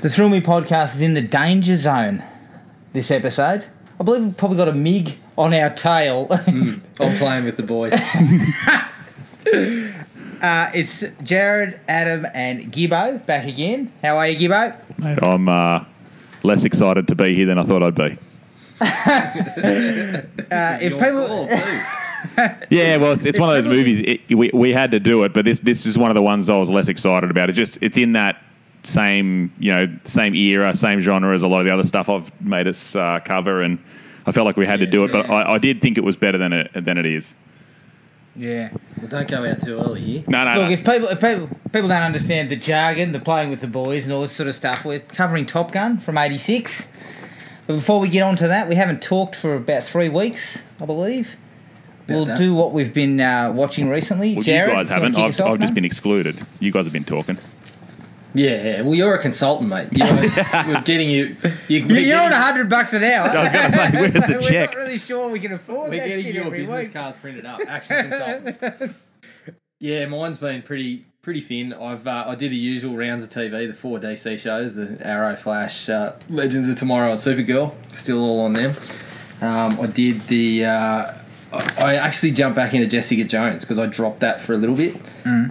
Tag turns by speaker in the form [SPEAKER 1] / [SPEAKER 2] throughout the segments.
[SPEAKER 1] The Thrill Me podcast is in the danger zone this episode. I believe we've probably got a MIG on our tail.
[SPEAKER 2] Mm, I'm playing with the boy.
[SPEAKER 1] uh, it's Jared, Adam, and Gibbo back again. How are you, Gibbo?
[SPEAKER 3] Mate, I'm uh, less excited to be here than I thought I'd be.
[SPEAKER 1] Uh, if
[SPEAKER 2] Oh,
[SPEAKER 1] people.
[SPEAKER 3] Yeah, well, it's, it's one of those movies. It, we, we had to do it, but this this is one of the ones I was less excited about. It just it's in that same you know same era, same genre as a lot of the other stuff I've made us uh, cover, and I felt like we had to do it. But I, I did think it was better than it than it is.
[SPEAKER 1] Yeah.
[SPEAKER 2] Well, don't go out too early here.
[SPEAKER 3] No, no,
[SPEAKER 1] Look,
[SPEAKER 3] no.
[SPEAKER 1] if people, if people people don't understand the jargon, the playing with the boys, and all this sort of stuff, we're covering Top Gun from '86. But before we get on to that, we haven't talked for about three weeks, I believe. we'll
[SPEAKER 2] that.
[SPEAKER 1] do what we've been uh, watching recently.
[SPEAKER 3] Well,
[SPEAKER 1] Jared,
[SPEAKER 3] you guys
[SPEAKER 1] wanna
[SPEAKER 3] haven't.
[SPEAKER 1] kick
[SPEAKER 3] I've,
[SPEAKER 1] us off,
[SPEAKER 3] I've just
[SPEAKER 1] mate?
[SPEAKER 3] been excluded. You guys have been talking.
[SPEAKER 2] Yeah, yeah. Well, you're a consultant, mate. You know, we're getting you. you
[SPEAKER 1] You- You're on hundred bucks an hour.
[SPEAKER 3] I was going to say, where's the
[SPEAKER 1] We're
[SPEAKER 3] check?
[SPEAKER 1] not really sure we can afford
[SPEAKER 2] We're
[SPEAKER 1] that
[SPEAKER 2] getting
[SPEAKER 1] shit
[SPEAKER 2] your
[SPEAKER 1] every
[SPEAKER 2] business
[SPEAKER 1] week.
[SPEAKER 2] cards printed up. Action consultant. yeah, mine's been pretty pretty thin. I've uh, I did the usual rounds of TV, the four DC shows, the Arrow, Flash, uh, Legends of Tomorrow, and Supergirl. Still all on them. Um, I did the. Uh, I I actually jumped back into Jessica Jones because I dropped that for a little bit,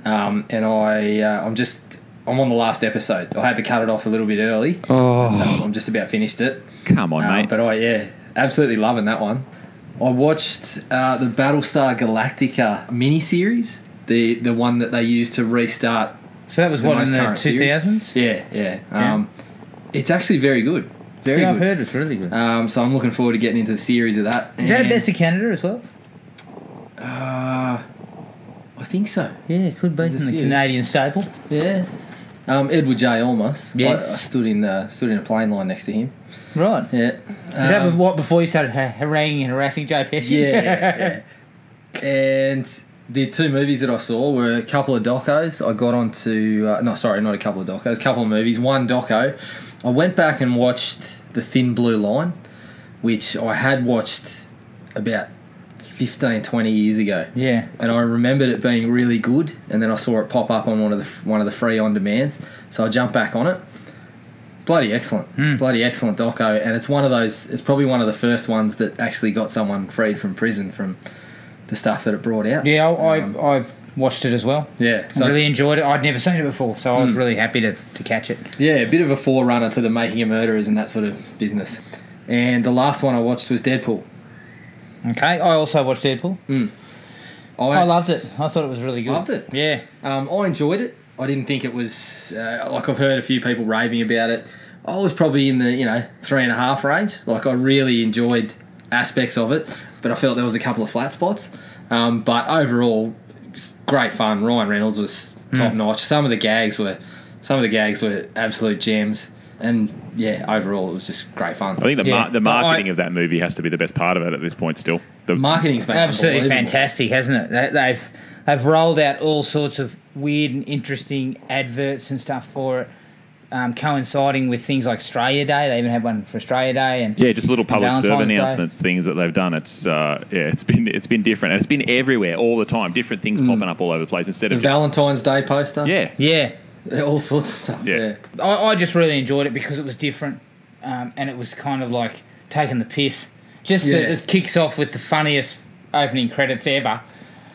[SPEAKER 2] um, and I uh, I'm just I'm on the last episode. I had to cut it off a little bit early. so I'm just about finished it.
[SPEAKER 3] Come on,
[SPEAKER 2] Uh,
[SPEAKER 3] mate.
[SPEAKER 2] But I yeah, absolutely loving that one. I watched uh, the Battlestar Galactica miniseries, the the one that they used to restart.
[SPEAKER 1] So that was
[SPEAKER 2] The
[SPEAKER 1] what in
[SPEAKER 2] most
[SPEAKER 1] the
[SPEAKER 2] current
[SPEAKER 1] two
[SPEAKER 2] series.
[SPEAKER 1] thousands.
[SPEAKER 2] Yeah, yeah. Um, It's actually very good, very
[SPEAKER 1] Yeah, I've
[SPEAKER 2] good.
[SPEAKER 1] heard it's really good.
[SPEAKER 2] Um, so I'm looking forward to getting into the series of that.
[SPEAKER 1] Is that a
[SPEAKER 2] And,
[SPEAKER 1] best of Canada as well?
[SPEAKER 2] Uh, I think so.
[SPEAKER 1] Yeah, it could be
[SPEAKER 2] a
[SPEAKER 1] in the
[SPEAKER 2] few.
[SPEAKER 1] Canadian staple.
[SPEAKER 2] Yeah. Um, Edward J. Olmos.
[SPEAKER 1] Yes.
[SPEAKER 2] I, I stood in the stood in a plane line next to him.
[SPEAKER 1] Right.
[SPEAKER 2] Yeah.
[SPEAKER 1] Is that
[SPEAKER 2] Um,
[SPEAKER 1] bef- what before you started ha- haranguing and harassing Joe Pesci?
[SPEAKER 2] Yeah, yeah. And the two movies that I saw were a couple of docos. I got onto uh, no, sorry, not a couple of docos, a couple of movies. One doco. I went back and watched The Thin Blue Line, which I had watched about 15, 20 years ago.
[SPEAKER 1] yeah.
[SPEAKER 2] And I remembered it being really good, and then I saw it pop up on one of the one of the free on demands. So I jumped back on it. Bloody excellent,
[SPEAKER 1] Hmm.
[SPEAKER 2] bloody excellent doco, and it's one of those. It's probably one of the first ones that actually got someone freed from prison from the stuff that it brought out.
[SPEAKER 1] Yeah, I,
[SPEAKER 2] Um,
[SPEAKER 1] I, I watched it as well.
[SPEAKER 2] yeah.
[SPEAKER 1] I
[SPEAKER 2] So
[SPEAKER 1] really
[SPEAKER 2] it's-
[SPEAKER 1] enjoyed it. I'd never seen it before, so
[SPEAKER 2] Hmm.
[SPEAKER 1] I was really happy to, to catch it.
[SPEAKER 2] yeah, a bit of a forerunner to the making of murderers and that sort of business. And the last one I watched was Deadpool.
[SPEAKER 1] Okay, I also watched Deadpool. I loved it. I thought it was really good.
[SPEAKER 2] Loved it?
[SPEAKER 1] Yeah.
[SPEAKER 2] Um, I enjoyed it. I didn't think it was uh, like I've heard a few people raving about it. I was probably in the you know three and a half range. Like I really enjoyed aspects of it, but I felt there was a couple of flat spots. Um, but overall, s- great fun. Ryan Reynolds was top notch. Some of the gags were, some of the gags were absolute gems. And yeah, overall it was just great fun.
[SPEAKER 3] I think the,
[SPEAKER 1] Yeah,
[SPEAKER 3] mar- the
[SPEAKER 1] but I-
[SPEAKER 3] marketing of that movie has to be the best part of it at this point. Still, the,
[SPEAKER 2] marketing's been
[SPEAKER 1] Absolutely
[SPEAKER 2] unbelievable.
[SPEAKER 1] fantastic, hasn't it? They, they've they've rolled out all sorts of weird and interesting adverts and stuff for it, um, coinciding with things like Australia Day. They even had one for Australia Day and
[SPEAKER 3] Yeah, just little public
[SPEAKER 1] Valentine's
[SPEAKER 3] serve
[SPEAKER 1] Day.
[SPEAKER 3] announcements, things that they've done. It's uh, yeah, it's been it's been different, and it's been everywhere all the time. Different things popping up all over the place instead
[SPEAKER 2] The
[SPEAKER 3] of just,
[SPEAKER 2] Valentine's Day poster.
[SPEAKER 3] yeah,
[SPEAKER 1] Mm. yeah.
[SPEAKER 2] all sorts of stuff.
[SPEAKER 3] Yeah.
[SPEAKER 2] yeah.
[SPEAKER 1] I, I just really enjoyed it because it was different, um, and it was kind of like taking the piss. Just
[SPEAKER 2] Yeah.
[SPEAKER 1] that it kicks off with the funniest opening credits ever.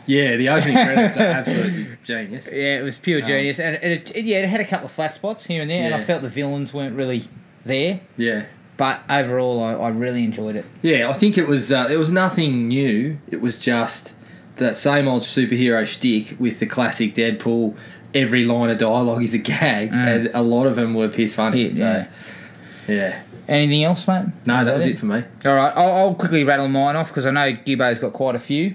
[SPEAKER 2] Yeah, the opening credits are absolutely genius.
[SPEAKER 1] Yeah, it was pure genius, and it, it, yeah, it had a couple of flat spots here and there, and I
[SPEAKER 2] Yeah.
[SPEAKER 1] felt the villains weren't really there.
[SPEAKER 2] Yeah,
[SPEAKER 1] But overall, I, I really enjoyed it.
[SPEAKER 2] yeah. I think it was uh, it was nothing new. It was just that same old superhero shtick with the classic Deadpool. Every line of dialogue is a gag, and a lot of them were piss funny.
[SPEAKER 1] Mm. Yeah.
[SPEAKER 2] Yeah, so, yeah.
[SPEAKER 1] Anything else, mate?
[SPEAKER 2] No, that was it for me.
[SPEAKER 1] All right, I'll, I'll quickly rattle mine off because I know Gibbo's got quite a few.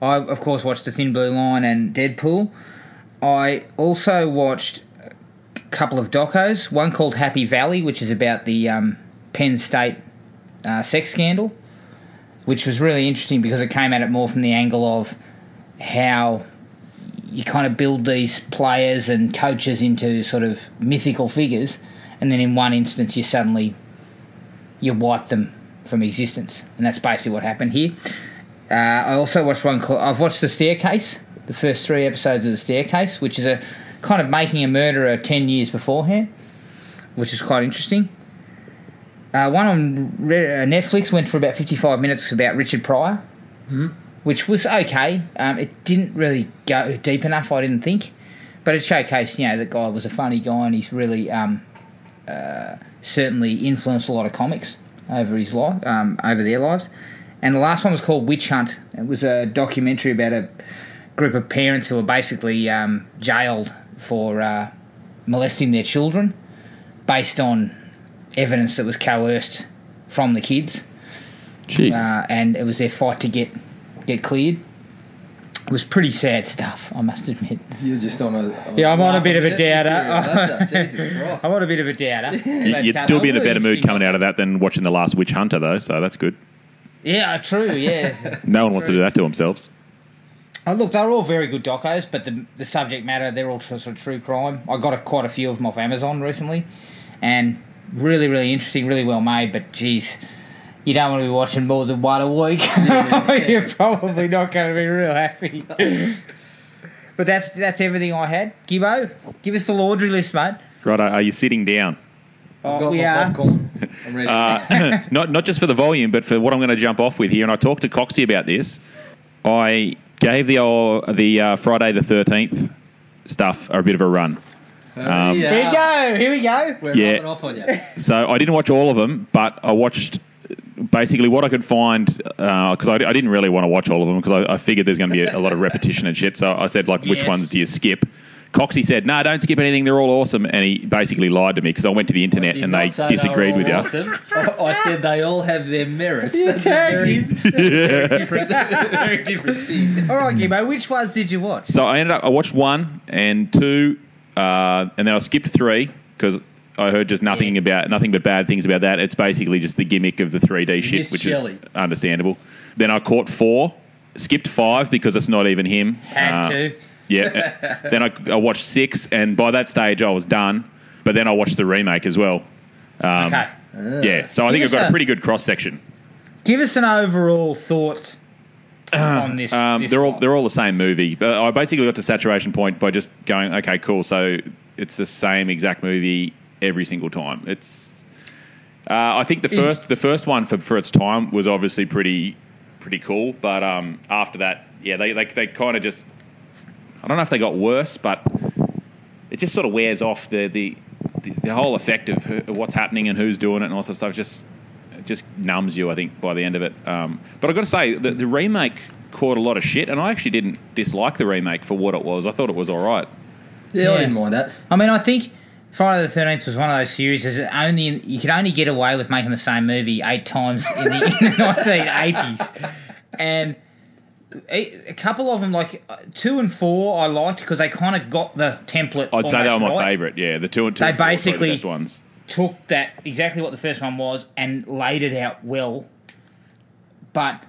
[SPEAKER 1] I, of course, watched The Thin Blue Line and Deadpool. I also watched a couple of docos, one called Happy Valley, which is about the um, Penn State uh, sex scandal, which was really interesting because it came at it more from the angle of how you kind of build these players and coaches into sort of mythical figures, and then in one instance, you suddenly you wipe them from existence, and that's basically what happened here. Uh, I also watched one called I've watched The Staircase, the first three episodes of The Staircase, which is a kind of making a murderer ten years beforehand. which is quite interesting. Uh, one on Re- uh, Netflix went for about 55 minutes about Richard Pryor, which was okay. Um, it didn't really go deep enough, I didn't think. But it showcased, you know, that guy was a funny guy and he's really um, uh, certainly influenced a lot of comics over his life, um, over their lives. And the last one was called Witch Hunt. It was a documentary about a group of parents who were basically um, jailed for uh, molesting their children based on evidence that was coerced from the kids,
[SPEAKER 3] Jesus.
[SPEAKER 1] uh, and it was their fight to get get cleared. It was pretty sad stuff, I must admit.
[SPEAKER 2] You're just on a. I was
[SPEAKER 1] Yeah, I'm on a
[SPEAKER 2] laughing
[SPEAKER 1] bit of a
[SPEAKER 2] at it.
[SPEAKER 1] doubter.
[SPEAKER 2] Jesus Christ.
[SPEAKER 1] I want a bit of a doubter.
[SPEAKER 3] You-
[SPEAKER 1] But,
[SPEAKER 3] You'd
[SPEAKER 1] uh,
[SPEAKER 3] still be in a
[SPEAKER 1] they
[SPEAKER 3] better
[SPEAKER 1] were
[SPEAKER 3] mood coming out of that than watching the last Witch Hunter, though. So that's good.
[SPEAKER 1] Yeah, true. Yeah.
[SPEAKER 3] No one wants to do that to themselves.
[SPEAKER 1] oh, look, they're all very good docos, but the the subject matter they're all tr- sort of true crime. I got a, quite a few of them off Amazon recently, and really, really interesting, really well made. But geez, you don't want to be watching more than one a week. You're probably not going to be real happy. but that's that's everything I had. Gibbo, give us the laundry list, mate.
[SPEAKER 3] Right? Are are you sitting down?
[SPEAKER 1] Oh,
[SPEAKER 2] I've got
[SPEAKER 1] we
[SPEAKER 2] my
[SPEAKER 1] are.
[SPEAKER 2] popcorn. I'm ready.
[SPEAKER 3] Uh, not not just for the volume, but for what I'm going to jump off with here. And I talked to Coxie about this. I gave the old, the uh, Friday the Thirteenth stuff a bit of a run.
[SPEAKER 2] um,
[SPEAKER 1] Here we go. Here we go.
[SPEAKER 2] We're
[SPEAKER 3] Yeah.
[SPEAKER 2] rubbing off on you.
[SPEAKER 3] So I didn't watch all of them, but I watched basically what I could find because I, I didn't really want to watch all of them because I, I figured there's going to be a, a lot of repetition and shit. So I said, like, which
[SPEAKER 1] Yes.
[SPEAKER 3] ones do you skip? Coxie said, "No, don't skip anything. They're all awesome." And he basically lied to me because I went to the internet
[SPEAKER 2] Did
[SPEAKER 3] and
[SPEAKER 2] not
[SPEAKER 3] they
[SPEAKER 2] say were
[SPEAKER 3] disagreed
[SPEAKER 2] all
[SPEAKER 3] with you.
[SPEAKER 2] awesome. I I said they all have their merits.
[SPEAKER 1] You
[SPEAKER 2] That's a very
[SPEAKER 1] turkey.
[SPEAKER 2] different, very different thing.
[SPEAKER 1] All right, Gibbo, which ones did you watch?
[SPEAKER 3] So I ended up. I watched one and two, uh, and then I skipped three because I heard just nothing
[SPEAKER 1] Yeah.
[SPEAKER 3] about nothing but bad things about that. It's basically just the gimmick of the three D shit,
[SPEAKER 2] missed
[SPEAKER 3] which
[SPEAKER 2] Shelley.
[SPEAKER 3] is understandable. Then I caught four, skipped five because it's not even him.
[SPEAKER 1] Had
[SPEAKER 3] Uh,
[SPEAKER 1] to.
[SPEAKER 3] Yeah. eh, then I, I watched six, and by that stage I was done. But then I watched the remake as well. Um,
[SPEAKER 1] Okay.
[SPEAKER 3] Yeah, so I think
[SPEAKER 1] Give us
[SPEAKER 3] I've got a
[SPEAKER 1] a-
[SPEAKER 3] pretty good cross section.
[SPEAKER 1] Give us an overall thought on this.
[SPEAKER 3] Um,
[SPEAKER 1] this
[SPEAKER 3] they're all
[SPEAKER 1] one.
[SPEAKER 3] they're all the same movie. But I basically got to saturation point by just going, okay, cool. So it's the same exact movie every single time. It's uh, I think the first the first one for, for its time was obviously pretty pretty cool, but um, after that, yeah, they they, they kind of just I don't know if they got worse, but it just sort of wears off the the, the, the whole effect of who, what's happening and who's doing it and all sorts of stuff. Just it just numbs you, I think, by the end of it. Um, but I've got to say, the, the remake caught a lot of shit, and I actually didn't dislike the remake for what it was. I thought it was all right.
[SPEAKER 2] Yeah, I
[SPEAKER 1] Yeah.
[SPEAKER 2] didn't mind that.
[SPEAKER 1] I mean, I think Friday the Thirteenth was one of those series that only you could only get away with making the same movie eight times in the nineteen eighties, and a, a couple of them, like uh, two and four, I liked because they kind of got the template.
[SPEAKER 3] I'd say they were
[SPEAKER 1] almost
[SPEAKER 3] my
[SPEAKER 1] right.
[SPEAKER 3] favourite. Yeah, the two and two
[SPEAKER 1] They
[SPEAKER 3] and four were probably
[SPEAKER 1] basically-
[SPEAKER 3] the best ones.
[SPEAKER 1] Took that exactly what the first one was and laid it out well, but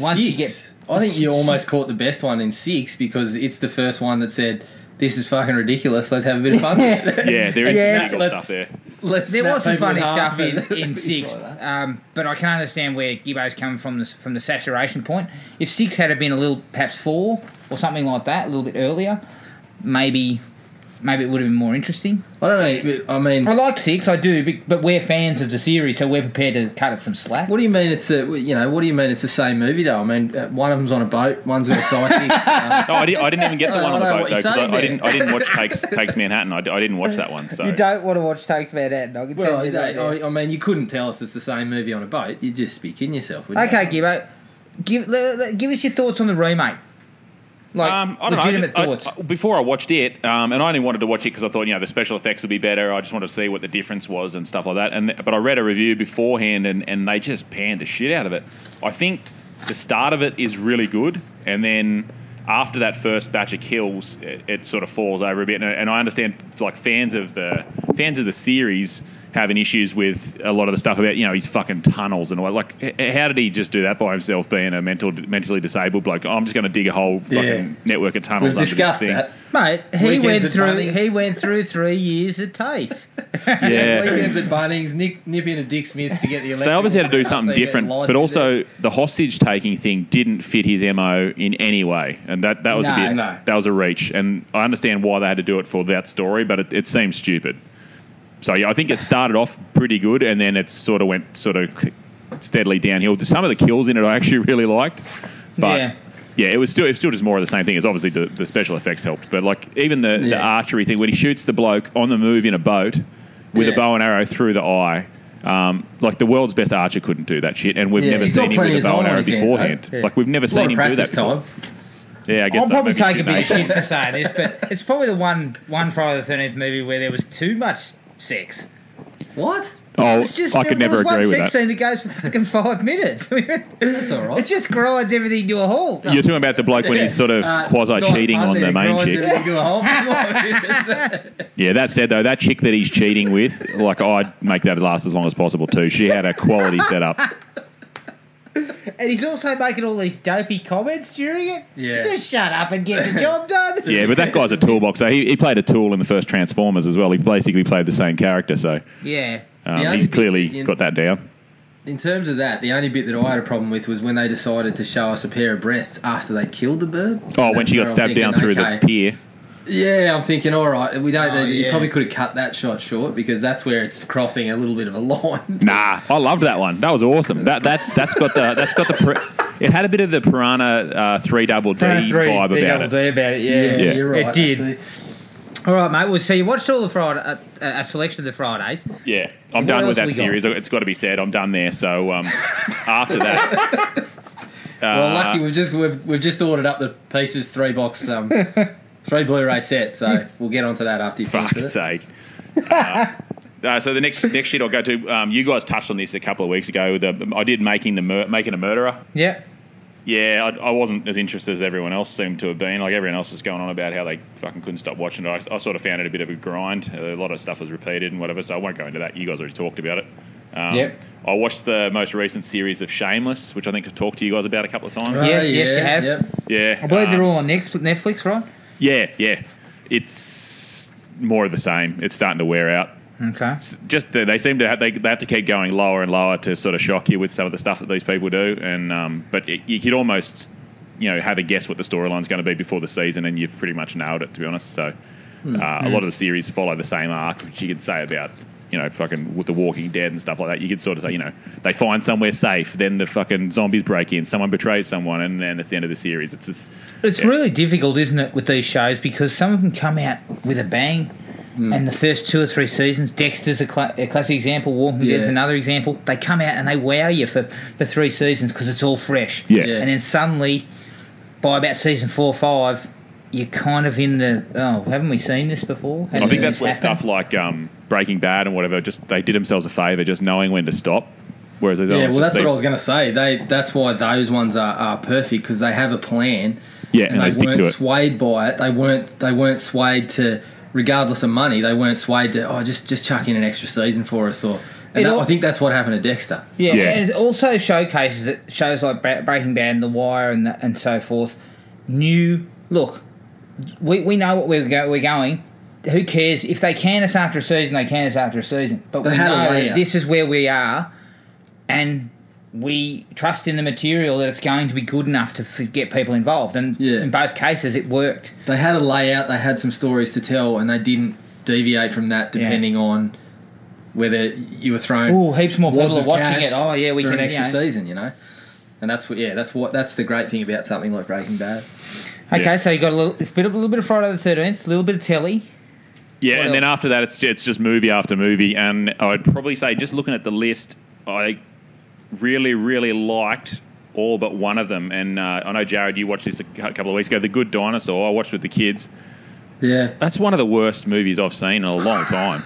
[SPEAKER 1] once you get
[SPEAKER 2] Six. I think you almost caught the best one in six because it's the first one that said, "This is fucking ridiculous. Let's have a bit of fun." with it."
[SPEAKER 3] Yeah, there is
[SPEAKER 1] Yes.
[SPEAKER 3] some legal
[SPEAKER 2] Let's-
[SPEAKER 3] stuff there.
[SPEAKER 2] Let's
[SPEAKER 1] There
[SPEAKER 2] snap
[SPEAKER 1] was some
[SPEAKER 2] people
[SPEAKER 1] funny
[SPEAKER 2] half
[SPEAKER 1] stuff in,
[SPEAKER 2] and
[SPEAKER 1] in
[SPEAKER 2] things
[SPEAKER 1] six,
[SPEAKER 2] like that.
[SPEAKER 1] um, but I can understand where Gibbo's coming from this, from the saturation point. If six had been a little, perhaps four or something like that, a little bit earlier, maybe maybe it would have been more interesting.
[SPEAKER 2] I don't know. but I mean,
[SPEAKER 1] I like six, I do, but- but we're fans of the series, so we're prepared to cut it some slack.
[SPEAKER 2] What do you mean it's the you know what do you mean it's the same movie though? I mean uh, one of them's on a boat, one's with a psychic. um,
[SPEAKER 3] No, I didn't, I didn't even get the
[SPEAKER 2] I
[SPEAKER 3] one on the
[SPEAKER 2] don't know
[SPEAKER 3] boat
[SPEAKER 2] what
[SPEAKER 3] though
[SPEAKER 2] you're
[SPEAKER 3] because I,
[SPEAKER 2] saying
[SPEAKER 3] I
[SPEAKER 2] there.
[SPEAKER 3] didn't. I didn't watch takes takes Manhattan. I, d- I didn't watch that one. So
[SPEAKER 1] don't want to watch Takes Manhattan. I can
[SPEAKER 2] well, I, I, I mean you couldn't tell us it's the same movie on a boat. You'd just be kidding yourself. Wouldn't
[SPEAKER 1] okay,
[SPEAKER 2] you?
[SPEAKER 1] Gibbo, give le- le- give us your thoughts on the remake. Like
[SPEAKER 3] Um, I don't
[SPEAKER 1] legitimate
[SPEAKER 3] know. I-
[SPEAKER 1] thoughts.
[SPEAKER 3] I- before I watched it, um, and I only wanted to watch it because I thought, you know, the special effects would be better. I just wanted to see what the difference was and stuff like that. And but I read a review beforehand, and, and they just panned the shit out of it. I think the start of it is really good, and then after that first batch of kills, it, it sort of falls over a bit. And, and I understand, like fans of the fans of the series having issues with a lot of the stuff about you know his fucking tunnels and all. Like, h- how did he just do that by himself, being a mental mentally disabled bloke? I'm just going to dig a whole fucking
[SPEAKER 2] Yeah.
[SPEAKER 3] network of tunnels
[SPEAKER 2] We've
[SPEAKER 3] under this
[SPEAKER 2] discussed
[SPEAKER 3] thing.
[SPEAKER 2] that.
[SPEAKER 1] Mate, he
[SPEAKER 2] Weekends
[SPEAKER 1] went
[SPEAKER 2] at
[SPEAKER 1] through
[SPEAKER 2] Bunnings.
[SPEAKER 1] he went through three years at TAFE.
[SPEAKER 3] Yeah.
[SPEAKER 2] Weekends at Bunnings, nip, nip into Dick Smith's to get the electric.
[SPEAKER 3] They obviously had to do something
[SPEAKER 2] So you get
[SPEAKER 3] different,
[SPEAKER 2] lights
[SPEAKER 3] but
[SPEAKER 2] in
[SPEAKER 3] also the hostage taking thing didn't fit his mo in any way, and that, that was
[SPEAKER 1] No.
[SPEAKER 3] a bit
[SPEAKER 2] No.
[SPEAKER 3] that was a reach. And I understand why they had to do it for that story, but it, it seems stupid. so yeah, I think it started off pretty good, and then it sort of went sort of steadily downhill. Some of the kills in it I actually really liked, but.
[SPEAKER 1] Yeah.
[SPEAKER 3] Yeah. it was still it's still just more of the same thing. It's obviously the, the special effects helped, but like even the, the
[SPEAKER 2] Yeah.
[SPEAKER 3] archery thing when he shoots the bloke on the move in a boat with
[SPEAKER 2] Yeah.
[SPEAKER 3] a bow and arrow through the eye, um, like the world's best archer couldn't do that shit, and we've
[SPEAKER 2] Yeah,
[SPEAKER 3] never
[SPEAKER 2] he's got
[SPEAKER 3] seen him with
[SPEAKER 2] plenty
[SPEAKER 3] a
[SPEAKER 2] of
[SPEAKER 3] bow
[SPEAKER 2] time
[SPEAKER 3] and
[SPEAKER 2] on
[SPEAKER 3] arrow
[SPEAKER 2] his hands,
[SPEAKER 3] beforehand.
[SPEAKER 1] though. Yeah.
[SPEAKER 3] Like we've never
[SPEAKER 2] A lot
[SPEAKER 3] seen
[SPEAKER 2] of
[SPEAKER 3] him do that
[SPEAKER 2] practice
[SPEAKER 3] before.
[SPEAKER 2] time.
[SPEAKER 3] Yeah, I guess
[SPEAKER 1] I'll
[SPEAKER 3] that
[SPEAKER 1] probably
[SPEAKER 3] maybe
[SPEAKER 1] take a
[SPEAKER 3] shouldn't
[SPEAKER 1] bit of
[SPEAKER 3] age him.
[SPEAKER 1] shit for saying this, but it's probably the one one Friday the Thirteenth movie where there was too much sex.
[SPEAKER 2] What?
[SPEAKER 3] Oh,
[SPEAKER 1] It's just
[SPEAKER 3] I
[SPEAKER 1] there-
[SPEAKER 3] could
[SPEAKER 1] there
[SPEAKER 3] never
[SPEAKER 1] was
[SPEAKER 3] agree
[SPEAKER 1] one
[SPEAKER 3] with
[SPEAKER 1] sex
[SPEAKER 3] that.
[SPEAKER 1] scene that goes for fucking five minutes. it
[SPEAKER 2] That's all right.
[SPEAKER 1] just grinds everything to a halt.
[SPEAKER 3] You're talking about the bloke when he's sort of
[SPEAKER 2] Uh,
[SPEAKER 3] quasi
[SPEAKER 2] nice
[SPEAKER 3] cheating
[SPEAKER 2] pun
[SPEAKER 3] on
[SPEAKER 2] there,
[SPEAKER 3] the main
[SPEAKER 2] Grimes,
[SPEAKER 3] chick.
[SPEAKER 2] everything to a whole-
[SPEAKER 3] Yeah, that said though, that chick that he's cheating with, like I'd make that last as long as possible too. She had a quality setup.
[SPEAKER 1] And he's also making all these dopey comments during it.
[SPEAKER 2] Yeah.
[SPEAKER 1] Just shut up and get the job done.
[SPEAKER 3] Yeah, but that guy's a toolbox. So he, he played a tool in the first Transformers as well. He basically played the same character, so
[SPEAKER 1] Yeah.
[SPEAKER 3] um,
[SPEAKER 2] The only
[SPEAKER 3] he's
[SPEAKER 2] bit
[SPEAKER 3] clearly
[SPEAKER 2] in-
[SPEAKER 3] got that down.
[SPEAKER 2] In terms of that, the only bit that I had a problem with was when they decided to show us a pair of breasts after they killed the bird.
[SPEAKER 3] Oh, when
[SPEAKER 2] That's
[SPEAKER 3] she
[SPEAKER 2] where
[SPEAKER 3] got
[SPEAKER 2] I'm
[SPEAKER 3] stabbed
[SPEAKER 2] thinking,
[SPEAKER 3] down through
[SPEAKER 2] okay.
[SPEAKER 3] the pier.
[SPEAKER 2] Yeah, I'm thinking, all right, we don't.
[SPEAKER 1] Oh,
[SPEAKER 2] you
[SPEAKER 1] yeah.
[SPEAKER 2] probably could have cut that shot short because that's where it's crossing a little bit of a line.
[SPEAKER 3] Nah, I loved that one. That was awesome. That that that's got the that's got the. Pir- it had a bit of the Piranha uh, three double D vibe about it.
[SPEAKER 1] about it. Yeah.
[SPEAKER 3] Yeah.
[SPEAKER 2] you're right.
[SPEAKER 1] It did.
[SPEAKER 2] actually.
[SPEAKER 1] All right, mate. Well, so you watched all the Friday, uh, uh, a selection of the Fridays.
[SPEAKER 3] Yeah, I'm
[SPEAKER 2] What
[SPEAKER 3] done
[SPEAKER 2] else
[SPEAKER 3] with that
[SPEAKER 2] we got?
[SPEAKER 3] series. It's got to be said. I'm done there. So um, after that,
[SPEAKER 2] Well,
[SPEAKER 3] Uh,
[SPEAKER 2] lucky we've just we've, we've just ordered up the pieces three box um three Blu-ray set, so we'll get onto that after you finish
[SPEAKER 3] fuck's
[SPEAKER 2] with it.
[SPEAKER 3] sake. Uh, uh, so the next next shit I'll go to. Um, you guys touched on this a couple of weeks ago. With the, I did making the mur- making a murderer.
[SPEAKER 1] Yep.
[SPEAKER 3] Yeah, I, I wasn't as interested as everyone else seemed to have been. Like everyone else is going on about how they fucking couldn't stop watching it. I, I sort of found it a bit of a grind. A lot of stuff was repeated and whatever. So I won't go into that. You guys already talked about it. Um,
[SPEAKER 2] Yep.
[SPEAKER 3] I watched the most recent series of Shameless, which I think I talked to you guys about a couple of times.
[SPEAKER 1] Right. Yes,
[SPEAKER 2] Oh,
[SPEAKER 1] yes, you
[SPEAKER 2] yeah,
[SPEAKER 1] have.
[SPEAKER 2] Yep.
[SPEAKER 3] Yeah,
[SPEAKER 1] I believe
[SPEAKER 3] um,
[SPEAKER 1] they're all on Netflix, Netflix right?
[SPEAKER 3] Yeah, yeah. It's more of the same. It's starting to wear out.
[SPEAKER 1] Okay.
[SPEAKER 3] It's just the, they seem to have, they, they have to keep going lower and lower to sort of shock you with some of the stuff that these people do. And um, but it, you could almost you know have a guess what the storyline's going to be before the season, and you've pretty much nailed it to be honest. So uh,
[SPEAKER 2] Hmm.
[SPEAKER 3] a lot of the series follow the same arc, which you could say about. You know, fucking with the Walking Dead and stuff like that. You could sort of say, you know, they find somewhere safe, then the fucking zombies break in, someone betrays someone, and then it's the end of the series. It's just
[SPEAKER 1] It's really difficult, isn't it, with these shows because some of them come out with a bang, and the first two or three seasons, Dexter's a, cla a classic example, Walking Dead's
[SPEAKER 2] Yeah.
[SPEAKER 1] another example. They come out and they wow you for the three seasons because it's all fresh.
[SPEAKER 3] Yeah.
[SPEAKER 2] Yeah.
[SPEAKER 1] And then suddenly, by about season four or five, you're kind of in the oh, haven't we seen this before?
[SPEAKER 3] I think
[SPEAKER 1] Hasn't
[SPEAKER 3] that's
[SPEAKER 1] this
[SPEAKER 3] where
[SPEAKER 1] happened?"
[SPEAKER 3] stuff like um, Breaking Bad and whatever just they did themselves a favour, just knowing when to stop. Whereas those
[SPEAKER 2] Yeah,
[SPEAKER 3] others
[SPEAKER 2] well,
[SPEAKER 3] just
[SPEAKER 2] that's what I was
[SPEAKER 3] seem-
[SPEAKER 2] going to say. They that's why those ones are, are perfect because they have a plan.
[SPEAKER 3] Yeah, and they stick
[SPEAKER 2] weren't
[SPEAKER 3] to it.
[SPEAKER 2] swayed by it. They weren't they weren't swayed to regardless of money. They weren't swayed to oh just just chuck in an extra season for us or. And
[SPEAKER 1] It
[SPEAKER 2] that-
[SPEAKER 1] al-
[SPEAKER 2] I think that's what happened to Dexter.
[SPEAKER 1] Yeah,
[SPEAKER 3] Yeah.
[SPEAKER 1] and it also showcases that shows like Bra- Breaking Bad and The Wire and the, and so forth. New look, we, we know what we're, go- we're going. Who cares if they can us after a season? They can us after a season, but
[SPEAKER 2] They
[SPEAKER 1] we
[SPEAKER 2] had a
[SPEAKER 1] know
[SPEAKER 2] layout.
[SPEAKER 1] that this is where we are, and we trust in the material that it's going to be good enough to f- get people involved. And
[SPEAKER 2] Yeah.
[SPEAKER 1] in both cases, it worked.
[SPEAKER 2] They had a layout. They had some stories to tell, and they didn't deviate from that depending on whether you were thrown.
[SPEAKER 1] Ooh, heaps more
[SPEAKER 2] wads
[SPEAKER 1] people are
[SPEAKER 2] of
[SPEAKER 1] watching
[SPEAKER 2] cash
[SPEAKER 1] it. Oh yeah, we
[SPEAKER 2] for
[SPEAKER 1] can
[SPEAKER 2] an
[SPEAKER 1] you
[SPEAKER 2] extra
[SPEAKER 1] know.
[SPEAKER 2] season, you know. And that's what, yeah, that's what, that's the great thing about something like Breaking Bad.
[SPEAKER 1] Okay,
[SPEAKER 3] Yeah.
[SPEAKER 1] so you got a little, a bit, a little bit of Friday the Thirteenth, a little bit of telly.
[SPEAKER 3] Yeah,
[SPEAKER 1] What
[SPEAKER 3] and then
[SPEAKER 1] else?
[SPEAKER 3] after that, it's it's just movie after movie, and I'd probably say just looking at the list, I really really liked all but one of them. And uh, I know Jared, you watched this a cou- couple of weeks ago, The Good Dinosaur. I watched with the kids.
[SPEAKER 2] Yeah.
[SPEAKER 3] That's one of the worst movies I've seen in a long time.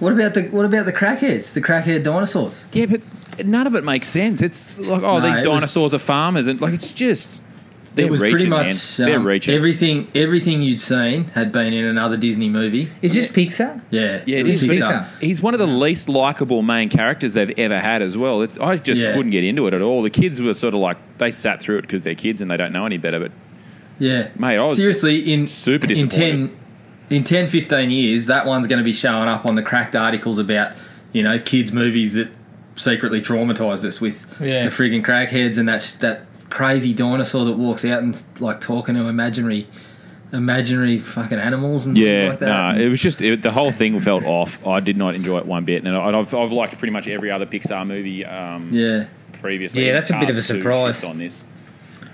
[SPEAKER 2] What about the what about the crackheads, the crackhead dinosaurs?
[SPEAKER 3] yeah, but none of it makes sense. It's like oh,
[SPEAKER 2] No,
[SPEAKER 3] these
[SPEAKER 2] it was-
[SPEAKER 3] dinosaurs are farmers, and like it's just they're
[SPEAKER 2] it was
[SPEAKER 3] reaching,
[SPEAKER 2] pretty
[SPEAKER 3] man.
[SPEAKER 2] much
[SPEAKER 3] they're
[SPEAKER 2] um,
[SPEAKER 3] reaching.
[SPEAKER 2] everything everything you'd seen had been in another Disney movie.
[SPEAKER 1] Is this Pixar?
[SPEAKER 2] Yeah,
[SPEAKER 3] Yeah, it is.
[SPEAKER 2] was
[SPEAKER 1] Pixar.
[SPEAKER 3] He's, he's one of the least likable main characters they've ever had as well. It's, I just
[SPEAKER 2] Yeah.
[SPEAKER 3] couldn't get into it at all. The kids were sort of like they sat through it because they're kids and they don't know any better. But
[SPEAKER 2] Yeah,
[SPEAKER 3] Mate, I was
[SPEAKER 2] seriously in
[SPEAKER 3] super
[SPEAKER 2] in
[SPEAKER 3] disappointed.
[SPEAKER 2] ten in 10, 15 years. That one's going to be showing up on the cracked articles about you know kids movies that secretly traumatized us with
[SPEAKER 1] Yeah.
[SPEAKER 2] the friggin' crackheads and that that crazy dinosaur that walks out and like talking to imaginary imaginary fucking animals and
[SPEAKER 3] Yeah,
[SPEAKER 2] things like that.
[SPEAKER 3] nah, it was just it, the whole thing felt off. I did not enjoy it one bit, and I- I've, I've liked pretty much every other Pixar movie um,
[SPEAKER 2] yeah.
[SPEAKER 3] previously.
[SPEAKER 1] Yeah, that's a bit of a
[SPEAKER 3] Cars 2
[SPEAKER 1] surprise.
[SPEAKER 3] shits on this.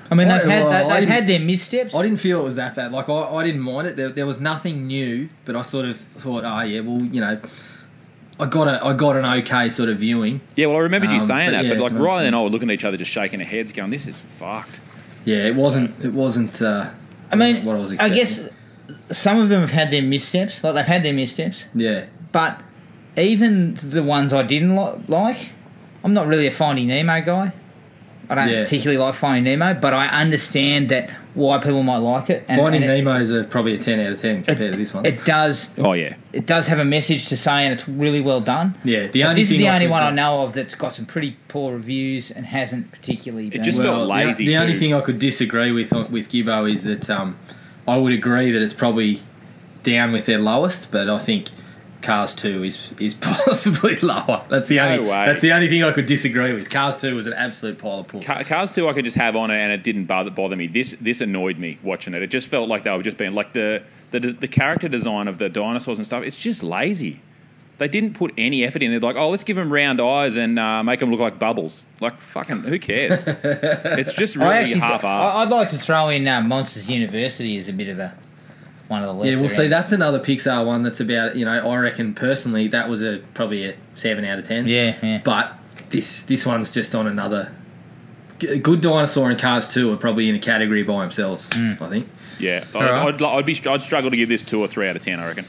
[SPEAKER 1] I mean,
[SPEAKER 2] I-
[SPEAKER 1] they've had,
[SPEAKER 2] well,
[SPEAKER 1] they-
[SPEAKER 2] I
[SPEAKER 1] they've
[SPEAKER 2] didn't-
[SPEAKER 1] had their missteps.
[SPEAKER 2] I didn't feel it was that bad. Like I, I didn't mind it. There, there was nothing new, but I sort of thought, oh yeah, well you know, I got a I got an okay sort of viewing.
[SPEAKER 3] Yeah, well, I remembered you
[SPEAKER 2] Um,
[SPEAKER 3] saying
[SPEAKER 2] but
[SPEAKER 3] that,
[SPEAKER 2] yeah,
[SPEAKER 3] but like
[SPEAKER 2] nice
[SPEAKER 3] Riley
[SPEAKER 2] thing.
[SPEAKER 3] and I were looking at each other, just shaking our heads, going, "This is fucked."
[SPEAKER 2] Yeah, it wasn't it wasn't. Uh,
[SPEAKER 1] I mean,
[SPEAKER 2] what I was
[SPEAKER 1] I
[SPEAKER 2] expecting.
[SPEAKER 1] guess some of them have had their missteps. Like they've had their missteps,
[SPEAKER 2] Yeah,
[SPEAKER 1] but even the ones I didn't li- like, I'm not really a Finding Nemo guy. I don't
[SPEAKER 2] Yeah.
[SPEAKER 1] particularly like Finding Nemo, but I understand that why people might like it. And,
[SPEAKER 2] Finding
[SPEAKER 1] and it,
[SPEAKER 2] Nemo's a, probably a ten out of ten compared to this one.
[SPEAKER 1] it does.
[SPEAKER 3] Oh yeah,
[SPEAKER 1] It does have a message to say, and it's really well done.
[SPEAKER 2] Yeah, the
[SPEAKER 1] But
[SPEAKER 2] only
[SPEAKER 1] this is
[SPEAKER 2] thing
[SPEAKER 1] the
[SPEAKER 2] I
[SPEAKER 1] only
[SPEAKER 2] could
[SPEAKER 1] one I
[SPEAKER 2] do-
[SPEAKER 1] know of that's got some pretty poor reviews and hasn't particularly. Been
[SPEAKER 3] just
[SPEAKER 1] well.
[SPEAKER 3] felt lazy
[SPEAKER 2] The, the only
[SPEAKER 3] too.
[SPEAKER 2] thing I could disagree with on- with Gibbo is that um, I would agree that it's probably down with their lowest, but I think Cars Two is is possibly lower. That's the only
[SPEAKER 3] way.
[SPEAKER 2] that's the only thing I could disagree with. Cars Two was an absolute pile of poop.
[SPEAKER 3] Ca- Cars Two, I could just have on it, and it didn't bother, bother me. This this annoyed me watching it. It just felt like they were just being like the the, the character design of the dinosaurs and stuff. It's just lazy. They didn't put any effort in. They're like, oh, let's give them round eyes and uh, make them look like bubbles. Like fucking, who cares? it's just really half
[SPEAKER 1] I,
[SPEAKER 3] assed.
[SPEAKER 1] I'd like to throw in uh, Monsters University as a bit of a one of the lesser.
[SPEAKER 2] yeah, well, see,
[SPEAKER 1] end.
[SPEAKER 2] that's another Pixar one that's about you know. I reckon personally that was a probably a seven out of ten.
[SPEAKER 1] Yeah, yeah.
[SPEAKER 2] but this this one's just on another. G- Good Dinosaur and Cars Two are probably in a category by themselves. I think.
[SPEAKER 3] Yeah, I'd,
[SPEAKER 2] Alright.
[SPEAKER 3] I'd, li- I'd be I'd struggle to give this two or three out of ten. I reckon.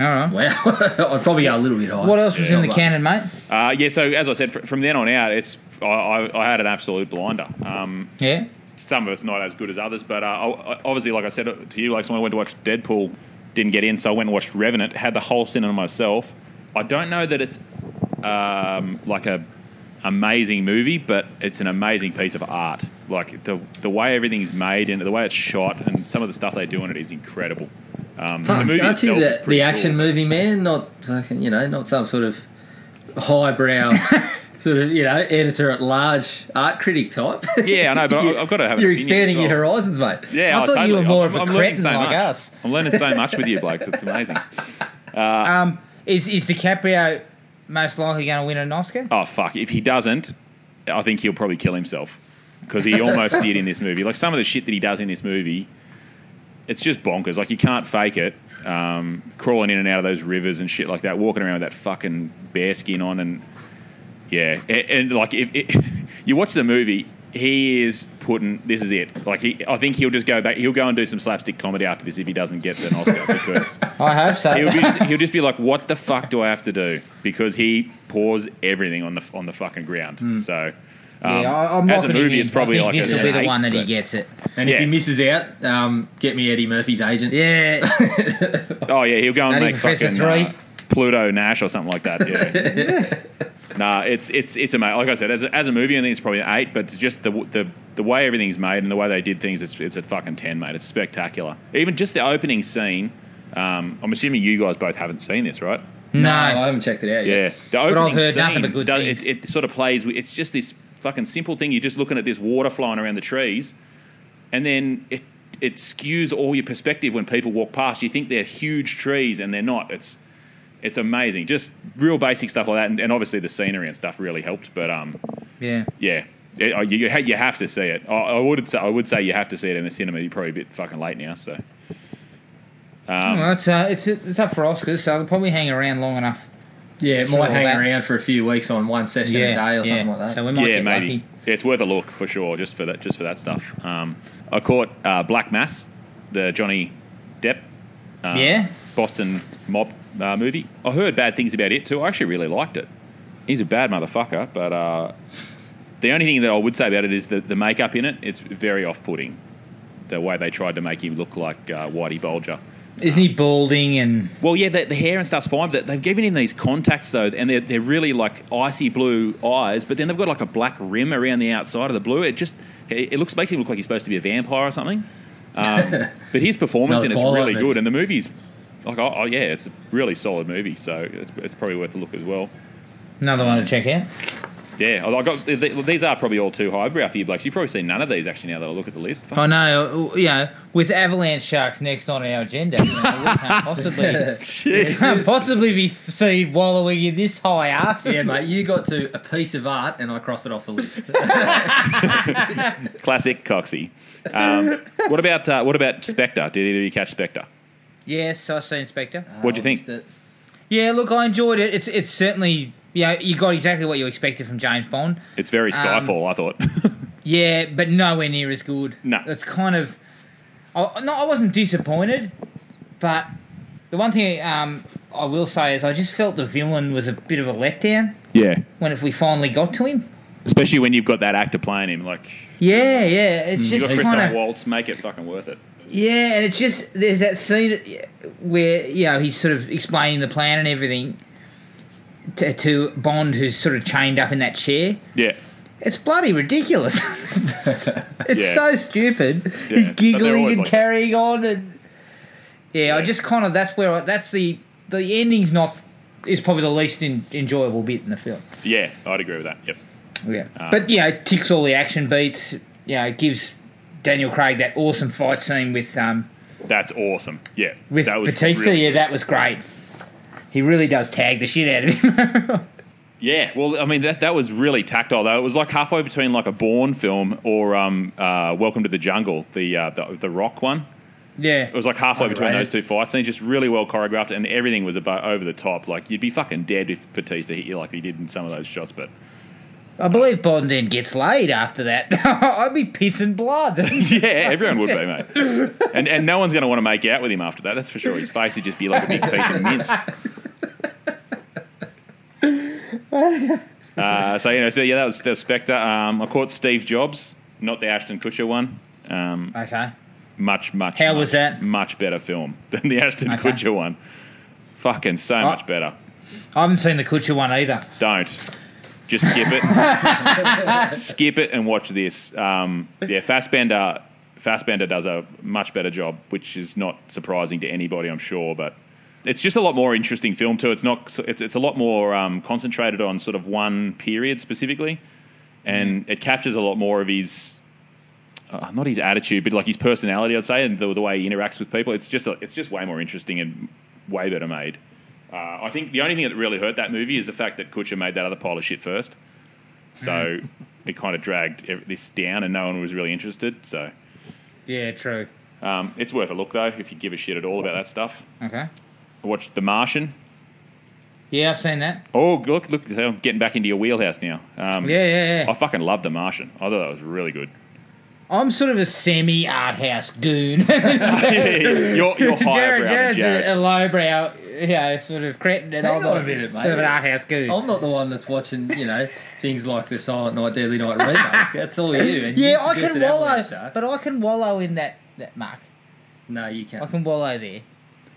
[SPEAKER 1] All right.
[SPEAKER 2] Wow, I'd probably go a little bit higher.
[SPEAKER 1] What else was
[SPEAKER 2] Yeah.
[SPEAKER 1] in the
[SPEAKER 2] Not
[SPEAKER 1] canon, mate?
[SPEAKER 3] Uh, yeah, so as I said, fr- from then on out, it's I, I, I had an absolute blinder. Um,
[SPEAKER 1] Yeah.
[SPEAKER 3] some of it's not as good as others, but uh, I- I- obviously, like I said to you, like when I went to watch Deadpool, didn't get in, so I went and watched Revenant. Had the whole cinema myself. I don't know that it's um, like a amazing movie, but it's an amazing piece of art. Like the the way everything's made and the way it's shot, and some of the stuff they do in it is incredible. Um, the
[SPEAKER 2] Fuck,
[SPEAKER 3] movie
[SPEAKER 2] aren't you
[SPEAKER 3] itself is
[SPEAKER 2] the,
[SPEAKER 3] pretty
[SPEAKER 2] the action
[SPEAKER 3] cool.
[SPEAKER 2] movie man? Not fucking, you know, not some sort of highbrow sort of, you know, editor at large art critic type.
[SPEAKER 3] Yeah, I know, but I, I've got to have. an
[SPEAKER 2] You're
[SPEAKER 3] opinion as
[SPEAKER 2] expanding
[SPEAKER 3] well.
[SPEAKER 2] your horizons, mate.
[SPEAKER 3] Yeah,
[SPEAKER 1] I
[SPEAKER 3] oh,
[SPEAKER 1] thought you
[SPEAKER 3] totally.
[SPEAKER 1] were more
[SPEAKER 3] I'm-
[SPEAKER 1] of a
[SPEAKER 3] I'm learning
[SPEAKER 1] cretin
[SPEAKER 3] so
[SPEAKER 1] like
[SPEAKER 3] much.
[SPEAKER 1] us.
[SPEAKER 3] I'm learning so much with you, blokes. It's amazing.
[SPEAKER 1] Um, is is DiCaprio most likely going to win an Oscar?
[SPEAKER 3] Oh fuck! If he doesn't, I think he'll probably kill himself because he almost did in this movie. Like some of the shit that he does in this movie, it's just bonkers. Like you can't fake it. Um, crawling in and out of those rivers and shit like that, walking around with that fucking bear skin on, and yeah, and, and like if it, you watch the movie. He is putting this is it. Like he, I think he'll just go back. He'll go and do some slapstick comedy after this if he doesn't get an Oscar because
[SPEAKER 1] I hope so.
[SPEAKER 3] he'll, be just, he'll just be like, "What the fuck do I have to do?" Because he pours everything on the on the fucking ground. So, um,
[SPEAKER 1] Hmm. yeah, I, I'm
[SPEAKER 3] as a
[SPEAKER 1] locking it
[SPEAKER 3] movie,
[SPEAKER 1] in.
[SPEAKER 3] it's probably
[SPEAKER 1] I think
[SPEAKER 3] like
[SPEAKER 1] this
[SPEAKER 3] a
[SPEAKER 1] will be the
[SPEAKER 3] eight,
[SPEAKER 1] one that he
[SPEAKER 3] but-
[SPEAKER 1] gets it.
[SPEAKER 2] And if
[SPEAKER 3] Yeah.
[SPEAKER 2] he misses out, um, get me Eddie Murphy's agent.
[SPEAKER 1] Yeah.
[SPEAKER 3] Oh yeah, he'll go and
[SPEAKER 1] Nutty
[SPEAKER 3] make
[SPEAKER 1] Professor
[SPEAKER 3] fucking
[SPEAKER 1] Three.
[SPEAKER 3] uh, Pluto Nash or something like that. Yeah. nah, it's it's it's amazing. Like I said, as a, as a movie, I think it's probably an eight. But it's just the the the way everything's made and the way they did things, it's it's a fucking ten, mate. It's spectacular. Even just the opening scene. Um, I'm assuming you guys both haven't seen this, right?
[SPEAKER 1] no.
[SPEAKER 2] I haven't checked it out yet.
[SPEAKER 3] Yeah, the opening
[SPEAKER 1] I've heard
[SPEAKER 3] scene
[SPEAKER 1] nothing but good
[SPEAKER 3] does-
[SPEAKER 1] things.
[SPEAKER 3] It, it sort of plays. with- It's just this fucking simple thing. You're just looking at this water flying around the trees, and then it it skews all your perspective when people walk past. You think they're huge trees, and they're not. It's it's amazing. Just real basic stuff like that, and, and obviously the scenery and stuff really helped. But um,
[SPEAKER 1] Yeah.
[SPEAKER 3] yeah. It, uh, you, you ha- you have to see it. I, I would say I would say you have to see it in the cinema. You're probably a bit fucking late now, so
[SPEAKER 1] well, it's, uh, it's it's up for Oscars, so they'll probably hang around long enough.
[SPEAKER 2] Yeah, it might
[SPEAKER 1] Sure,
[SPEAKER 2] hang
[SPEAKER 1] that-
[SPEAKER 2] around for a few weeks on one session a day or something like that.
[SPEAKER 1] So we might
[SPEAKER 3] yeah,
[SPEAKER 1] get
[SPEAKER 3] maybe.
[SPEAKER 1] lucky.
[SPEAKER 3] Yeah, it's worth a look for sure, just for that, just for that stuff. Um, I caught uh, Black Mass, the Johnny Depp, uh,
[SPEAKER 1] Yeah.
[SPEAKER 3] Boston mob uh, movie. I heard bad things about it too. I actually really liked it. He's a bad motherfucker, but uh, the only thing that I would say about it is that the makeup in it. It's very off-putting. The way they tried to make him look like uh, Whitey Bulger.
[SPEAKER 1] Isn't he balding and
[SPEAKER 3] Well, yeah, the, the hair and stuff's fine. But they've given him these contacts though, and they're, they're really like icy blue eyes. But then they've got like a black rim around the outside of the blue. It just it it looks makes him look like he's supposed to be a vampire or something. Um, but his performance
[SPEAKER 2] No,
[SPEAKER 3] in it's
[SPEAKER 2] Twilight
[SPEAKER 3] really
[SPEAKER 2] movie.
[SPEAKER 3] good, and the movie's like oh, oh yeah, it's a really solid movie. So it's, it's probably worth a look as well.
[SPEAKER 1] another one to check out?
[SPEAKER 3] Yeah, I got th- th- these are probably all too highbrow for you, blokes. You've probably seen none of these actually. Now that I look at the list,
[SPEAKER 1] I know, you know, with Avalanche Sharks next on our agenda, you know, we can't possibly,
[SPEAKER 3] Jeez.
[SPEAKER 1] can't possibly be see wallowing in this high art.
[SPEAKER 2] Yeah, mate, you got to a piece of art and I cross it off the list.
[SPEAKER 3] classic Coxie. Um, what about uh, what about Spectre? Did either of you catch Spectre?
[SPEAKER 1] Yes, I've seen Spectre.
[SPEAKER 3] What
[SPEAKER 2] Uh,
[SPEAKER 3] do you think?
[SPEAKER 1] Yeah, look, I enjoyed it. It's it's certainly, you know, you got exactly what you expected from James Bond.
[SPEAKER 3] It's very
[SPEAKER 1] Um,
[SPEAKER 3] Skyfall, I thought.
[SPEAKER 1] Yeah, but nowhere near as good.
[SPEAKER 3] No.
[SPEAKER 1] it's kind of. I, no, I wasn't disappointed, but the one thing um, I will say is I just felt the villain was a bit of a letdown
[SPEAKER 3] yeah,
[SPEAKER 1] when if we finally got to him.
[SPEAKER 3] especially when you've got that actor playing him. Like
[SPEAKER 1] Yeah, yeah, it's
[SPEAKER 3] Mm, you got
[SPEAKER 1] just
[SPEAKER 3] Christoph
[SPEAKER 1] kind of
[SPEAKER 3] Waltz, make it fucking worth it.
[SPEAKER 1] yeah, and it's just there's that scene where you know he's sort of explaining the plan and everything to, to Bond, who's sort of chained up in that chair.
[SPEAKER 3] Yeah.
[SPEAKER 1] It's bloody ridiculous. it's
[SPEAKER 3] Yeah.
[SPEAKER 1] so stupid.
[SPEAKER 3] Yeah,
[SPEAKER 1] He's
[SPEAKER 3] but they're
[SPEAKER 1] giggling
[SPEAKER 3] always
[SPEAKER 1] and
[SPEAKER 3] like that.
[SPEAKER 1] carrying on, and yeah, I
[SPEAKER 3] Yeah.
[SPEAKER 1] just kind of that's where I, that's the the ending's not is probably the least en enjoyable bit in the film.
[SPEAKER 3] Yeah, I'd agree with that. Yep.
[SPEAKER 1] Yeah,
[SPEAKER 3] Ah.
[SPEAKER 1] but yeah, it ticks all the action beats. Yeah, it gives Daniel Craig that awesome fight scene with um
[SPEAKER 3] That's awesome. Yeah.
[SPEAKER 1] with
[SPEAKER 3] that
[SPEAKER 1] Batista.
[SPEAKER 3] real-
[SPEAKER 1] Yeah, that was great. He really does tag the shit out of him.
[SPEAKER 3] Yeah, well, I mean that that was really tactile though. It was like halfway between like a Bourne film or um, uh, Welcome to the Jungle, the, uh, the the Rock one.
[SPEAKER 1] yeah,
[SPEAKER 3] It was like halfway between those
[SPEAKER 2] Underrated.
[SPEAKER 3] two fight scenes, just really well choreographed, and everything was about over the top. Like you'd be fucking dead if Batista hit you like he did in some of those shots. But
[SPEAKER 1] I believe Bond then gets laid after that. I'd be pissing blood.
[SPEAKER 3] yeah, everyone would be, mate. And and no one's going to want to make out with him after that. That's for sure. His face would just be like a big piece of mince. Uh, so you know, so yeah, that was, that was Spectre. Um, I caught Steve Jobs, not the Ashton Kutcher one. Um,
[SPEAKER 1] okay.
[SPEAKER 3] much, much.
[SPEAKER 1] How
[SPEAKER 3] much,
[SPEAKER 1] was that?
[SPEAKER 3] Much better film than the Ashton
[SPEAKER 1] Okay.
[SPEAKER 3] Kutcher one. Fucking so much better.
[SPEAKER 1] I haven't seen the Kutcher one either.
[SPEAKER 3] Don't. Just skip it. skip it and watch this. Um, yeah, Fassbender. Fassbender does a much better job, which is not surprising to anybody, I'm sure. But it's just a lot more interesting film too. It's not. It's, it's a lot more um, concentrated on sort of one period specifically, and it captures a lot more of his. Uh, not his attitude, but like his personality, I'd say, and the, the way he interacts with people. It's just a, it's just way more interesting and way better made. Uh, I think the only thing that really hurt that movie is the fact that Kutcher made that other pile of shit first. So
[SPEAKER 1] Mm.
[SPEAKER 3] it kind of dragged ev- this down, and no one was really interested. So
[SPEAKER 1] Yeah, true.
[SPEAKER 3] um, it's worth a look though if you give a shit at all about that stuff.
[SPEAKER 1] Okay.
[SPEAKER 3] I watched The Martian.
[SPEAKER 1] Yeah, I've seen that.
[SPEAKER 3] Oh, look, look, I'm getting back into your wheelhouse now. Um,
[SPEAKER 1] Yeah, yeah,
[SPEAKER 3] I
[SPEAKER 1] yeah.
[SPEAKER 3] fucking loved The Martian. I thought that was really good.
[SPEAKER 1] I'm sort of a semi art house goon.
[SPEAKER 3] you're you're higher
[SPEAKER 1] Jared,
[SPEAKER 3] Jared,
[SPEAKER 1] Jared's
[SPEAKER 3] Jared.
[SPEAKER 1] a, a lowbrow, yeah, sort of cretin, and
[SPEAKER 2] Hang
[SPEAKER 1] I'm
[SPEAKER 2] on
[SPEAKER 1] a Oh,
[SPEAKER 2] a minute, mate.
[SPEAKER 1] sort of an art house goon.
[SPEAKER 2] I'm not the one that's watching, you know, things like the Silent Night, Deadly Night remake. That's all you. And you
[SPEAKER 1] yeah, I can
[SPEAKER 2] suggested
[SPEAKER 1] wallow,
[SPEAKER 2] Avalanche Shark.
[SPEAKER 1] but I can wallow in that that muck.
[SPEAKER 2] no, you
[SPEAKER 1] I
[SPEAKER 2] can't.
[SPEAKER 1] can wallow there.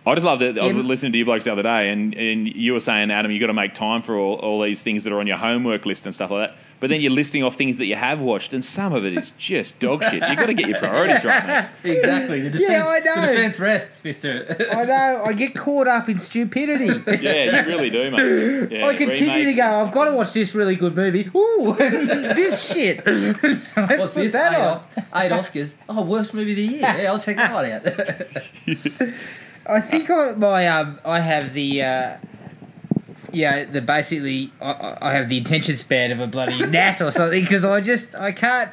[SPEAKER 3] I just loved it. I was
[SPEAKER 1] Yeah.
[SPEAKER 3] listening to you blokes the other day, and, and you were saying, Adam, you got to make time for all, all these things that are on your homework list and stuff like that. But then you're listing off things that you have watched, and some of it is just dog shit. You've got to get your priorities right, mate.
[SPEAKER 2] Exactly. The defense,
[SPEAKER 1] Yeah, I
[SPEAKER 2] The
[SPEAKER 1] know.
[SPEAKER 2] defense rests, Mister.
[SPEAKER 1] I know. I get caught up in stupidity.
[SPEAKER 3] Yeah, you really do, mate. Yeah,
[SPEAKER 1] I continue to
[SPEAKER 3] remakes.
[SPEAKER 1] go. I've got to watch this really good movie. Ooh, this shit. Let's
[SPEAKER 2] What's
[SPEAKER 1] put
[SPEAKER 2] this?
[SPEAKER 1] that
[SPEAKER 2] eight,
[SPEAKER 1] on.
[SPEAKER 2] O- eight Oscars. Oh, worst movie of the year. Yeah, I'll check that one out.
[SPEAKER 1] I think I, my um, I have the uh, yeah the basically I- I, I have the attention span of a bloody gnat or something because I just I can't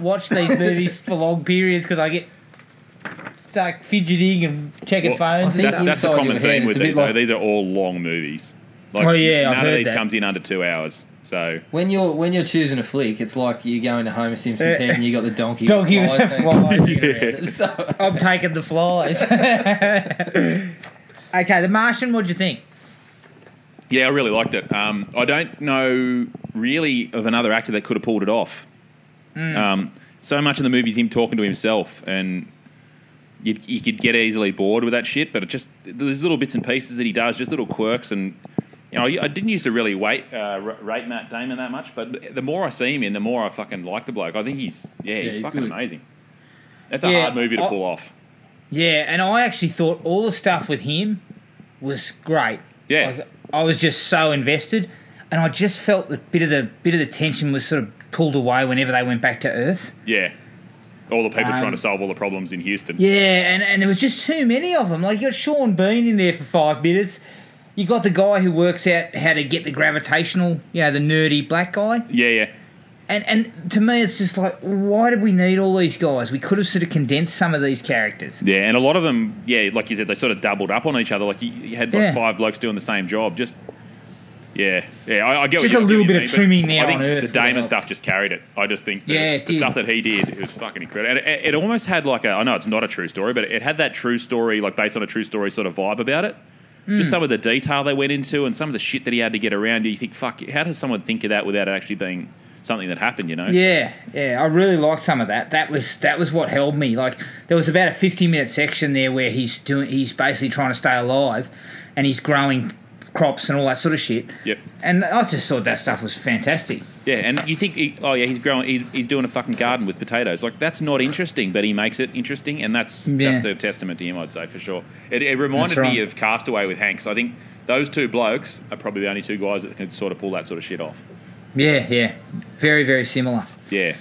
[SPEAKER 1] watch these movies for long periods because I get stuck fidgeting and checking
[SPEAKER 3] Well,
[SPEAKER 1] phones. and
[SPEAKER 3] That's,
[SPEAKER 1] stuff.
[SPEAKER 3] that's a
[SPEAKER 2] inside
[SPEAKER 3] common
[SPEAKER 2] your head,
[SPEAKER 3] theme with
[SPEAKER 2] it's a bit
[SPEAKER 3] these, though.
[SPEAKER 2] like-
[SPEAKER 3] These are all long movies. Like,
[SPEAKER 1] Oh, yeah, I've
[SPEAKER 3] none of
[SPEAKER 1] heard
[SPEAKER 3] these
[SPEAKER 1] that.
[SPEAKER 3] comes in under two hours. So,
[SPEAKER 2] when you're when you're choosing a flick, it's like you're going to Homer Simpson's
[SPEAKER 1] Yeah.
[SPEAKER 2] head and you got the donkey.
[SPEAKER 1] Donkey
[SPEAKER 2] with flies hanging
[SPEAKER 1] flies.
[SPEAKER 2] around and stuff.
[SPEAKER 1] I'm taking the flies. okay, The Martian. What'd you think?
[SPEAKER 3] yeah, I really liked it. Um, I don't know really of another actor that could have pulled it off. Um, so much in the movie is him talking to himself, and you, you could get easily bored with that shit. But it just there's little bits and pieces that he does, just little quirks, and you know I I didn't used to really wait uh, ra- rate Matt Damon that much, but the more I see him in, the more I fucking like the bloke. I think he's yeah, he's,
[SPEAKER 2] he's
[SPEAKER 3] fucking
[SPEAKER 2] good.
[SPEAKER 3] amazing. That's a
[SPEAKER 1] Yeah,
[SPEAKER 3] hard movie to
[SPEAKER 1] I-
[SPEAKER 3] pull off.
[SPEAKER 1] Yeah, and I actually thought all the stuff with him was great.
[SPEAKER 3] Yeah.
[SPEAKER 1] Like, I was just so invested. and I just felt that bit of the bit of the tension was sort of pulled away whenever they went back to Earth.
[SPEAKER 3] Yeah. All the people trying to solve all the problems in Houston.
[SPEAKER 1] Yeah, and, and there was just too many of them. Like you got Sean Bean in there for five minutes. You got the guy who works out how to get the gravitational, you know, the nerdy black guy.
[SPEAKER 3] Yeah, yeah.
[SPEAKER 1] And and to me, it's just like, why did we need all these guys? We could have sort of condensed some of these characters.
[SPEAKER 3] Yeah, and a lot of them, yeah, like you said, they sort of doubled up on each other. Like you, you had like
[SPEAKER 1] Yeah.
[SPEAKER 3] five blokes doing the same job. Just yeah, yeah. I, I get what
[SPEAKER 1] Just
[SPEAKER 3] you-
[SPEAKER 1] a
[SPEAKER 3] I get
[SPEAKER 1] little
[SPEAKER 3] what
[SPEAKER 1] bit
[SPEAKER 3] you
[SPEAKER 1] of
[SPEAKER 3] mean, but
[SPEAKER 1] trimming there
[SPEAKER 3] I think
[SPEAKER 1] on Earth
[SPEAKER 3] the
[SPEAKER 1] would
[SPEAKER 3] Damon
[SPEAKER 1] help.
[SPEAKER 3] stuff just carried it. I just think that
[SPEAKER 1] Yeah, it
[SPEAKER 3] the
[SPEAKER 1] did.
[SPEAKER 3] stuff that he did it was fucking incredible. And it, it almost had like a I know it's not a true story, but it had that true story like based on a true story sort of vibe about it.
[SPEAKER 1] Hmm.
[SPEAKER 3] Just some of the detail they went into and some of the shit that he had to get around. You think, fuck, how does someone think of that without it actually being something that happened? You know?
[SPEAKER 1] Yeah, yeah, I really liked some of that. That was that was what held me. Like there was about a fifty minute section there where he's doing he's basically trying to stay alive, and he's growing crops and all that sort of shit.
[SPEAKER 3] Yep.
[SPEAKER 1] And I just thought that stuff was fantastic.
[SPEAKER 3] Yeah, and you think, he, oh yeah, he's growing, he's, he's doing a fucking garden with potatoes. Like that's not interesting, but he makes it interesting, and that's
[SPEAKER 1] Yeah.
[SPEAKER 3] that's a testament to him, I'd say for sure. It, it reminded
[SPEAKER 1] That's right.
[SPEAKER 3] me of Castaway with Hanks. I think those two blokes are probably the only two guys that can sort of pull that sort of shit off.
[SPEAKER 1] Yeah, yeah, very very similar.
[SPEAKER 3] Yeah,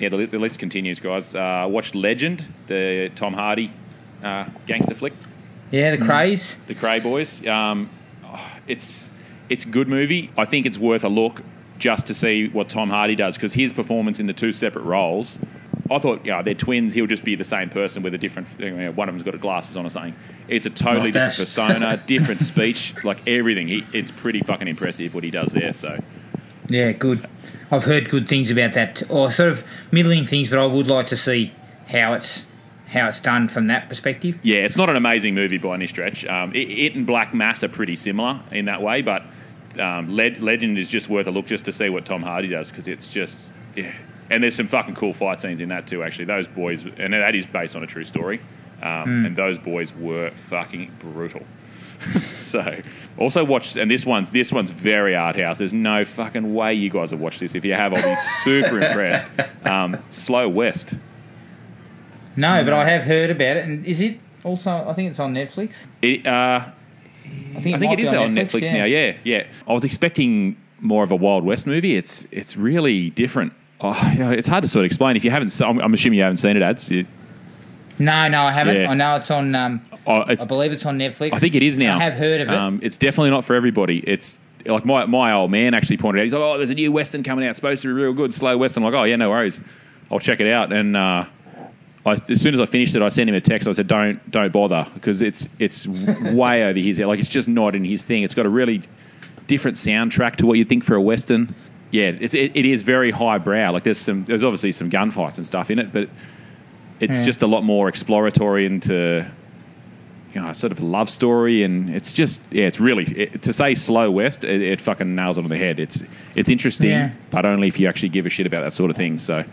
[SPEAKER 3] yeah. The, li- the list continues, guys. Uh, watched Legend, the Tom Hardy uh, gangster flick.
[SPEAKER 1] Yeah, the craze.
[SPEAKER 3] The Grey Boys. Um, oh, it's it's a good movie. I think it's worth a look just to see what Tom Hardy does because his performance in the two separate roles. I thought, yeah, they're twins. He'll just be the same person with a different. You know, one of them's got glasses on or something. It's a totally different
[SPEAKER 1] Mustache.
[SPEAKER 3] persona, different speech, like everything. He, it's pretty fucking impressive what he does there. So
[SPEAKER 1] Yeah, good. I've heard good things about that, or sort of middling things, but I would like to see how it's how it's done from that perspective.
[SPEAKER 3] yeah, it's not an amazing movie by any stretch. Um, it, it and Black Mass are pretty similar in that way, but um, Led, Legend is just worth a look just to see what Tom Hardy does because it's just yeah. And there's some fucking cool fight scenes in that too. Actually, those boys, and that is based on a true story, um, and those boys were fucking brutal. so, also watch, and this one's this one's very art house. There's no fucking way you guys have watched this. If you have, I'll be super impressed. Um, Slow West.
[SPEAKER 1] No, but I have heard about it, and is it also? I think it's on Netflix.
[SPEAKER 3] It, uh, I think
[SPEAKER 1] might
[SPEAKER 3] it is
[SPEAKER 1] be
[SPEAKER 3] on Netflix, now. Yeah, yeah. I was expecting more of a Wild West movie. It's it's really different. Oh, yeah, it's hard to sort of explain if you haven't. se- I'm, I'm assuming you haven't seen it, ads. It,
[SPEAKER 1] No, no, I haven't.
[SPEAKER 3] Yeah.
[SPEAKER 1] I know it's on. Um,
[SPEAKER 3] oh, it's,
[SPEAKER 1] I believe it's on Netflix.
[SPEAKER 3] I think it is now.
[SPEAKER 1] I have heard of it.
[SPEAKER 3] Um, it's definitely not for everybody. It's like my, my old man actually pointed out. He's like, oh, there's a new Western coming out. It's supposed to be real good, slow Western. I'm like, oh, yeah, no worries. I'll check it out. And uh, I, as soon as I finished it, I sent him a text. I said, don't don't bother because it's it's way over his head. Like, it's just not in his thing. It's got a really different soundtrack to what you'd think for a Western. Yeah, it's, it, it is very highbrow. Like, there's some there's obviously some gunfights and stuff in it, but it's just a lot more exploratory into you know, sort of love story, and it's just yeah, it's really it, to say slow west, it, it fucking nails it on the head. It's it's interesting,
[SPEAKER 1] Yeah.
[SPEAKER 3] but only if you actually give a shit about that sort of thing. So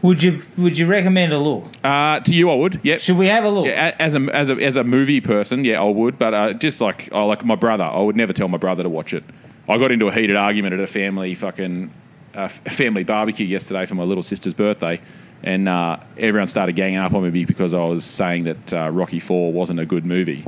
[SPEAKER 1] would you Would you recommend a look?
[SPEAKER 3] uh, to you, I would. Yep.
[SPEAKER 1] Should we have a look?
[SPEAKER 3] Yeah, a- as a as a as a movie person, yeah, I would. But uh, just like I like my brother, I would never tell my brother to watch it. I got into a heated argument at a family fucking uh, f- family barbecue yesterday for my little sister's birthday, and uh, everyone started ganging up on me because I was saying that uh, Rocky Four wasn't a good movie,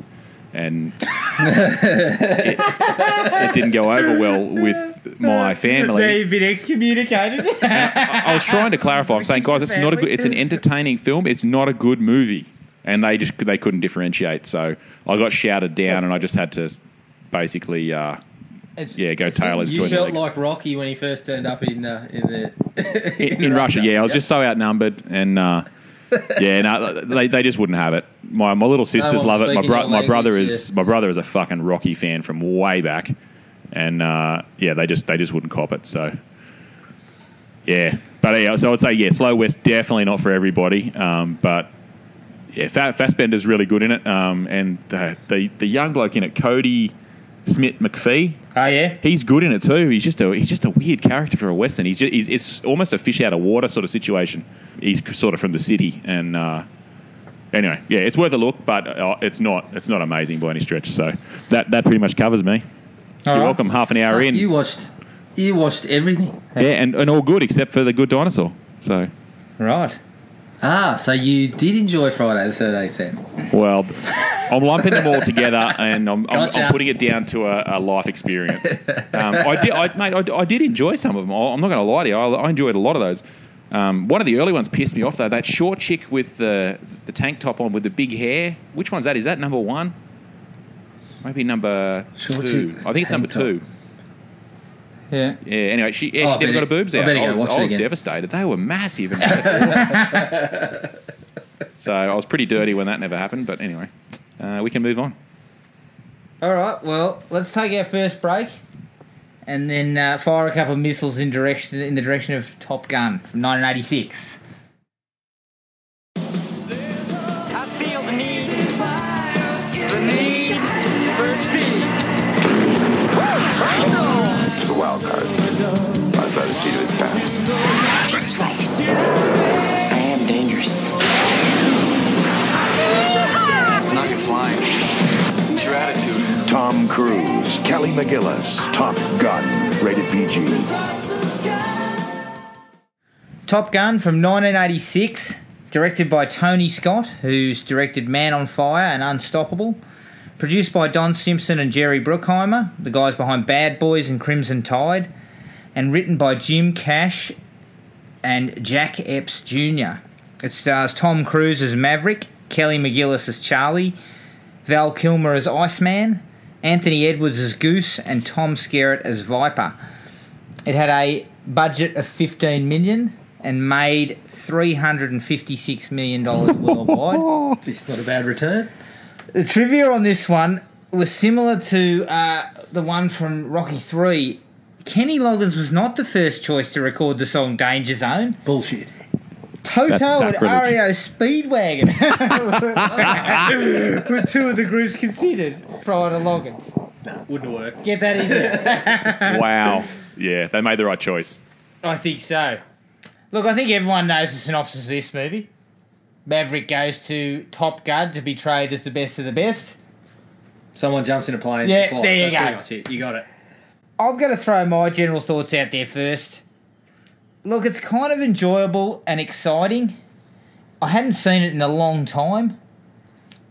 [SPEAKER 3] and it, it didn't go over well with my family.
[SPEAKER 1] They've been excommunicated. Oh,
[SPEAKER 3] I I was trying to clarify. I'm saying, guys, it's not a good. It's an entertaining film. It's not a good movie, and they just they couldn't differentiate. So I got shouted down, and I just had to basically, uh,
[SPEAKER 1] It's-
[SPEAKER 3] yeah, go tail it
[SPEAKER 2] You
[SPEAKER 3] between the
[SPEAKER 2] felt
[SPEAKER 3] legs.
[SPEAKER 2] like Rocky when he first turned up in uh, in the
[SPEAKER 3] in, in Russia, yeah, I was just so outnumbered, and uh, yeah, no, they, they just wouldn't have it. My my little sisters
[SPEAKER 2] one's
[SPEAKER 3] love it. My
[SPEAKER 2] speaking
[SPEAKER 3] bro-
[SPEAKER 2] your
[SPEAKER 3] my brother
[SPEAKER 2] language,
[SPEAKER 3] is my brother is a fucking Rocky fan from way back, and uh, yeah, they just they just wouldn't cop it. So yeah, but yeah, so I'd say yeah, Slow West definitely not for everybody, um, but. Yeah, Fa- Fassbender's really good in it, um, and the, the the young bloke in it, Cody Smith McPhee,
[SPEAKER 1] oh yeah.
[SPEAKER 3] he's good in it too. He's just a he's just a weird character for a western. He's just he's, it's almost a fish out of water sort of situation. He's c- sort of from the city, and uh, anyway, yeah, it's worth a look, but uh, it's not it's not amazing by any stretch. So that that pretty much covers me.
[SPEAKER 1] All
[SPEAKER 3] You're
[SPEAKER 1] right.
[SPEAKER 3] welcome. Half an hour in,
[SPEAKER 2] You watched you watched everything.
[SPEAKER 3] yeah, and, and all good except for the good dinosaur. So
[SPEAKER 1] Right.
[SPEAKER 2] Ah, so you did enjoy Friday the thirteenth then.
[SPEAKER 3] well, I'm lumping them all together, and I'm, I'm,
[SPEAKER 2] Gotcha.
[SPEAKER 3] I'm putting it down to a, a life experience. Um, I did, I, mate, I, I did enjoy some of them. I- I'm not going to lie to you. I, I enjoyed a lot of those. Um, one of the early ones pissed me off though. That short chick with the the tank top on with the big hair. Which one's that? Is that number one? Maybe number
[SPEAKER 2] Short
[SPEAKER 3] two.
[SPEAKER 2] chick,
[SPEAKER 3] I think it's number
[SPEAKER 2] tank top.
[SPEAKER 3] two.
[SPEAKER 1] Yeah.
[SPEAKER 3] Yeah. Anyway, she yeah,
[SPEAKER 2] Oh, I
[SPEAKER 3] she never
[SPEAKER 2] better-
[SPEAKER 3] got her boobs
[SPEAKER 2] I
[SPEAKER 3] out.
[SPEAKER 2] better
[SPEAKER 3] I
[SPEAKER 2] go
[SPEAKER 3] was,
[SPEAKER 2] watch
[SPEAKER 3] I
[SPEAKER 2] it
[SPEAKER 3] was
[SPEAKER 2] again.
[SPEAKER 3] devastated. They were massive. And they were awful. so I was pretty dirty when that never happened. But anyway, uh, we can move on.
[SPEAKER 1] All right. Well, let's take our first break, and then uh, fire a couple of missiles in direction in the direction of Top Gun from 1986.
[SPEAKER 4] I feel the need, the need for speed.
[SPEAKER 5] It's a wild card. I was about to see to his pants.
[SPEAKER 4] I am dangerous.
[SPEAKER 5] It's not your flying. It's your attitude.
[SPEAKER 6] Tom Cruise, Kelly McGillis, Top Gun, rated PG.
[SPEAKER 1] Top Gun from 1986, directed by Tony Scott, who's directed Man on Fire and Unstoppable. Produced by Don Simpson and Jerry Bruckheimer, the guys behind Bad Boys and Crimson Tide, and written by Jim Cash and Jack Epps Jr. It stars Tom Cruise as Maverick, Kelly McGillis as Charlie, Val Kilmer as Iceman, Anthony Edwards as Goose, and Tom Skerritt as Viper. It had a budget of 15 million and made 356 million dollars worldwide.
[SPEAKER 2] It's not a bad return.
[SPEAKER 1] the trivia on this one was similar to uh, the one from Rocky 3. Kenny Loggins was not the first choice to record the song Danger Zone.
[SPEAKER 2] Bullshit.
[SPEAKER 1] Toto and
[SPEAKER 3] sacrilege.
[SPEAKER 1] REO Speedwagon were two of the groups considered prior to Loggins.
[SPEAKER 2] Wouldn't work.
[SPEAKER 1] Get that in there.
[SPEAKER 3] Wow. Yeah, they made the right choice.
[SPEAKER 1] I think so. Look, I think everyone knows the synopsis of this movie. Maverick goes to Top Gun to be trained as the best of the best.
[SPEAKER 2] Someone jumps in a plane.
[SPEAKER 1] Yeah,
[SPEAKER 2] and flies.
[SPEAKER 1] there you
[SPEAKER 2] That's
[SPEAKER 1] go.
[SPEAKER 2] pretty much it. You got it.
[SPEAKER 1] I'm going to throw my general thoughts out there first. Look, it's kind of enjoyable and exciting. I hadn't seen it in a long time.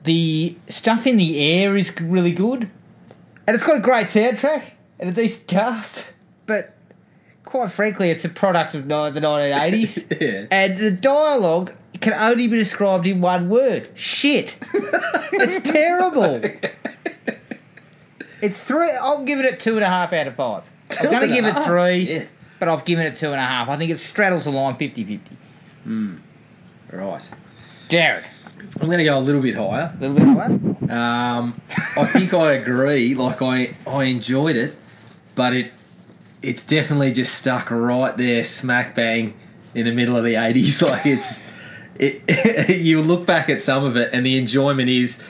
[SPEAKER 1] The stuff in the air is g- really good. And it's got a great soundtrack and a decent cast. But quite frankly, it's a product of ni- the 1980s.
[SPEAKER 2] Yeah.
[SPEAKER 1] And the dialogue can only be described in one word shit. it's terrible. It's three. I'll give it a two and a half out of five. I'm going
[SPEAKER 2] and
[SPEAKER 1] to
[SPEAKER 2] a
[SPEAKER 1] give it
[SPEAKER 2] half?
[SPEAKER 1] three,
[SPEAKER 2] Yeah.
[SPEAKER 1] but I've given it two and a half. I think it straddles the line 50 50.
[SPEAKER 2] Right.
[SPEAKER 1] Jared,
[SPEAKER 2] I'm going to go a little bit higher.
[SPEAKER 1] a little bit lower.
[SPEAKER 2] Um, I think I agree. Like I, I enjoyed it, but it, it's definitely just stuck right there, smack bang, in the middle of the '80s. Like it's, it. you look back at some of it, and the enjoyment is,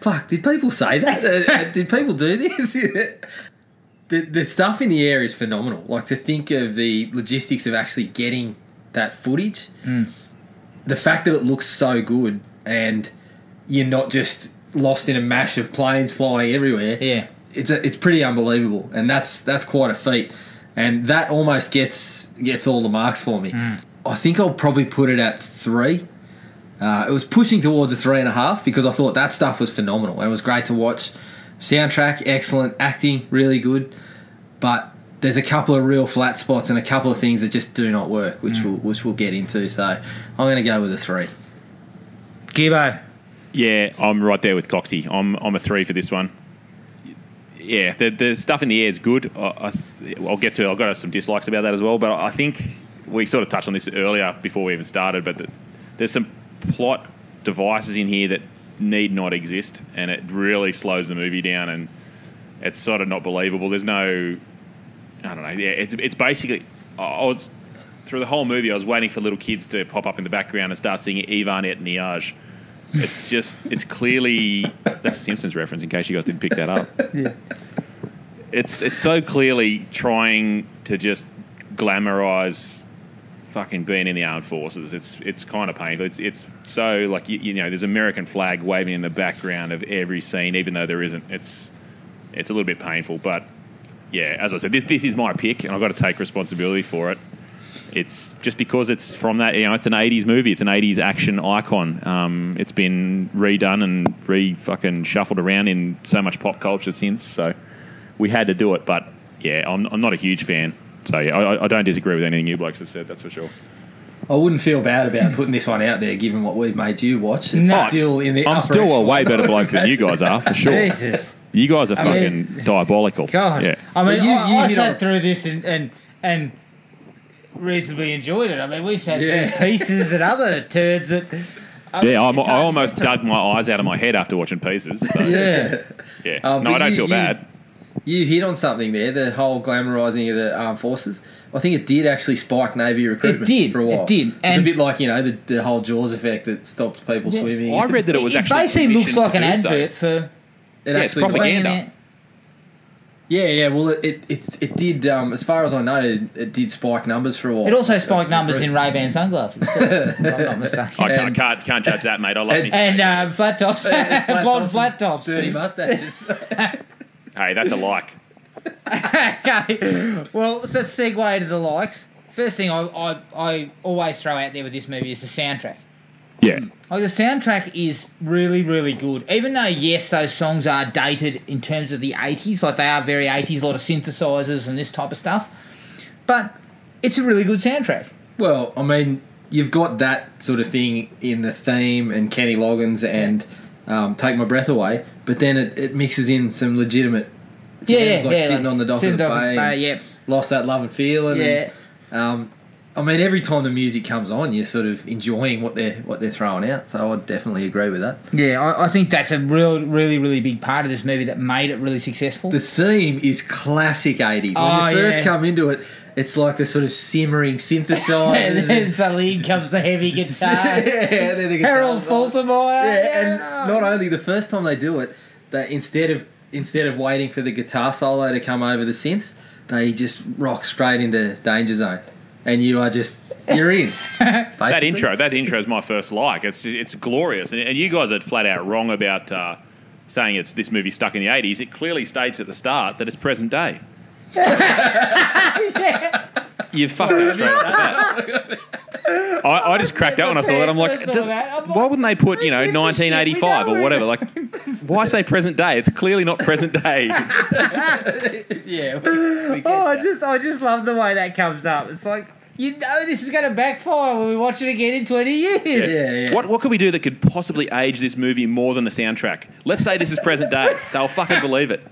[SPEAKER 2] fuck. Did people say that? Uh, did people do this? the, the stuff in the air is phenomenal. Like to think of the logistics of actually getting that footage, the fact that it looks so good, and you're not just lost in a mash of planes flying everywhere.
[SPEAKER 1] Yeah.
[SPEAKER 2] it's a, it's pretty unbelievable, and that's that's quite a feat, and that almost gets gets all the marks for me. I think I'll probably put it at three. Uh, it was pushing towards a three and a half because I thought that stuff was phenomenal. It was great to watch. Soundtrack excellent, acting really good, but there's a couple of real flat spots and a couple of things that just do not work,
[SPEAKER 1] Mm.
[SPEAKER 2] which we'll which we'll get into. So I'm going to go with a three.
[SPEAKER 1] Gibbo.
[SPEAKER 3] Yeah, I'm right there with Coxie. I'm I'm a three for this one. Yeah, the the stuff in the air is good. I, I, I'll get to. I've got some dislikes about that as well, but I think we sort of touched on this earlier before we even started. But the, there's some plot devices in here that need not exist, and it really slows the movie down, and it's sort of not believable. There's no, I don't know. Yeah, it's it's basically. I I was through the whole movie. I was waiting for little kids to pop up in the background and start singing Ivan et Niage. It's just, it's clearly that's a Simpsons reference. In case you guys didn't pick that up, it's it's so clearly trying to just glamorize fucking being in the armed forces. It's it's kind of painful. It's it's so like you, you know, there's American flag waving in the background of every scene, even though there isn't. It's it's a little bit painful, but yeah, as I said, this this is my pick, and I've got to take responsibility for it. it's just because it's from that you know it's an 80s movie it's an 80s action icon um, it's been redone and re fucking shuffled around in so much pop culture since so we had to do it but yeah I'm, I'm not a huge fan so yeah I, I- I don't disagree with anything you blokes have said that's for sure
[SPEAKER 2] I wouldn't feel bad
[SPEAKER 1] Mm.
[SPEAKER 2] about putting this one out there, given what we've made you watch. It's
[SPEAKER 3] No.
[SPEAKER 2] still in the.
[SPEAKER 3] I'm
[SPEAKER 2] upper
[SPEAKER 3] still a
[SPEAKER 2] echelon.
[SPEAKER 3] way better bloke than you guys are for sure
[SPEAKER 1] Jesus.
[SPEAKER 3] you guys are
[SPEAKER 1] I
[SPEAKER 3] fucking
[SPEAKER 1] mean-
[SPEAKER 3] diabolical
[SPEAKER 1] God.
[SPEAKER 3] yeah
[SPEAKER 1] I mean,
[SPEAKER 2] Well, you-
[SPEAKER 1] I,
[SPEAKER 2] you
[SPEAKER 1] I
[SPEAKER 2] hit
[SPEAKER 1] sat
[SPEAKER 2] on-
[SPEAKER 1] through this and, and and reasonably enjoyed it. I mean, we sat
[SPEAKER 2] Yeah.
[SPEAKER 1] through pieces and other turds that. I mean,
[SPEAKER 3] yeah, I'm,
[SPEAKER 1] it's
[SPEAKER 3] I
[SPEAKER 1] hard to
[SPEAKER 3] almost
[SPEAKER 1] get through.
[SPEAKER 3] dug my eyes out of my head after watching Pieces. So, yeah.
[SPEAKER 1] Yeah.
[SPEAKER 2] Um,
[SPEAKER 3] no,
[SPEAKER 2] but
[SPEAKER 3] I don't
[SPEAKER 2] you-
[SPEAKER 3] feel
[SPEAKER 2] you-
[SPEAKER 3] bad.
[SPEAKER 2] You hit on something there. The whole glamorising of the armed forces. I think it did actually spike navy recruitment.
[SPEAKER 1] did,
[SPEAKER 2] for a while.
[SPEAKER 1] it did.
[SPEAKER 2] It's a
[SPEAKER 1] And-
[SPEAKER 2] bit like you know the, the whole Jaws effect that stopped people swimming.
[SPEAKER 3] I read that it was
[SPEAKER 1] it
[SPEAKER 3] actually.
[SPEAKER 1] basically looks
[SPEAKER 3] commissioned
[SPEAKER 1] like
[SPEAKER 3] to
[SPEAKER 1] an
[SPEAKER 3] do so.
[SPEAKER 1] advert for.
[SPEAKER 2] It
[SPEAKER 3] Yeah, it's
[SPEAKER 2] actually
[SPEAKER 3] propaganda.
[SPEAKER 2] Yeah, yeah. Well, it it, it, it did. Um, as far as I know, it, it did spike numbers for a while.
[SPEAKER 1] It also spiked numbers in
[SPEAKER 2] Recruits.
[SPEAKER 1] Ray Ban sunglasses. too, if I'm not
[SPEAKER 3] I
[SPEAKER 1] mistaken.
[SPEAKER 3] can't,
[SPEAKER 2] And-
[SPEAKER 3] can't, can't judge that, mate. I love
[SPEAKER 2] and-
[SPEAKER 3] me. some
[SPEAKER 1] And uh,
[SPEAKER 3] Pieces.
[SPEAKER 1] flat tops, blonde
[SPEAKER 2] tops
[SPEAKER 1] flat tops.
[SPEAKER 2] Dirty mustaches.
[SPEAKER 3] hey, that's a like.
[SPEAKER 1] okay. Well, let's let's segue to the likes. First thing I, I, I always throw out there with this movie is the soundtrack.
[SPEAKER 3] Yeah,
[SPEAKER 1] Like the soundtrack is really, really good. Even though yes, those songs are dated in terms of the eighties, like they are very eighties, a lot of synthesizers and this type of stuff. But it's a really good soundtrack.
[SPEAKER 2] Well, I mean, you've got that sort of thing in the theme and Kenny Loggins and um, Take My Breath Away, but then it, it mixes in some legitimate jams like Sitting on the Dock of
[SPEAKER 1] Sitting
[SPEAKER 2] the
[SPEAKER 1] Dock of
[SPEAKER 2] Bay,
[SPEAKER 1] the
[SPEAKER 2] and
[SPEAKER 1] yep.
[SPEAKER 2] Lost That Love and Feeling.
[SPEAKER 1] Yeah.
[SPEAKER 2] And, um, I mean, every time the music comes on, you're sort of enjoying what they're what they're throwing out. So I definitely agree with that.
[SPEAKER 1] Yeah, I, I think that's a real, really, really big part of this movie that made it really successful.
[SPEAKER 2] The theme is classic 80s. When
[SPEAKER 1] Oh,
[SPEAKER 2] you first
[SPEAKER 1] yeah.
[SPEAKER 2] come into it, it's like the sort of simmering
[SPEAKER 1] and
[SPEAKER 2] synthesizers.
[SPEAKER 1] then
[SPEAKER 2] and-
[SPEAKER 1] suddenly comes the heavy guitar.
[SPEAKER 2] Yeah, they're the
[SPEAKER 1] Harold
[SPEAKER 2] guitars on.
[SPEAKER 1] Faltermeyer.
[SPEAKER 2] Yeah, and not only the first time they do it, they instead of instead of waiting for the guitar solo to come over the synths, they just rock straight into Danger Zone, and you are just you're in.
[SPEAKER 3] that
[SPEAKER 2] basically.
[SPEAKER 3] intro. That intro is my first like. It's it's glorious, and, and you guys are flat out wrong about uh, saying it's this movie stuck in the '80s. It clearly states at the start that it's present day. You fucking straight off the bat. I, I just cracked up when I saw that. I'm like,
[SPEAKER 1] I saw that. I'm like,
[SPEAKER 3] why wouldn't they put you know
[SPEAKER 1] who gives a shit?
[SPEAKER 3] 1985
[SPEAKER 1] We
[SPEAKER 3] or
[SPEAKER 1] know
[SPEAKER 3] whatever? Like, why say present day? It's clearly not present day.
[SPEAKER 2] Yeah, we- we get
[SPEAKER 1] Oh, I
[SPEAKER 2] that.
[SPEAKER 1] just, I just love the way that comes up. It's like you know this is going to backfire when we watch it again in twenty years.
[SPEAKER 2] yeah, yeah.
[SPEAKER 3] What what could we do that could possibly age this movie more than the soundtrack? Let's say this is present day. They'll fucking believe it.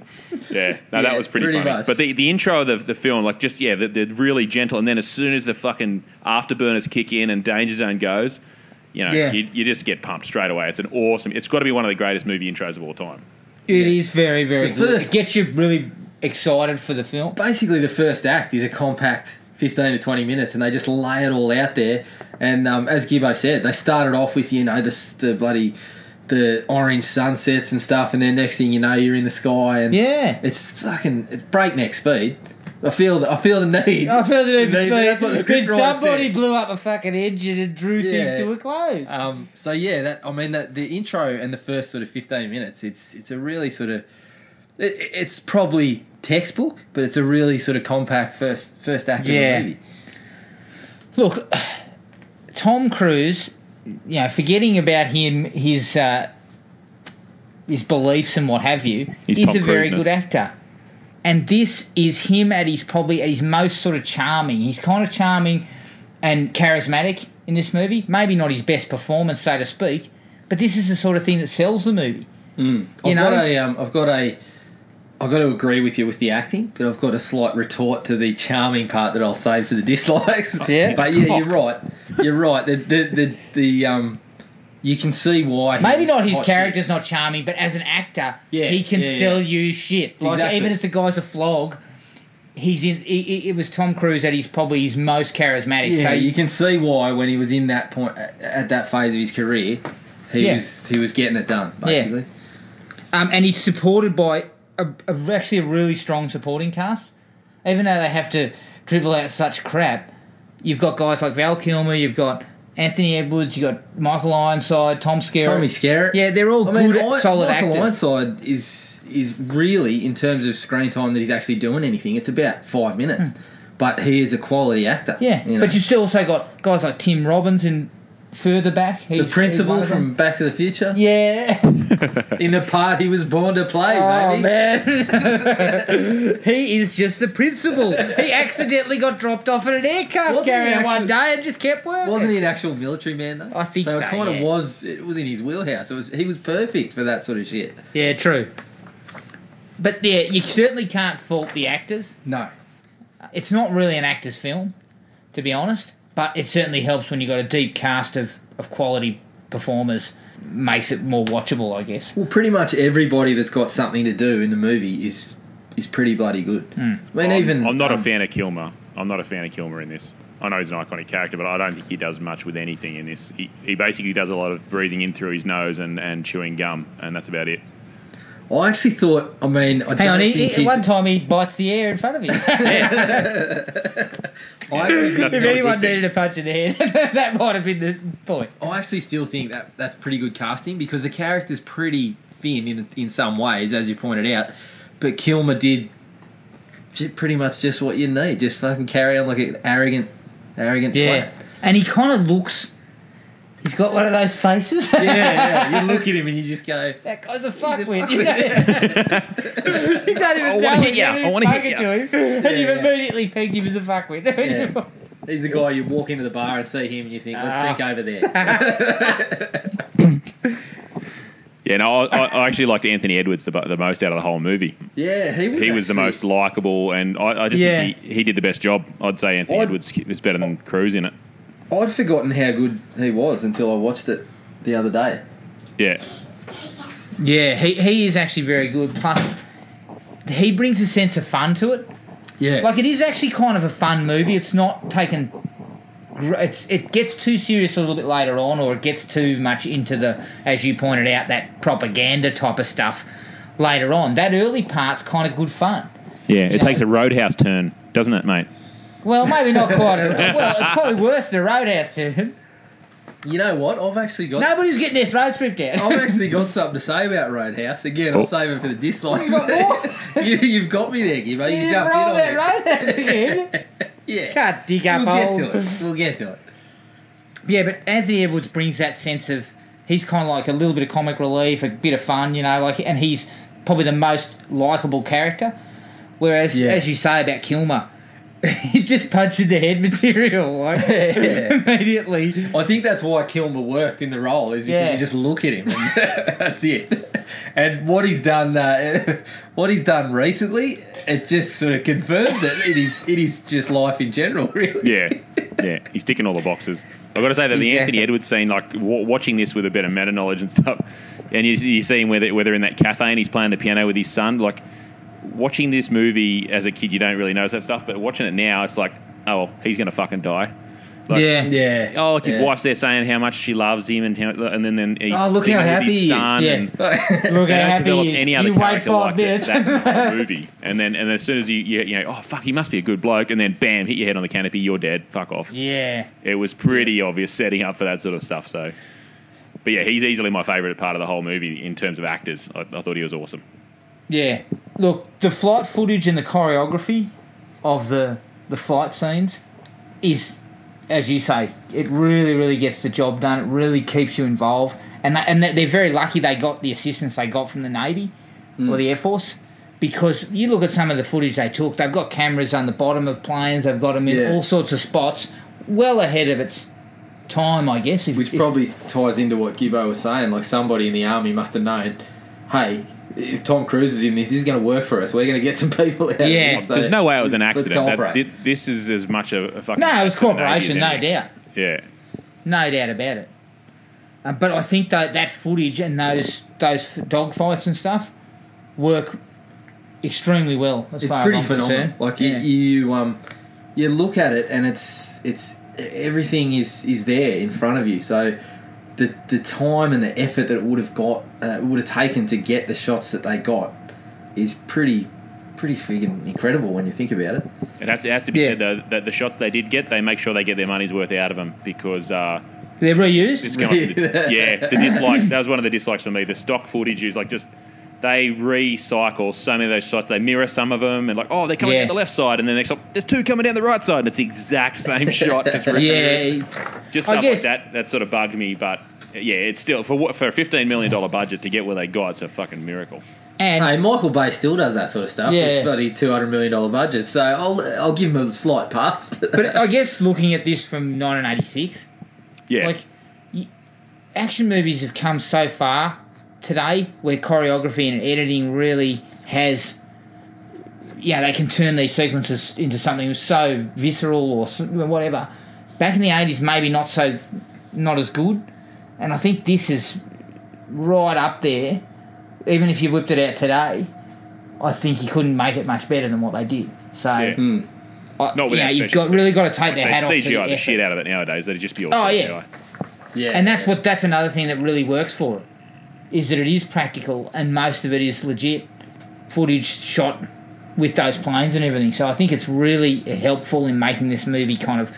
[SPEAKER 3] Yeah, no, that
[SPEAKER 2] Yeah,
[SPEAKER 3] was pretty,
[SPEAKER 2] pretty
[SPEAKER 3] funny.
[SPEAKER 2] much.
[SPEAKER 3] But the, the intro of the, the film, like, just yeah, they're, they're really gentle, and then as soon as the fucking afterburners kick in and Danger Zone goes, you know,
[SPEAKER 1] Yeah.
[SPEAKER 3] you, you just get pumped straight away. It's an awesome. It's got to be one of the greatest movie intros of all time.
[SPEAKER 1] It is very, very
[SPEAKER 2] The
[SPEAKER 1] good.
[SPEAKER 2] first-
[SPEAKER 1] It gets you really excited for the film.
[SPEAKER 2] Basically, the first act is a compact 15 to 20 minutes, and they just lay it all out there. And um, as Gibbo said, they started off with you know the, s- the bloody the orange sunsets and stuff, and then next thing you know, you're in the sky and
[SPEAKER 1] Yeah.
[SPEAKER 2] It's fucking it's breakneck speed. I feel the, I feel the need.
[SPEAKER 1] I feel the need for speed.
[SPEAKER 2] Maybe that's what the
[SPEAKER 1] Then
[SPEAKER 2] script writer
[SPEAKER 1] somebody
[SPEAKER 2] said.
[SPEAKER 1] blew up a fucking engine and drew
[SPEAKER 2] Yeah.
[SPEAKER 1] things to a close.
[SPEAKER 2] Um, so yeah, that I mean that the intro and the first sort of fifteen minutes, it's it's a really sort of it, it's probably textbook, but it's a really sort of compact first first act
[SPEAKER 1] Yeah.
[SPEAKER 2] of a movie.
[SPEAKER 1] Look, Tom Cruise, you know, forgetting about him, his uh, his beliefs and what have you,
[SPEAKER 3] His
[SPEAKER 1] he's
[SPEAKER 3] Tom
[SPEAKER 1] a very
[SPEAKER 3] Cruise-ness.
[SPEAKER 1] good actor. And this is him at his probably at his most sort of charming. He's kind of charming and charismatic in this movie. Maybe not his best performance, so to speak, but this is the sort of thing that sells the movie.
[SPEAKER 2] I've
[SPEAKER 1] You
[SPEAKER 2] got
[SPEAKER 1] know?
[SPEAKER 2] a um, I've got a I've got to agree with you with the acting, but I've got a slight retort to the charming part that I'll save for the dislikes.
[SPEAKER 1] Oh, Yeah. He's a
[SPEAKER 2] but yeah,
[SPEAKER 3] cock.
[SPEAKER 2] you're right. You're right. The the the, the um. You can see why. he
[SPEAKER 1] Maybe
[SPEAKER 2] was
[SPEAKER 1] not his
[SPEAKER 2] hot shit.
[SPEAKER 1] character's not charming, but as an actor,
[SPEAKER 2] Yeah,
[SPEAKER 1] he can
[SPEAKER 2] yeah, yeah.
[SPEAKER 1] sell you shit. Like
[SPEAKER 2] Exactly.
[SPEAKER 1] even if the guy's a flog, he's in. He, he- it was Tom Cruise that he's probably his most charismatic.
[SPEAKER 2] Yeah,
[SPEAKER 1] so
[SPEAKER 2] you
[SPEAKER 1] you,
[SPEAKER 2] can see why when he was in that point at that phase of his career, he
[SPEAKER 1] Yeah.
[SPEAKER 2] was he was getting it done basically.
[SPEAKER 1] um, and he's supported by a, a, actually a really strong supporting cast. Even though they have to dribble out such crap, you've got guys like Val Kilmer, you've got Anthony Edwards, you've got Michael Ironside, Tom Skerritt.
[SPEAKER 2] Tommy Skerritt.
[SPEAKER 1] Yeah, they're all
[SPEAKER 2] I mean,
[SPEAKER 1] good,
[SPEAKER 2] I-
[SPEAKER 1] solid
[SPEAKER 2] Michael
[SPEAKER 1] actors.
[SPEAKER 2] Ironside is is really in terms of screen time that he's actually doing anything. It's about five minutes, but he is a quality actor.
[SPEAKER 1] Hmm. Yeah,
[SPEAKER 2] you know.
[SPEAKER 1] but you've still also got guys like Tim Robbins in further back.
[SPEAKER 2] the
[SPEAKER 1] He's- he's
[SPEAKER 2] principal
[SPEAKER 1] one of them.
[SPEAKER 2] from Back to the Future
[SPEAKER 1] yeah.
[SPEAKER 2] in the part he was born to play,
[SPEAKER 1] Oh
[SPEAKER 2] baby.
[SPEAKER 1] man, he is just the principal. He accidentally got dropped off at an aircraft
[SPEAKER 2] Wasn't he
[SPEAKER 1] carrier one
[SPEAKER 2] actually-
[SPEAKER 1] day and just kept working.
[SPEAKER 2] Wasn't he an actual military man though?
[SPEAKER 1] I think so,
[SPEAKER 2] It kind
[SPEAKER 1] yeah.
[SPEAKER 2] of was. It was in his wheelhouse. It was he was perfect for that sort of shit.
[SPEAKER 1] Yeah, true. But yeah, you certainly can't fault the actors.
[SPEAKER 2] No,
[SPEAKER 1] It's not really an actor's film, to be honest. But it certainly helps when you've got a deep cast of, of quality performers. Makes it more watchable, I guess.
[SPEAKER 2] Well, pretty much everybody that's got something to do in the movie is is pretty bloody good. I mean, even
[SPEAKER 3] Hmm. I'm not a
[SPEAKER 2] um,
[SPEAKER 3] fan of Kilmer. I'm not a fan of Kilmer in this. I know he's an iconic character, but I don't think he does much with anything in this. He, he basically does a lot of breathing in through his nose and, and chewing gum, and that's about it.
[SPEAKER 2] I actually thought. I mean, I
[SPEAKER 1] Hang
[SPEAKER 2] don't
[SPEAKER 1] on, he,
[SPEAKER 2] think
[SPEAKER 1] he,
[SPEAKER 2] he's-
[SPEAKER 1] one time he bites the air in front of you.
[SPEAKER 2] I actually think-
[SPEAKER 3] That's
[SPEAKER 1] if
[SPEAKER 3] not a
[SPEAKER 1] anyone
[SPEAKER 3] good thing.
[SPEAKER 1] needed a punch in the head, that might have been the point.
[SPEAKER 2] I actually still think that that's pretty good casting because the character's pretty thin in in some ways, as you pointed out. But Kilmer did j- pretty much just what you need. Just fucking carry on like an arrogant, arrogant
[SPEAKER 1] Yeah.
[SPEAKER 2] twat.
[SPEAKER 1] And he kind of looks. He's got one of those faces.
[SPEAKER 2] Yeah, yeah. You look at him and you just go,
[SPEAKER 1] that guy's a fuckwit.
[SPEAKER 2] fuckwit.
[SPEAKER 1] You know? he don't even I know
[SPEAKER 3] hit ya. I wanna hit ya.
[SPEAKER 1] to him, and
[SPEAKER 2] Yeah,
[SPEAKER 1] you've
[SPEAKER 2] yeah.
[SPEAKER 1] immediately pegged him as a fuckwit.
[SPEAKER 2] Yeah. "He's the guy." You walk into the bar and see him, and you think, "Let's
[SPEAKER 1] Ah.
[SPEAKER 2] drink over there."
[SPEAKER 3] Yeah, no, I, I I actually liked Anthony Edwards the, bu- the most out of the whole movie.
[SPEAKER 2] yeah, he was.
[SPEAKER 3] He was the
[SPEAKER 2] actually-
[SPEAKER 3] most likable, and I, I just think he, he did the best job. I'd say Anthony
[SPEAKER 2] I'd-
[SPEAKER 3] Edwards is better than Cruz in it.
[SPEAKER 2] I'd forgotten how good he was until I watched it the other day.
[SPEAKER 3] Yeah,
[SPEAKER 1] Yeah, he, he is actually very good. Plus, he brings a sense of fun to it.
[SPEAKER 2] Yeah.
[SPEAKER 1] Like it is actually kind of a fun movie. It's not taken. gr- It's it gets too serious a little bit later on, or it gets too much into the, as you pointed out, that propaganda type of stuff later on. That early part's kind of good fun.
[SPEAKER 3] yeah. It takes a roadhouse turn, doesn't it, mate?
[SPEAKER 1] Well, maybe not quite. A, well, it's probably worse than a roadhouse turn.
[SPEAKER 2] you know what? I've actually got.
[SPEAKER 1] Nobody's getting their throats ripped out.
[SPEAKER 2] I've actually got something to say about Roadhouse. Again,
[SPEAKER 3] Oh.
[SPEAKER 2] I'm saving for the dislikes.
[SPEAKER 1] You got
[SPEAKER 2] you, you've got me there, Gibbo. You,
[SPEAKER 1] You
[SPEAKER 2] jumped in
[SPEAKER 1] roll
[SPEAKER 2] on
[SPEAKER 1] that
[SPEAKER 2] it.
[SPEAKER 1] roadhouse again.
[SPEAKER 2] Yeah.
[SPEAKER 1] Can't dig up
[SPEAKER 2] we'll get
[SPEAKER 1] old.
[SPEAKER 2] to it. We'll get to it.
[SPEAKER 1] Yeah, but Anthony Edwards brings that sense of he's kind of like a little bit of comic relief, a bit of fun, you know, like, and he's probably the most likable character. Whereas,
[SPEAKER 2] Yeah.
[SPEAKER 1] as you say about Kilmer, he's just punching the head material like immediately.
[SPEAKER 2] I think that's why Kilmer worked in the role is because
[SPEAKER 1] Yeah.
[SPEAKER 2] you just look at him. And that's it. And what he's done, uh, what he's done recently, it just sort of confirms it. It is, it is just life in general, really.
[SPEAKER 3] Yeah, yeah. He's ticking all the boxes. I've got to say that the Anthony Edwards scene, like w- watching this with a bit of meta knowledge and stuff, and you, you see him whether whether in that cafe and he's playing the piano with his son, like watching this movie as a kid, you don't really notice that stuff, but watching it now, it's like, oh, well, he's gonna fucking die. Like,
[SPEAKER 1] yeah.
[SPEAKER 2] Yeah.
[SPEAKER 3] Oh, like his
[SPEAKER 2] Yeah.
[SPEAKER 3] wife's there saying how much she loves him, and how, and then then he's
[SPEAKER 2] Oh, look
[SPEAKER 3] singing
[SPEAKER 2] how
[SPEAKER 3] with
[SPEAKER 2] happy
[SPEAKER 3] his
[SPEAKER 2] he is.
[SPEAKER 3] son
[SPEAKER 1] Yeah.
[SPEAKER 3] and-
[SPEAKER 1] Look
[SPEAKER 3] they
[SPEAKER 1] how
[SPEAKER 3] don't
[SPEAKER 1] happy
[SPEAKER 3] develop
[SPEAKER 1] he is.
[SPEAKER 3] any other
[SPEAKER 1] you wait
[SPEAKER 3] character
[SPEAKER 1] five
[SPEAKER 3] like that,
[SPEAKER 1] minutes.
[SPEAKER 3] that in the whole movie. And then, and as soon as you, you you know, oh fuck, he must be a good bloke. And then, bam, hit your head on the canopy. You're dead. Fuck off.
[SPEAKER 1] yeah.
[SPEAKER 3] It was pretty obvious setting up for that sort of stuff. So, but yeah, he's easily my favourite part of the whole movie in terms of actors. I, I thought he was awesome.
[SPEAKER 1] Yeah. Look, the flight footage and the choreography of the the flight scenes is, as you say, it really, really gets the job done. It really keeps you involved, and that, and that they're very lucky they got the assistance they got from the navy
[SPEAKER 2] Mm.
[SPEAKER 1] or the air force. Because you look at some of the footage they took, they've got cameras on the bottom of planes, they've got them in
[SPEAKER 2] Yeah.
[SPEAKER 1] all sorts of spots, well ahead of its time, I guess. If,
[SPEAKER 2] Which
[SPEAKER 1] if-
[SPEAKER 2] probably ties into what Gibbo was saying. Like somebody in the army must have known, hey, if Tom Cruise is in this, this is going to work for us. We're going to get some people out. of
[SPEAKER 1] Yeah.
[SPEAKER 2] this."
[SPEAKER 3] There's
[SPEAKER 2] So
[SPEAKER 3] no way it was an
[SPEAKER 2] let's
[SPEAKER 3] accident. That-
[SPEAKER 2] cooperate.
[SPEAKER 3] thi- this is as much a, a fucking
[SPEAKER 1] no, it was
[SPEAKER 3] act for the Navy
[SPEAKER 1] corporation,
[SPEAKER 3] as
[SPEAKER 1] no
[SPEAKER 3] anything.
[SPEAKER 1] doubt.
[SPEAKER 3] Yeah.
[SPEAKER 1] No doubt about it. Um, but I think that that footage and those those f- dogfights and stuff work extremely well. As
[SPEAKER 2] it's
[SPEAKER 1] far
[SPEAKER 2] pretty
[SPEAKER 1] as I'm
[SPEAKER 2] phenomenal.
[SPEAKER 1] Concerned.
[SPEAKER 2] Like
[SPEAKER 1] Yeah.
[SPEAKER 2] you, you, um, you look at it and it's it's everything is is there in front of you. So the the time and the effort that it would have got uh, it would have taken to get the shots that they got is pretty pretty friggin' incredible when you think about it.
[SPEAKER 3] It has, it has to be
[SPEAKER 1] Yeah.
[SPEAKER 3] said though that the shots they did get, they make sure they get their money's worth out of them because uh,
[SPEAKER 1] they're reused.
[SPEAKER 3] it's come up to the, yeah the dislike. That was one of the dislikes for me. The stock footage is like just they recycle so many of those shots. They mirror some of them, and like, oh, they're coming
[SPEAKER 1] Yeah.
[SPEAKER 3] down the left side, and the next up, there's two coming down the right side, and it's the exact same shot. Just ripped through.
[SPEAKER 1] yeah,
[SPEAKER 3] just
[SPEAKER 1] I
[SPEAKER 3] stuff
[SPEAKER 1] guess-
[SPEAKER 3] like that. That sort of bugged me, but yeah, it's still for what for a fifteen million dollar budget to get where they got. It's a fucking miracle.
[SPEAKER 1] and
[SPEAKER 2] Hey, Michael Bay still does that sort of stuff.
[SPEAKER 1] Yeah.
[SPEAKER 2] It's bloody two hundred million dollar budget, so I'll I'll give him a slight pass.
[SPEAKER 1] but I guess looking at this from 1986,
[SPEAKER 3] Yeah,
[SPEAKER 1] like y- action movies have come so far today where choreography and editing really has yeah they can turn these sequences into something so visceral or s- whatever back in the 80s maybe not so not as good and i think this is right up there even if you whipped it out today i think you couldn't make it much better than what they did so
[SPEAKER 3] Yeah.
[SPEAKER 1] I,
[SPEAKER 3] Not without
[SPEAKER 1] yeah you've
[SPEAKER 3] special
[SPEAKER 1] got, really got to take
[SPEAKER 3] they
[SPEAKER 1] their hat um, off to
[SPEAKER 3] CGI
[SPEAKER 1] the
[SPEAKER 3] the,
[SPEAKER 1] effort.
[SPEAKER 3] shit out of it nowadays. That'd just be all
[SPEAKER 1] Oh,
[SPEAKER 3] CGI.
[SPEAKER 1] yeah.
[SPEAKER 2] yeah,
[SPEAKER 1] and that's what that's another thing that really works for it is that it is practical and most of it is legit footage shot with those planes and everything so i think it's really helpful in making this movie kind of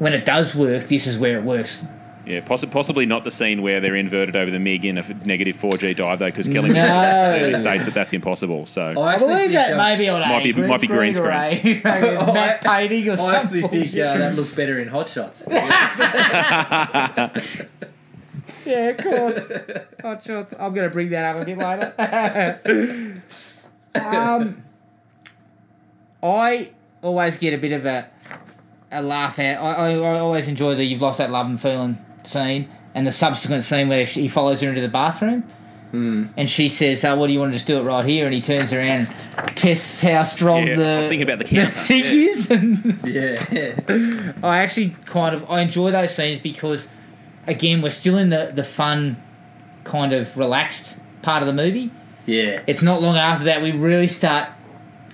[SPEAKER 1] when it does work this is where it works
[SPEAKER 3] Yeah, poss- possibly not the scene where they're inverted over the MiG in a f- negative 4G dive, though, because Kelly clearly states that that's impossible. So,
[SPEAKER 2] I,
[SPEAKER 1] i
[SPEAKER 2] actually
[SPEAKER 1] believe
[SPEAKER 2] think,
[SPEAKER 1] that
[SPEAKER 2] uh,
[SPEAKER 1] maybe on
[SPEAKER 3] Might
[SPEAKER 1] a
[SPEAKER 3] be- might be green
[SPEAKER 1] screen or a- matte painting or
[SPEAKER 2] I actually
[SPEAKER 1] something
[SPEAKER 2] think uh, that looked better in Hot Shots.
[SPEAKER 1] yeah of course hot shots i'm going to bring that up a bit later um, i always get a bit of a a laugh out. I, I, I always enjoy the "You've Lost That Love and Feeling" scene and the subsequent scene where she, he follows her into the bathroom, and she says, "Oh, what do you want to just do it right here?" And he turns around, and tests how strong
[SPEAKER 3] yeah,
[SPEAKER 1] the
[SPEAKER 3] I was thinking about the
[SPEAKER 1] the
[SPEAKER 3] counter.
[SPEAKER 1] sink is. And
[SPEAKER 2] yeah,
[SPEAKER 1] I actually kind of I enjoy those scenes because, again, we're still in the the fun, kind of relaxed part of the movie.
[SPEAKER 2] yeah.
[SPEAKER 1] It's not long after that we really start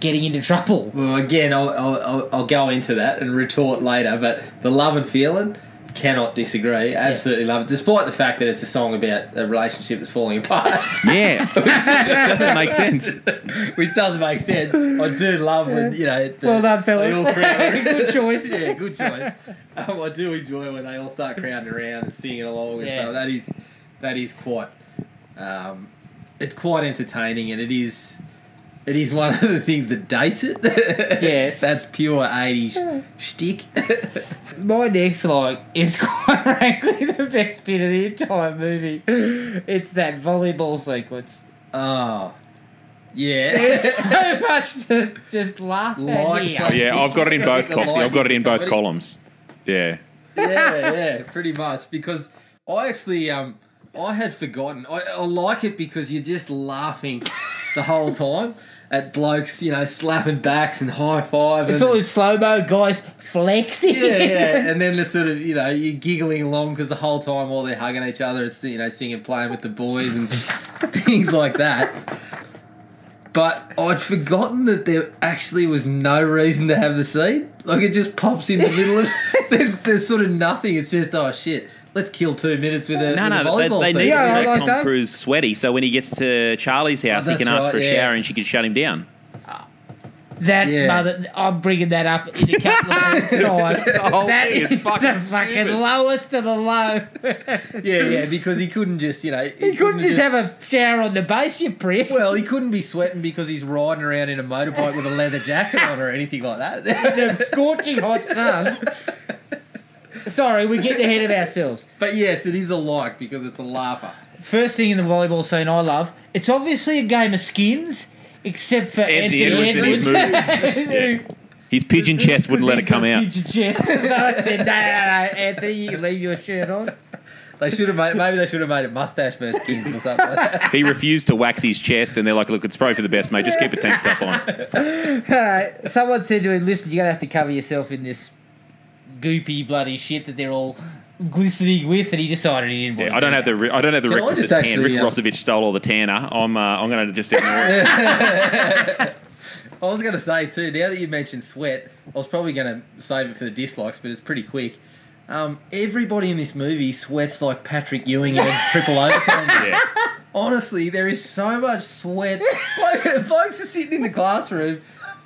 [SPEAKER 1] getting into trouble.
[SPEAKER 2] Well, again, I'll, I'll, I'll- I'll go into that and retort later, but the love and feeling cannot disagree. Absolutely love it, despite the fact that it's a song about a relationship that's falling apart,
[SPEAKER 3] yeah, it doesn't make sense.
[SPEAKER 2] which doesn't make sense. I do love when you know. The,
[SPEAKER 1] Well done, fellas.
[SPEAKER 2] They all crowd.
[SPEAKER 1] Good choice.
[SPEAKER 2] yeah, good choice. Um, I do enjoy when they all start crowding around and singing along, and
[SPEAKER 1] Yeah.
[SPEAKER 2] so that is that is quite. Um, it's quite entertaining, and it is. It is one of the things that dates it.
[SPEAKER 1] Yes.
[SPEAKER 2] that's pure '80s shtick.
[SPEAKER 1] My next like is quite frankly the best bit of the entire movie. It's that volleyball sequence.
[SPEAKER 2] Oh,
[SPEAKER 1] There's
[SPEAKER 2] yeah.
[SPEAKER 1] so much to just laugh at
[SPEAKER 2] Like
[SPEAKER 1] here.
[SPEAKER 2] so-
[SPEAKER 3] Yeah, I've got it in both
[SPEAKER 2] The
[SPEAKER 3] cops.
[SPEAKER 2] line
[SPEAKER 3] I've got it in both
[SPEAKER 2] comedy.
[SPEAKER 3] columns. Yeah.
[SPEAKER 2] yeah, yeah, pretty much. Because I actually, um, I had forgotten. I, I like it because you're just laughing the whole time at blokes, you know, slapping backs and high five.
[SPEAKER 1] It's
[SPEAKER 2] and,
[SPEAKER 1] all in slow mo, guys flexing.
[SPEAKER 2] yeah, yeah, and then the sort of you know you're giggling along because the whole time while they're hugging each other, it's you know singing, playing with the boys and things like that. But I'd forgotten that there actually was no reason to have the seed. Like it just pops in the middle of there's, there's sort of nothing. It's just oh shit, let's kill two minutes with a,
[SPEAKER 3] No,
[SPEAKER 2] with a
[SPEAKER 3] no, they,
[SPEAKER 2] volleyball
[SPEAKER 3] they
[SPEAKER 2] seed.
[SPEAKER 3] need
[SPEAKER 1] Yeah,
[SPEAKER 3] to
[SPEAKER 1] I
[SPEAKER 3] make
[SPEAKER 1] like
[SPEAKER 3] Tom
[SPEAKER 1] that.
[SPEAKER 3] Cruise sweaty so when he gets to Charlie's house,
[SPEAKER 2] Oh,
[SPEAKER 3] he can
[SPEAKER 2] that's
[SPEAKER 3] ask for a
[SPEAKER 2] right, yeah.
[SPEAKER 3] shower and she can shut him down.
[SPEAKER 1] That
[SPEAKER 2] Yeah.
[SPEAKER 1] mother, I'm bringing that up in a couple of times.
[SPEAKER 3] whole
[SPEAKER 1] That
[SPEAKER 3] thing
[SPEAKER 1] is
[SPEAKER 3] is
[SPEAKER 1] the
[SPEAKER 3] fucking
[SPEAKER 1] fucking
[SPEAKER 3] stupid.
[SPEAKER 1] lowest of the low.
[SPEAKER 2] yeah, yeah, because he couldn't just you know
[SPEAKER 1] You couldn't just have a shower on the base, you prick.
[SPEAKER 2] well, he couldn't be sweating because he's riding around in a motorbike with a leather jacket on or anything like that.
[SPEAKER 1] the scorching hot sun. Sorry, we get ahead of ourselves.
[SPEAKER 2] But yes, it is a like because it's a laugher.
[SPEAKER 1] First thing in the volleyball scene I love, it's obviously a game of skins, except for
[SPEAKER 3] Anthony
[SPEAKER 1] Anthony,
[SPEAKER 3] Edwards in his
[SPEAKER 1] Edwards.
[SPEAKER 3] movie. His pigeon chest wouldn't let it come out.
[SPEAKER 1] Did you just- so I said, no, no, no, Anthony, you can leave your shirt on.
[SPEAKER 2] They should have made maybe they should have made it mustache versus skins or something. Like that.
[SPEAKER 3] He refused to wax his chest, and they're like, "Look, it's probably for the best, mate. Just keep a tank top on."
[SPEAKER 1] Alright, someone said to him, listen, you're going to have to cover yourself in this goopy bloody shit that they're all glistening with, and he decided he didn't want
[SPEAKER 3] Yeah,
[SPEAKER 1] to
[SPEAKER 3] I don't
[SPEAKER 1] do
[SPEAKER 3] have the re- I don't have the
[SPEAKER 2] Can I
[SPEAKER 3] requisite
[SPEAKER 2] just
[SPEAKER 3] tan.
[SPEAKER 2] actually,
[SPEAKER 3] Rick
[SPEAKER 2] um,
[SPEAKER 3] Rossovich stole all the tanner. I'm uh, I'm going to just ignore it.
[SPEAKER 2] I was going to say too. Now that you mentioned sweat, I was probably going to save it for the dislikes, but it's pretty quick. Um, everybody in this movie sweats like Patrick Ewing in triple overtime.
[SPEAKER 3] Yeah.
[SPEAKER 2] Honestly, there is so much sweat. Like, blokes are sitting in the classroom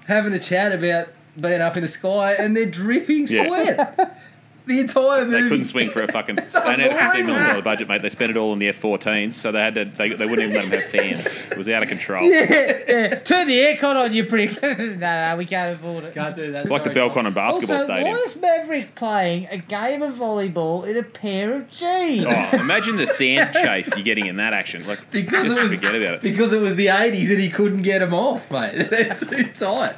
[SPEAKER 2] having a chat about being up in the sky, and they're dripping
[SPEAKER 3] Yeah.
[SPEAKER 2] sweat. The entire movie.
[SPEAKER 3] They couldn't swing for a fucking.
[SPEAKER 2] It's
[SPEAKER 3] they only had a fifteen million dollar
[SPEAKER 2] unbelievable.
[SPEAKER 3] budget, mate. They spent it all on the F-14s, so they had to. They, they wouldn't even let them have fans. It was out of control.
[SPEAKER 1] Turn the aircon on, you prick. no, no, we can't afford it.
[SPEAKER 2] Can't do that.
[SPEAKER 3] It's like the
[SPEAKER 2] sorry,
[SPEAKER 3] Belconnen basketball
[SPEAKER 1] also,
[SPEAKER 3] stadium.
[SPEAKER 1] why is Maverick playing a game of volleyball in a pair of jeans?
[SPEAKER 3] Oh, imagine the sand chafe you're getting in that action. Like,
[SPEAKER 2] Because
[SPEAKER 3] just
[SPEAKER 2] it was-
[SPEAKER 3] forget about it.
[SPEAKER 2] Because it was the 80s and he couldn't get them off, mate. They're too tight.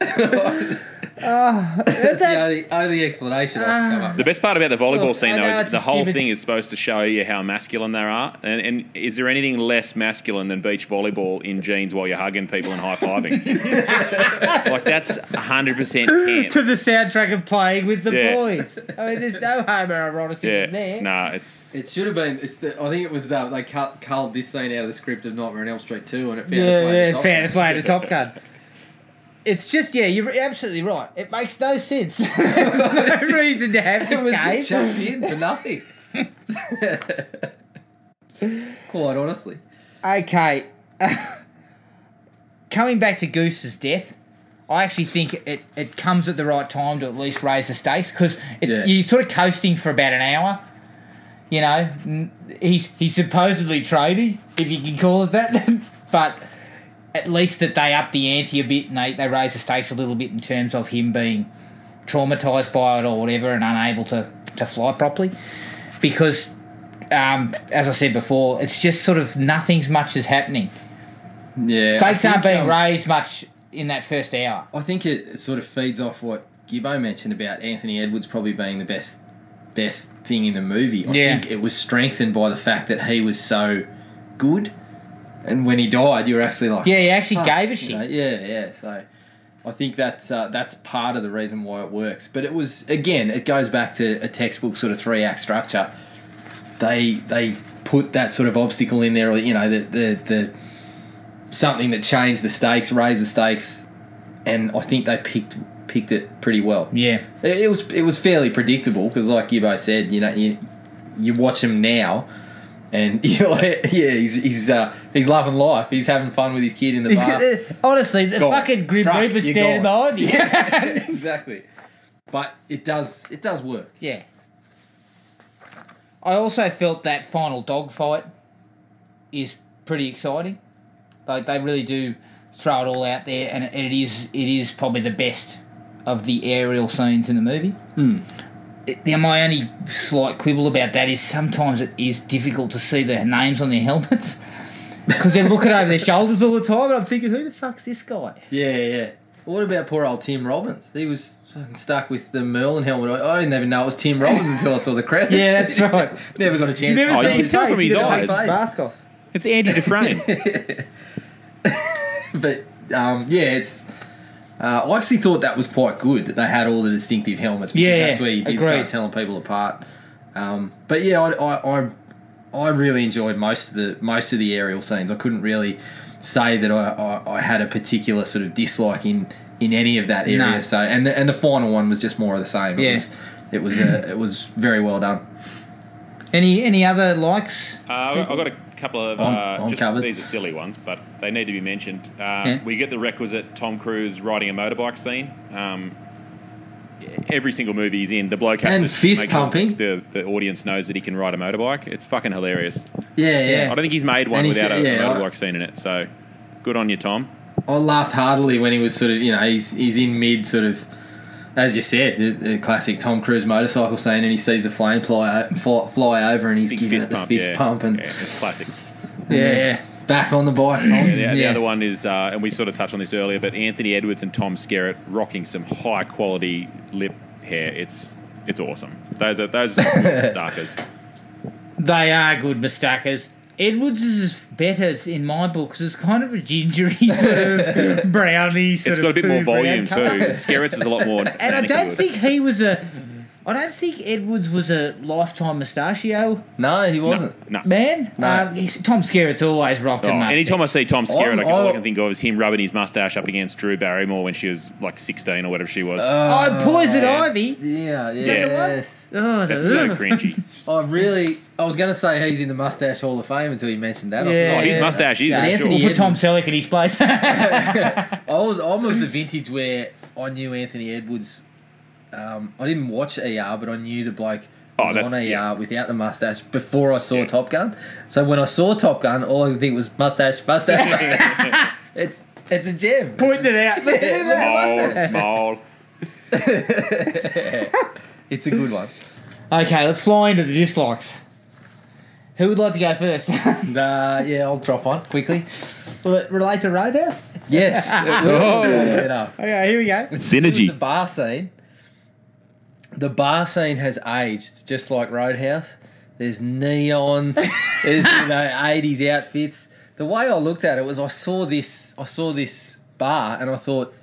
[SPEAKER 1] Ah,
[SPEAKER 2] That's the only, only explanation I can come up
[SPEAKER 3] The best part about the volleyball scene,
[SPEAKER 1] I know
[SPEAKER 3] though, is
[SPEAKER 1] it's
[SPEAKER 3] the whole
[SPEAKER 1] stupid.
[SPEAKER 3] thing is supposed to show you how masculine they are. And, and is there anything less masculine than beach volleyball in jeans while you're hugging people and high fiving? like, that's 100%
[SPEAKER 1] to
[SPEAKER 3] camp.
[SPEAKER 1] the soundtrack of playing with the
[SPEAKER 3] Yeah.
[SPEAKER 1] boys. I mean, there's no homoeroticism
[SPEAKER 3] Yeah.
[SPEAKER 1] there.
[SPEAKER 3] Nah, it's.
[SPEAKER 2] It should have been. It's the, I think it was that they cut, culled this scene out of the script of Nightmare on Elm Street 2 and it found its
[SPEAKER 1] Yeah,
[SPEAKER 2] way.
[SPEAKER 1] yeah,
[SPEAKER 2] to
[SPEAKER 1] it's
[SPEAKER 2] the
[SPEAKER 1] found its way to Top Gun. It's just, yeah, you're absolutely right. It makes no sense. There's no reason to have
[SPEAKER 2] It
[SPEAKER 1] this
[SPEAKER 2] was just
[SPEAKER 1] game.
[SPEAKER 2] chucked in for nothing. Quite honestly.
[SPEAKER 1] Okay. Coming back to Goose's death, I actually think it, it comes at the right time to at least raise the stakes because
[SPEAKER 2] Yeah.
[SPEAKER 1] you're sort of coasting for about an hour. You know, N- he's he's supposedly trading, if you can call it that, but at least that they up the ante a bit and they, they raise the stakes a little bit in terms of him being traumatized by it or whatever and unable to, to fly properly because um, as I said before, it's just sort of nothing's much is happening.
[SPEAKER 2] Yeah.
[SPEAKER 1] Stakes
[SPEAKER 2] I
[SPEAKER 1] aren't
[SPEAKER 2] think,
[SPEAKER 1] being
[SPEAKER 2] um,
[SPEAKER 1] raised much in that first hour.
[SPEAKER 2] I think it, it sort of feeds off what Gibbo mentioned about Anthony Edwards probably being the best best thing in the movie. I
[SPEAKER 1] Yeah.
[SPEAKER 2] think it was strengthened by the fact that he was so good, and when he died, you were actually like,
[SPEAKER 1] Yeah, he actually
[SPEAKER 2] "Fuck,"
[SPEAKER 1] gave a
[SPEAKER 2] you know,
[SPEAKER 1] shit.
[SPEAKER 2] yeah, yeah. So I think that's uh, that's part of the reason why it works. But it was again, it goes back to a textbook sort of three act structure. They they put that sort of obstacle in there, or you know, the the, the something that changed the stakes, raised the stakes, and I think they picked picked it pretty well.
[SPEAKER 1] Yeah.
[SPEAKER 2] It, it was it was fairly predictable because, like you both said, you know, you you watch him now, and you're like, yeah, he's he's uh, he's loving life. He's having fun with his kid in the bar.
[SPEAKER 1] Honestly, the
[SPEAKER 2] Gone.
[SPEAKER 1] fucking Grim
[SPEAKER 2] Struck.
[SPEAKER 1] Reaper
[SPEAKER 2] You're
[SPEAKER 1] standing
[SPEAKER 2] gone.
[SPEAKER 1] behind you.
[SPEAKER 2] exactly. But it does it does work.
[SPEAKER 1] Yeah. I also felt that final dogfight is pretty exciting. Like they really do throw it all out there, and it, and it is it is probably the best of the aerial scenes in the movie. It- now my only slight quibble about that is sometimes it is difficult to see their names on their helmets because they're looking over their shoulders all the time, and I'm thinking, who the fuck's this guy?
[SPEAKER 2] Yeah, yeah. What about poor old Tim Robbins? He was fucking stuck with the Merlin helmet. I, I didn't even know it was Tim Robbins until I saw the credits.
[SPEAKER 1] Yeah, that's right.
[SPEAKER 2] Never got a chance.
[SPEAKER 1] Never
[SPEAKER 3] Oh,
[SPEAKER 1] see
[SPEAKER 3] you can
[SPEAKER 1] his
[SPEAKER 3] tell
[SPEAKER 1] face,
[SPEAKER 3] from his
[SPEAKER 1] you never see his
[SPEAKER 2] eyes.
[SPEAKER 1] mask off.
[SPEAKER 3] It's Andy Dufresne.
[SPEAKER 2] but um, yeah, it's. Uh, I actually thought that was quite good that they had all the distinctive helmets. because
[SPEAKER 1] Yeah,
[SPEAKER 2] that's where you did
[SPEAKER 1] agreed.
[SPEAKER 2] start telling people apart. Um, but yeah, I, I, I, I really enjoyed most of the most of the aerial scenes. I couldn't really say that I, I, I had a particular sort of dislike in in any of that area.
[SPEAKER 1] No.
[SPEAKER 2] So and the, and the final one was just more of the same. It
[SPEAKER 1] Yeah.
[SPEAKER 2] was it was uh, it was very well done.
[SPEAKER 1] Any any other likes?
[SPEAKER 3] Uh, I've got a couple of
[SPEAKER 2] I'm-
[SPEAKER 3] uh,
[SPEAKER 2] I'm
[SPEAKER 3] just,
[SPEAKER 2] covered.
[SPEAKER 3] these are silly ones, but they need to be mentioned. Uh,
[SPEAKER 1] Yeah.
[SPEAKER 3] We get the requisite Tom Cruise riding a motorbike scene. Um, every single movie he's in, the bloke has to
[SPEAKER 2] And fist
[SPEAKER 3] make sure
[SPEAKER 2] pumping.
[SPEAKER 3] The, the audience knows that he can ride a motorbike. It's fucking hilarious.
[SPEAKER 2] Yeah, yeah.
[SPEAKER 3] I don't think he's made one
[SPEAKER 2] And he's-
[SPEAKER 3] without a,
[SPEAKER 2] yeah,
[SPEAKER 3] a
[SPEAKER 2] I-
[SPEAKER 3] motorbike scene in it. So good on you, Tom.
[SPEAKER 2] I laughed heartily when he was sort of, you know, he's, he's in mid sort of, as you said, the, the classic Tom Cruise motorcycle scene, and he sees the flame fly, o- fly, fly over, and he's
[SPEAKER 3] Big
[SPEAKER 2] giving
[SPEAKER 3] fist
[SPEAKER 2] it the
[SPEAKER 3] pump.
[SPEAKER 2] fist
[SPEAKER 3] yeah.
[SPEAKER 2] pump, and
[SPEAKER 3] yeah, it's classic.
[SPEAKER 1] Yeah, yeah.
[SPEAKER 2] back on the bike, Tom.
[SPEAKER 3] Yeah, the, the other one is, uh, and we sort of touched on this earlier, but Anthony Edwards and Tom Skerritt rocking some high quality lip hair. It's it's awesome. Those are those are some good starkers.
[SPEAKER 1] They are good mustakas. Edwards is better in my books. It's kind of a gingery sort of brownie. Sort
[SPEAKER 3] It's got a
[SPEAKER 1] of
[SPEAKER 3] bit more
[SPEAKER 1] poo brown
[SPEAKER 3] volume too.
[SPEAKER 1] colour.
[SPEAKER 3] Skerritt's is a lot more.
[SPEAKER 1] And I don't
[SPEAKER 3] manicured.
[SPEAKER 1] think he was a. I don't think Edwards was a lifetime mustachio
[SPEAKER 2] No, he wasn't.
[SPEAKER 3] No.
[SPEAKER 1] man.
[SPEAKER 2] No.
[SPEAKER 1] Um, he's- Tom Skerritt's always rocked
[SPEAKER 3] Oh,
[SPEAKER 1] a mustache.
[SPEAKER 3] anytime I see Tom Skerritt, I can, all I
[SPEAKER 2] I'm-
[SPEAKER 3] can think of is him rubbing his mustache up against Drew Barrymore when she was like 16 or whatever she was.
[SPEAKER 1] oh, Poison Ivy.
[SPEAKER 2] Yeah, yeah.
[SPEAKER 3] that the one?
[SPEAKER 2] Yes.
[SPEAKER 1] Oh,
[SPEAKER 3] That's so
[SPEAKER 1] ugh.
[SPEAKER 3] cringy.
[SPEAKER 2] I really, I was going to say he's in the Mustache Hall of Fame until you mentioned that. I
[SPEAKER 1] Yeah.
[SPEAKER 3] Oh,
[SPEAKER 2] forgot.
[SPEAKER 3] his mustache is.
[SPEAKER 2] Yeah,
[SPEAKER 3] for
[SPEAKER 2] Anthony
[SPEAKER 3] sure.
[SPEAKER 1] Put Tom Selleck in his place.
[SPEAKER 2] I was, I'm of the vintage where I knew Anthony Edwards um, I didn't watch ER, but I knew the bloke
[SPEAKER 3] Oh,
[SPEAKER 2] was
[SPEAKER 3] that's-
[SPEAKER 2] on ER
[SPEAKER 3] yeah.
[SPEAKER 2] without the mustache before I saw Top Gun. So when I saw Top Gun, all I could think was mustache, mustache. mustache. it's it's a gem.
[SPEAKER 1] Pointing it out. Look at that.
[SPEAKER 3] Mold, mold.
[SPEAKER 2] It's a good one.
[SPEAKER 1] Okay, let's fly into the dislikes. Who would like to go first?
[SPEAKER 2] Nah, yeah, I'll drop one quickly.
[SPEAKER 1] Will it relate to Roadhouse?
[SPEAKER 3] Oh.
[SPEAKER 2] Yes. it will. Fair enough.
[SPEAKER 1] Okay, here we go.
[SPEAKER 2] With The
[SPEAKER 3] Synergy.
[SPEAKER 2] bar scene. The bar scene has aged just like Roadhouse. There's neon. there's you know eighties outfits. The way I looked at it was I saw this. I saw this bar and I thought,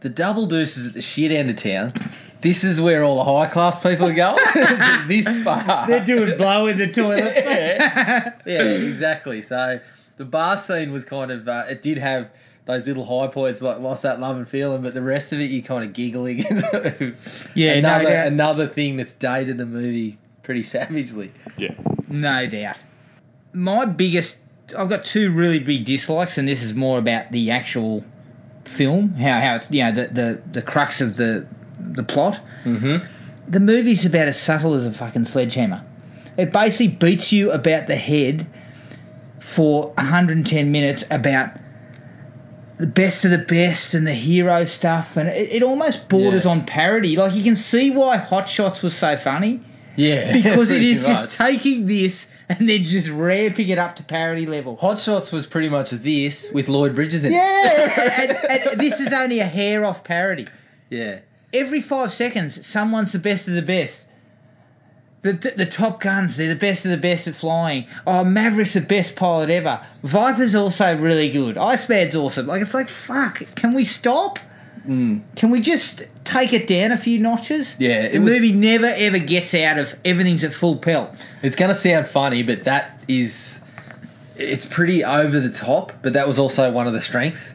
[SPEAKER 2] the double deuce is at the shit end of town. This is where all the high class people are going. to this bar.
[SPEAKER 1] They're doing blow in the toilet.
[SPEAKER 2] Yeah, exactly. So the bar scene was kind of uh, it did have those little high points like lost that love and feeling, but the rest of it you kind of giggling.
[SPEAKER 1] Yeah, no
[SPEAKER 2] another
[SPEAKER 1] doubt.
[SPEAKER 2] another thing that's dated the movie pretty savagely.
[SPEAKER 3] Yeah.
[SPEAKER 1] no doubt. My biggest, I've got two really big dislikes, and this is more about the actual film, how how it's, you know the the, the crux of the the plot. Mm-hmm. The movie's about as subtle as a fucking sledgehammer. It basically beats you about the head for 110 minutes about the best of the best and the hero stuff, and it, it almost borders
[SPEAKER 2] Yeah.
[SPEAKER 1] on parody. Like you can see why Hot Shots was so funny.
[SPEAKER 2] Yeah,
[SPEAKER 1] because it
[SPEAKER 2] pretty
[SPEAKER 1] is
[SPEAKER 2] much.
[SPEAKER 1] just taking this and then just ramping it up to parody level.
[SPEAKER 2] Hot Shots was pretty much this with Lloyd Bridges in it.
[SPEAKER 1] Yeah, and, and this is only a hair off parody.
[SPEAKER 2] Yeah.
[SPEAKER 1] Every five seconds, someone's the best of the best. The, the, the Top Guns, they're the best of the best at flying. Oh, Maverick's the best pilot ever. Viper's also really good. Iceman's awesome. Like, it's like, fuck, can we stop? Can we just take it down a few notches?
[SPEAKER 2] Hmm. Yeah,
[SPEAKER 1] The
[SPEAKER 2] it was-
[SPEAKER 1] movie never ever gets out of everything's at full pelt.
[SPEAKER 2] It's going to sound funny, but that is. It's pretty over the top, but that was also one of the strengths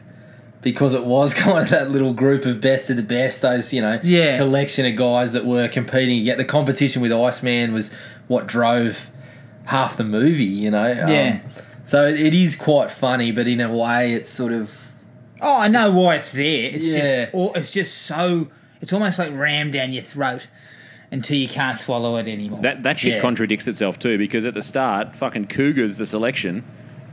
[SPEAKER 2] because it was kind of that little group of best of the best, those, you know,
[SPEAKER 1] Yeah.
[SPEAKER 2] collection of guys that were competing. Yet the competition with Iceman was what drove half the movie, you know? Um,
[SPEAKER 1] Yeah.
[SPEAKER 2] So it, it is quite funny, but in a way, it's sort of.
[SPEAKER 1] Oh, I know why it's there. It's
[SPEAKER 2] Yeah.
[SPEAKER 1] just, or it's just so. It's almost like rammed down your throat until you can't swallow it anymore.
[SPEAKER 3] That that shit
[SPEAKER 2] Yeah.
[SPEAKER 3] contradicts itself too because at the start, fucking Cougar's the selection,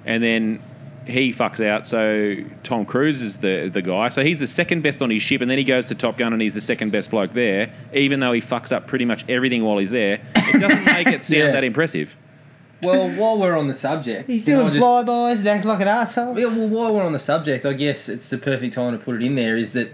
[SPEAKER 3] and then he fucks out. So Tom Cruise is the the guy. So he's the second best on his ship, and then he goes to Top Gun, and he's the second best bloke there. Even though he fucks up pretty much everything while he's there, it doesn't make it sound
[SPEAKER 2] Yeah.
[SPEAKER 3] that impressive.
[SPEAKER 2] Well, while we're on the subject.
[SPEAKER 1] He's
[SPEAKER 2] you know,
[SPEAKER 1] doing
[SPEAKER 2] I'll just-
[SPEAKER 1] flybys and acting like an asshole.
[SPEAKER 2] Yeah, well, while we're on the subject, I guess it's the perfect time to put it in there. Is that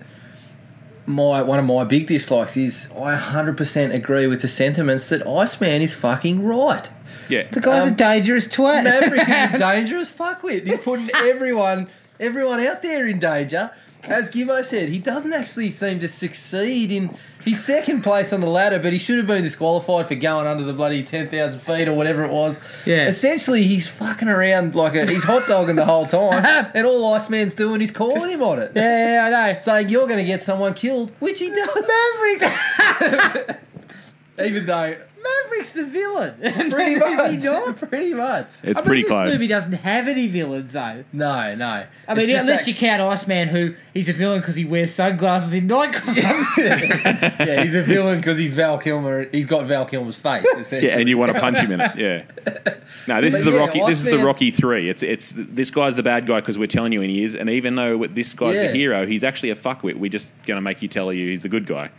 [SPEAKER 2] my one of my big dislikes is I 100% agree with the sentiments that Iceman is fucking right.
[SPEAKER 3] Yeah,
[SPEAKER 1] The guy's a dangerous twat.
[SPEAKER 2] Maverick is a dangerous fuckwit. He's putting everyone, everyone out there in danger. As Gimmo said, he doesn't actually seem to succeed in. He's second place on the ladder, but he should have been disqualified for going under the bloody ten thousand feet or whatever it was.
[SPEAKER 1] Yeah.
[SPEAKER 2] Essentially, he's fucking around like a, he's hot dogging the whole time, and all Iceman's doing is calling him on it.
[SPEAKER 1] yeah, yeah, I know.
[SPEAKER 2] Saying you're going to get someone killed, which he does.
[SPEAKER 1] Maverick's,
[SPEAKER 2] Even though,
[SPEAKER 1] Maverick's the villain.
[SPEAKER 2] pretty
[SPEAKER 1] Is he
[SPEAKER 2] much,
[SPEAKER 1] not?
[SPEAKER 2] pretty much.
[SPEAKER 3] it's
[SPEAKER 1] I mean,
[SPEAKER 3] pretty
[SPEAKER 1] this
[SPEAKER 3] close.
[SPEAKER 1] movie doesn't have any villains, though.
[SPEAKER 2] No, no.
[SPEAKER 1] I mean,
[SPEAKER 2] It's just
[SPEAKER 1] unless
[SPEAKER 2] that-
[SPEAKER 1] you count Iceman, who he's a villain because he wears sunglasses in nightclubs.
[SPEAKER 2] yeah, he's a villain because he's Val Kilmer. He's got Val Kilmer's face. essentially.
[SPEAKER 3] Yeah, and you want to punch him in it. Yeah. No, this
[SPEAKER 2] But
[SPEAKER 3] is the
[SPEAKER 2] yeah,
[SPEAKER 3] Rocky. This is the
[SPEAKER 2] Iceman-
[SPEAKER 3] Rocky three. It's it's this guy's the bad guy because we're telling you and he is. And even though this guy's
[SPEAKER 2] Yeah.
[SPEAKER 3] the hero, he's actually a fuckwit. We're just gonna make you tell you he's the good guy.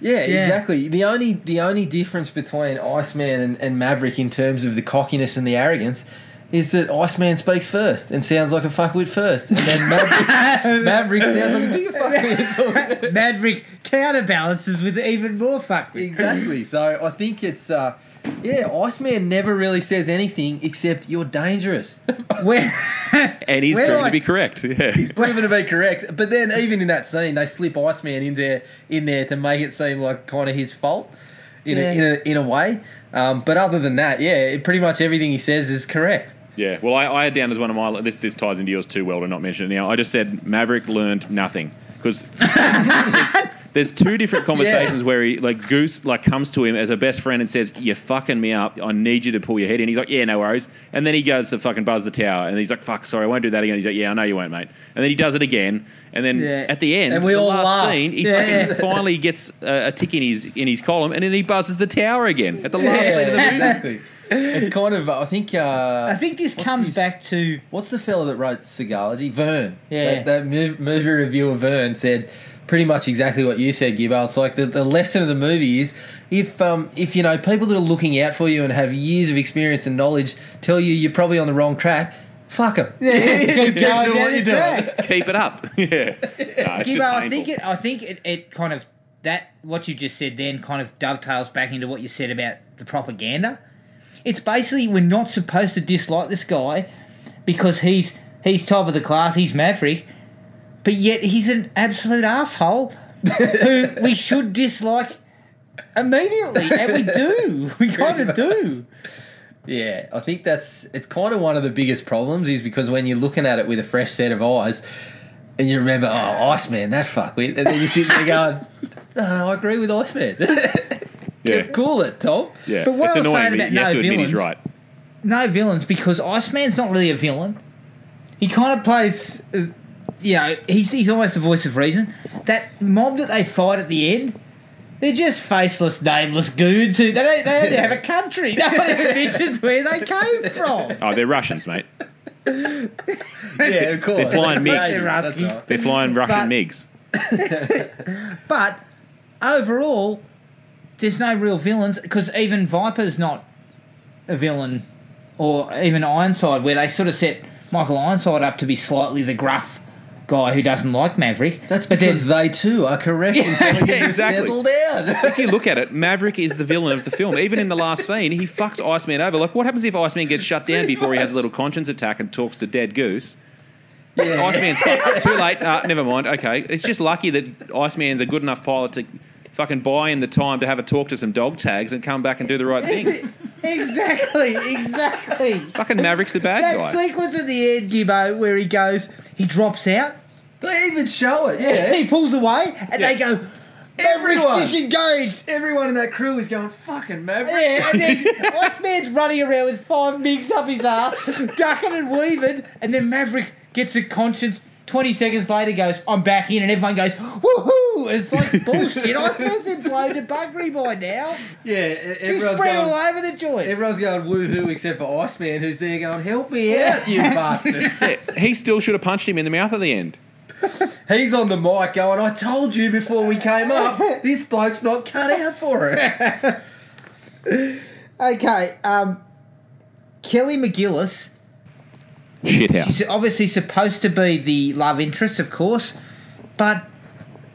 [SPEAKER 2] yeah,
[SPEAKER 1] Yeah.
[SPEAKER 2] exactly. The only the only difference between Iceman and, and Maverick in terms of the cockiness and the arrogance is that Iceman speaks first and sounds like a fuckwit first, and then Maverick, Maverick sounds like a bigger fuckwit.
[SPEAKER 1] Maverick counterbalances with even more fuck.
[SPEAKER 2] Exactly. So I think it's uh, yeah, Iceman never really says anything except you're dangerous.
[SPEAKER 1] Where,
[SPEAKER 3] And he's
[SPEAKER 1] Where do
[SPEAKER 3] proven
[SPEAKER 1] I-
[SPEAKER 3] to be correct. Yeah.
[SPEAKER 2] He's proven to be correct. But then even in that scene, they slip Iceman in there in there to make it seem like kind of his fault in
[SPEAKER 1] Yeah.
[SPEAKER 2] a, in a in a way. Um, but other than that, yeah, it, pretty much everything he says is correct.
[SPEAKER 3] Yeah. Well, I, I had down as one of my. This this ties into yours too well to not mention it now. I just said Maverick learned nothing because There's two different conversations where he like Goose like comes to him as a best friend and says, "You're fucking me up. I need you to pull your head in." He's like, "Yeah, no worries." And then he goes to fucking buzz the tower, and he's like, "Fuck, sorry, I won't do that again." He's like, "Yeah, I know you won't, mate." And then he does it again, and then
[SPEAKER 1] Yeah.
[SPEAKER 3] at the end,
[SPEAKER 2] And we
[SPEAKER 3] the
[SPEAKER 2] all
[SPEAKER 3] last
[SPEAKER 2] laugh.
[SPEAKER 3] scene, he
[SPEAKER 1] Yeah.
[SPEAKER 3] fucking finally gets a, a tick in his in his column, and then he buzzes the tower again at the last scene of the movie.
[SPEAKER 2] exactly. It's kind of, I think, uh,
[SPEAKER 1] I think this
[SPEAKER 2] What's
[SPEAKER 1] comes
[SPEAKER 2] his-
[SPEAKER 1] back to
[SPEAKER 2] What's the fella that wrote Sigology? Vern.
[SPEAKER 1] Yeah.
[SPEAKER 2] That, that mov- movie reviewer Vern said pretty much exactly what you said, Gibbo. It's like the, the lesson of the movie is if um, if you know people that are looking out for you and have years of experience and knowledge tell you you're probably on the wrong track, fuck them.
[SPEAKER 1] just
[SPEAKER 2] keep doing what you're doing.
[SPEAKER 3] Keep it up. yeah. No, it's just
[SPEAKER 1] Gibbo, I
[SPEAKER 3] painful.
[SPEAKER 1] think it. I think it, it kind of that what you just said then kind of dovetails back into what you said about the propaganda. It's basically we're not supposed to dislike this guy because he's he's top of the class, he's Maverick, but yet he's an absolute asshole who we should dislike immediately, and we do. We kind of do.
[SPEAKER 2] Yeah, I think that's it's kind of one of the biggest problems is because when you're looking at it with a fresh set of eyes, and you remember, oh, Iceman, that fuckwit, and then you sit there going, no, no, I agree with Iceman.
[SPEAKER 3] Yeah.
[SPEAKER 2] cool it, Tom.
[SPEAKER 3] Yeah.
[SPEAKER 1] But what
[SPEAKER 3] it's
[SPEAKER 1] I was
[SPEAKER 3] annoying,
[SPEAKER 1] saying
[SPEAKER 3] but
[SPEAKER 1] about
[SPEAKER 3] you have
[SPEAKER 1] no
[SPEAKER 3] to admit he's
[SPEAKER 1] villains-
[SPEAKER 3] right.
[SPEAKER 1] no villains because Iceman's not really a villain. He kind of plays, uh, you know, he's, he's almost the voice of reason. That mob that they fight at the end, they're just faceless, nameless goons who they don't, they don't have a country. No one even mentions where they came from.
[SPEAKER 3] Oh, they're Russians, mate.
[SPEAKER 2] Yeah, of course.
[SPEAKER 3] They're flying
[SPEAKER 2] That's
[SPEAKER 3] MiGs.
[SPEAKER 2] right. That's right.
[SPEAKER 3] They're flying Russian
[SPEAKER 1] But-
[SPEAKER 3] MiGs.
[SPEAKER 1] But overall, there's no real villains because even Viper's not a villain, or even Ironside, where they sort of set Michael Ironside up to be slightly the gruff guy who doesn't like Maverick.
[SPEAKER 2] That's
[SPEAKER 1] but then-
[SPEAKER 2] because they too are correct in telling
[SPEAKER 3] yeah,
[SPEAKER 2] you to
[SPEAKER 3] exactly.
[SPEAKER 2] settle down.
[SPEAKER 3] If you look at it, Maverick is the villain of the film. Even in the last scene, he fucks Iceman over. Like, what happens if Iceman gets shut down before he has a little conscience attack and talks to Dead Goose? Iceman's fucked. too late. Uh, never mind. Okay, it's just lucky that Iceman's a good enough pilot to fucking buy him the time to have a talk to some dog tags and come back and do the right thing.
[SPEAKER 1] Exactly, exactly.
[SPEAKER 3] fucking Maverick's the bad
[SPEAKER 1] that
[SPEAKER 3] guy.
[SPEAKER 1] sequence at the end, Gibbo, where he goes, he drops out,
[SPEAKER 2] They even show it. Yeah,
[SPEAKER 1] he pulls away, and
[SPEAKER 3] Yeah.
[SPEAKER 1] they go,
[SPEAKER 2] Everyone.
[SPEAKER 1] everyone's disengaged.
[SPEAKER 2] everyone in that crew is going fucking maverick.
[SPEAKER 1] Yeah, and then Iceman's running around with five migs up his ass, ducking and weaving, and then Maverick gets a conscience. 20 seconds later goes, I'm back in, and everyone goes, woohoo! It's like bullshit. Iceman's been blown to buggery by now.
[SPEAKER 2] Yeah, e-
[SPEAKER 1] He's
[SPEAKER 2] everyone's
[SPEAKER 1] spread all
[SPEAKER 2] going.
[SPEAKER 1] over the joint.
[SPEAKER 2] Everyone's going woohoo except for Iceman, who's there going, "Help me out, you bastard!"
[SPEAKER 3] Yeah, he still should have punched him in the mouth at the end.
[SPEAKER 2] He's on the mic going, "I told you before we came up, this bloke's not cut out for it."
[SPEAKER 1] Okay, um, Kelly McGillis
[SPEAKER 3] Shithouse.
[SPEAKER 1] She's obviously supposed to be the love interest, of course, but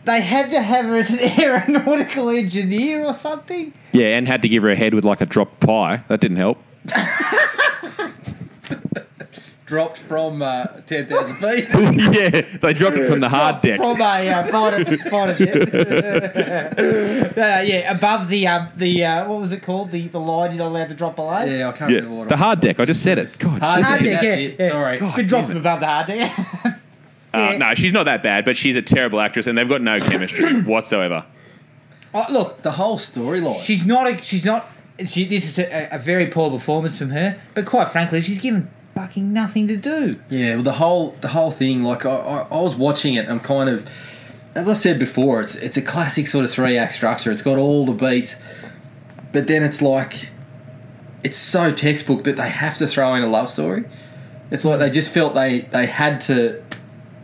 [SPEAKER 1] they had to have her as an aeronautical engineer or something.
[SPEAKER 3] Yeah, and had to give her a head with like a drop pie. That didn't help.
[SPEAKER 2] Dropped from uh, ten thousand feet.
[SPEAKER 3] yeah, they dropped it from the hard deck.
[SPEAKER 1] From a uh, fighter, fighter jet. uh, yeah, above the um, the uh, what was it called? The the line you're not allowed to drop below.
[SPEAKER 2] Yeah, I can't remember
[SPEAKER 3] Yeah,
[SPEAKER 2] what.
[SPEAKER 3] the hard deck. I just said it. God,
[SPEAKER 2] Hard
[SPEAKER 1] Hard
[SPEAKER 2] deck,
[SPEAKER 1] deck,
[SPEAKER 2] that's
[SPEAKER 1] yeah,
[SPEAKER 2] it.
[SPEAKER 1] yeah.
[SPEAKER 2] Sorry.
[SPEAKER 3] God
[SPEAKER 1] We
[SPEAKER 3] damn
[SPEAKER 1] dropped
[SPEAKER 3] it.
[SPEAKER 1] them above the hard deck.
[SPEAKER 3] Uh,
[SPEAKER 1] Yeah.
[SPEAKER 3] no, she's not that bad, but she's a terrible actress, and they've got no chemistry whatsoever.
[SPEAKER 1] oh, look,
[SPEAKER 2] The whole storyline.
[SPEAKER 1] she's not a she's not. She, this is a, a very poor performance from her, but quite frankly, she's given fucking nothing to do.
[SPEAKER 2] Yeah, well, the whole the whole thing. Like I, I, I was watching it. I'm kind of, as I said before, it's it's a classic sort of three act structure. It's got all the beats, but then it's like, it's so textbook that they have to throw in a love story. It's like they just felt they they had to,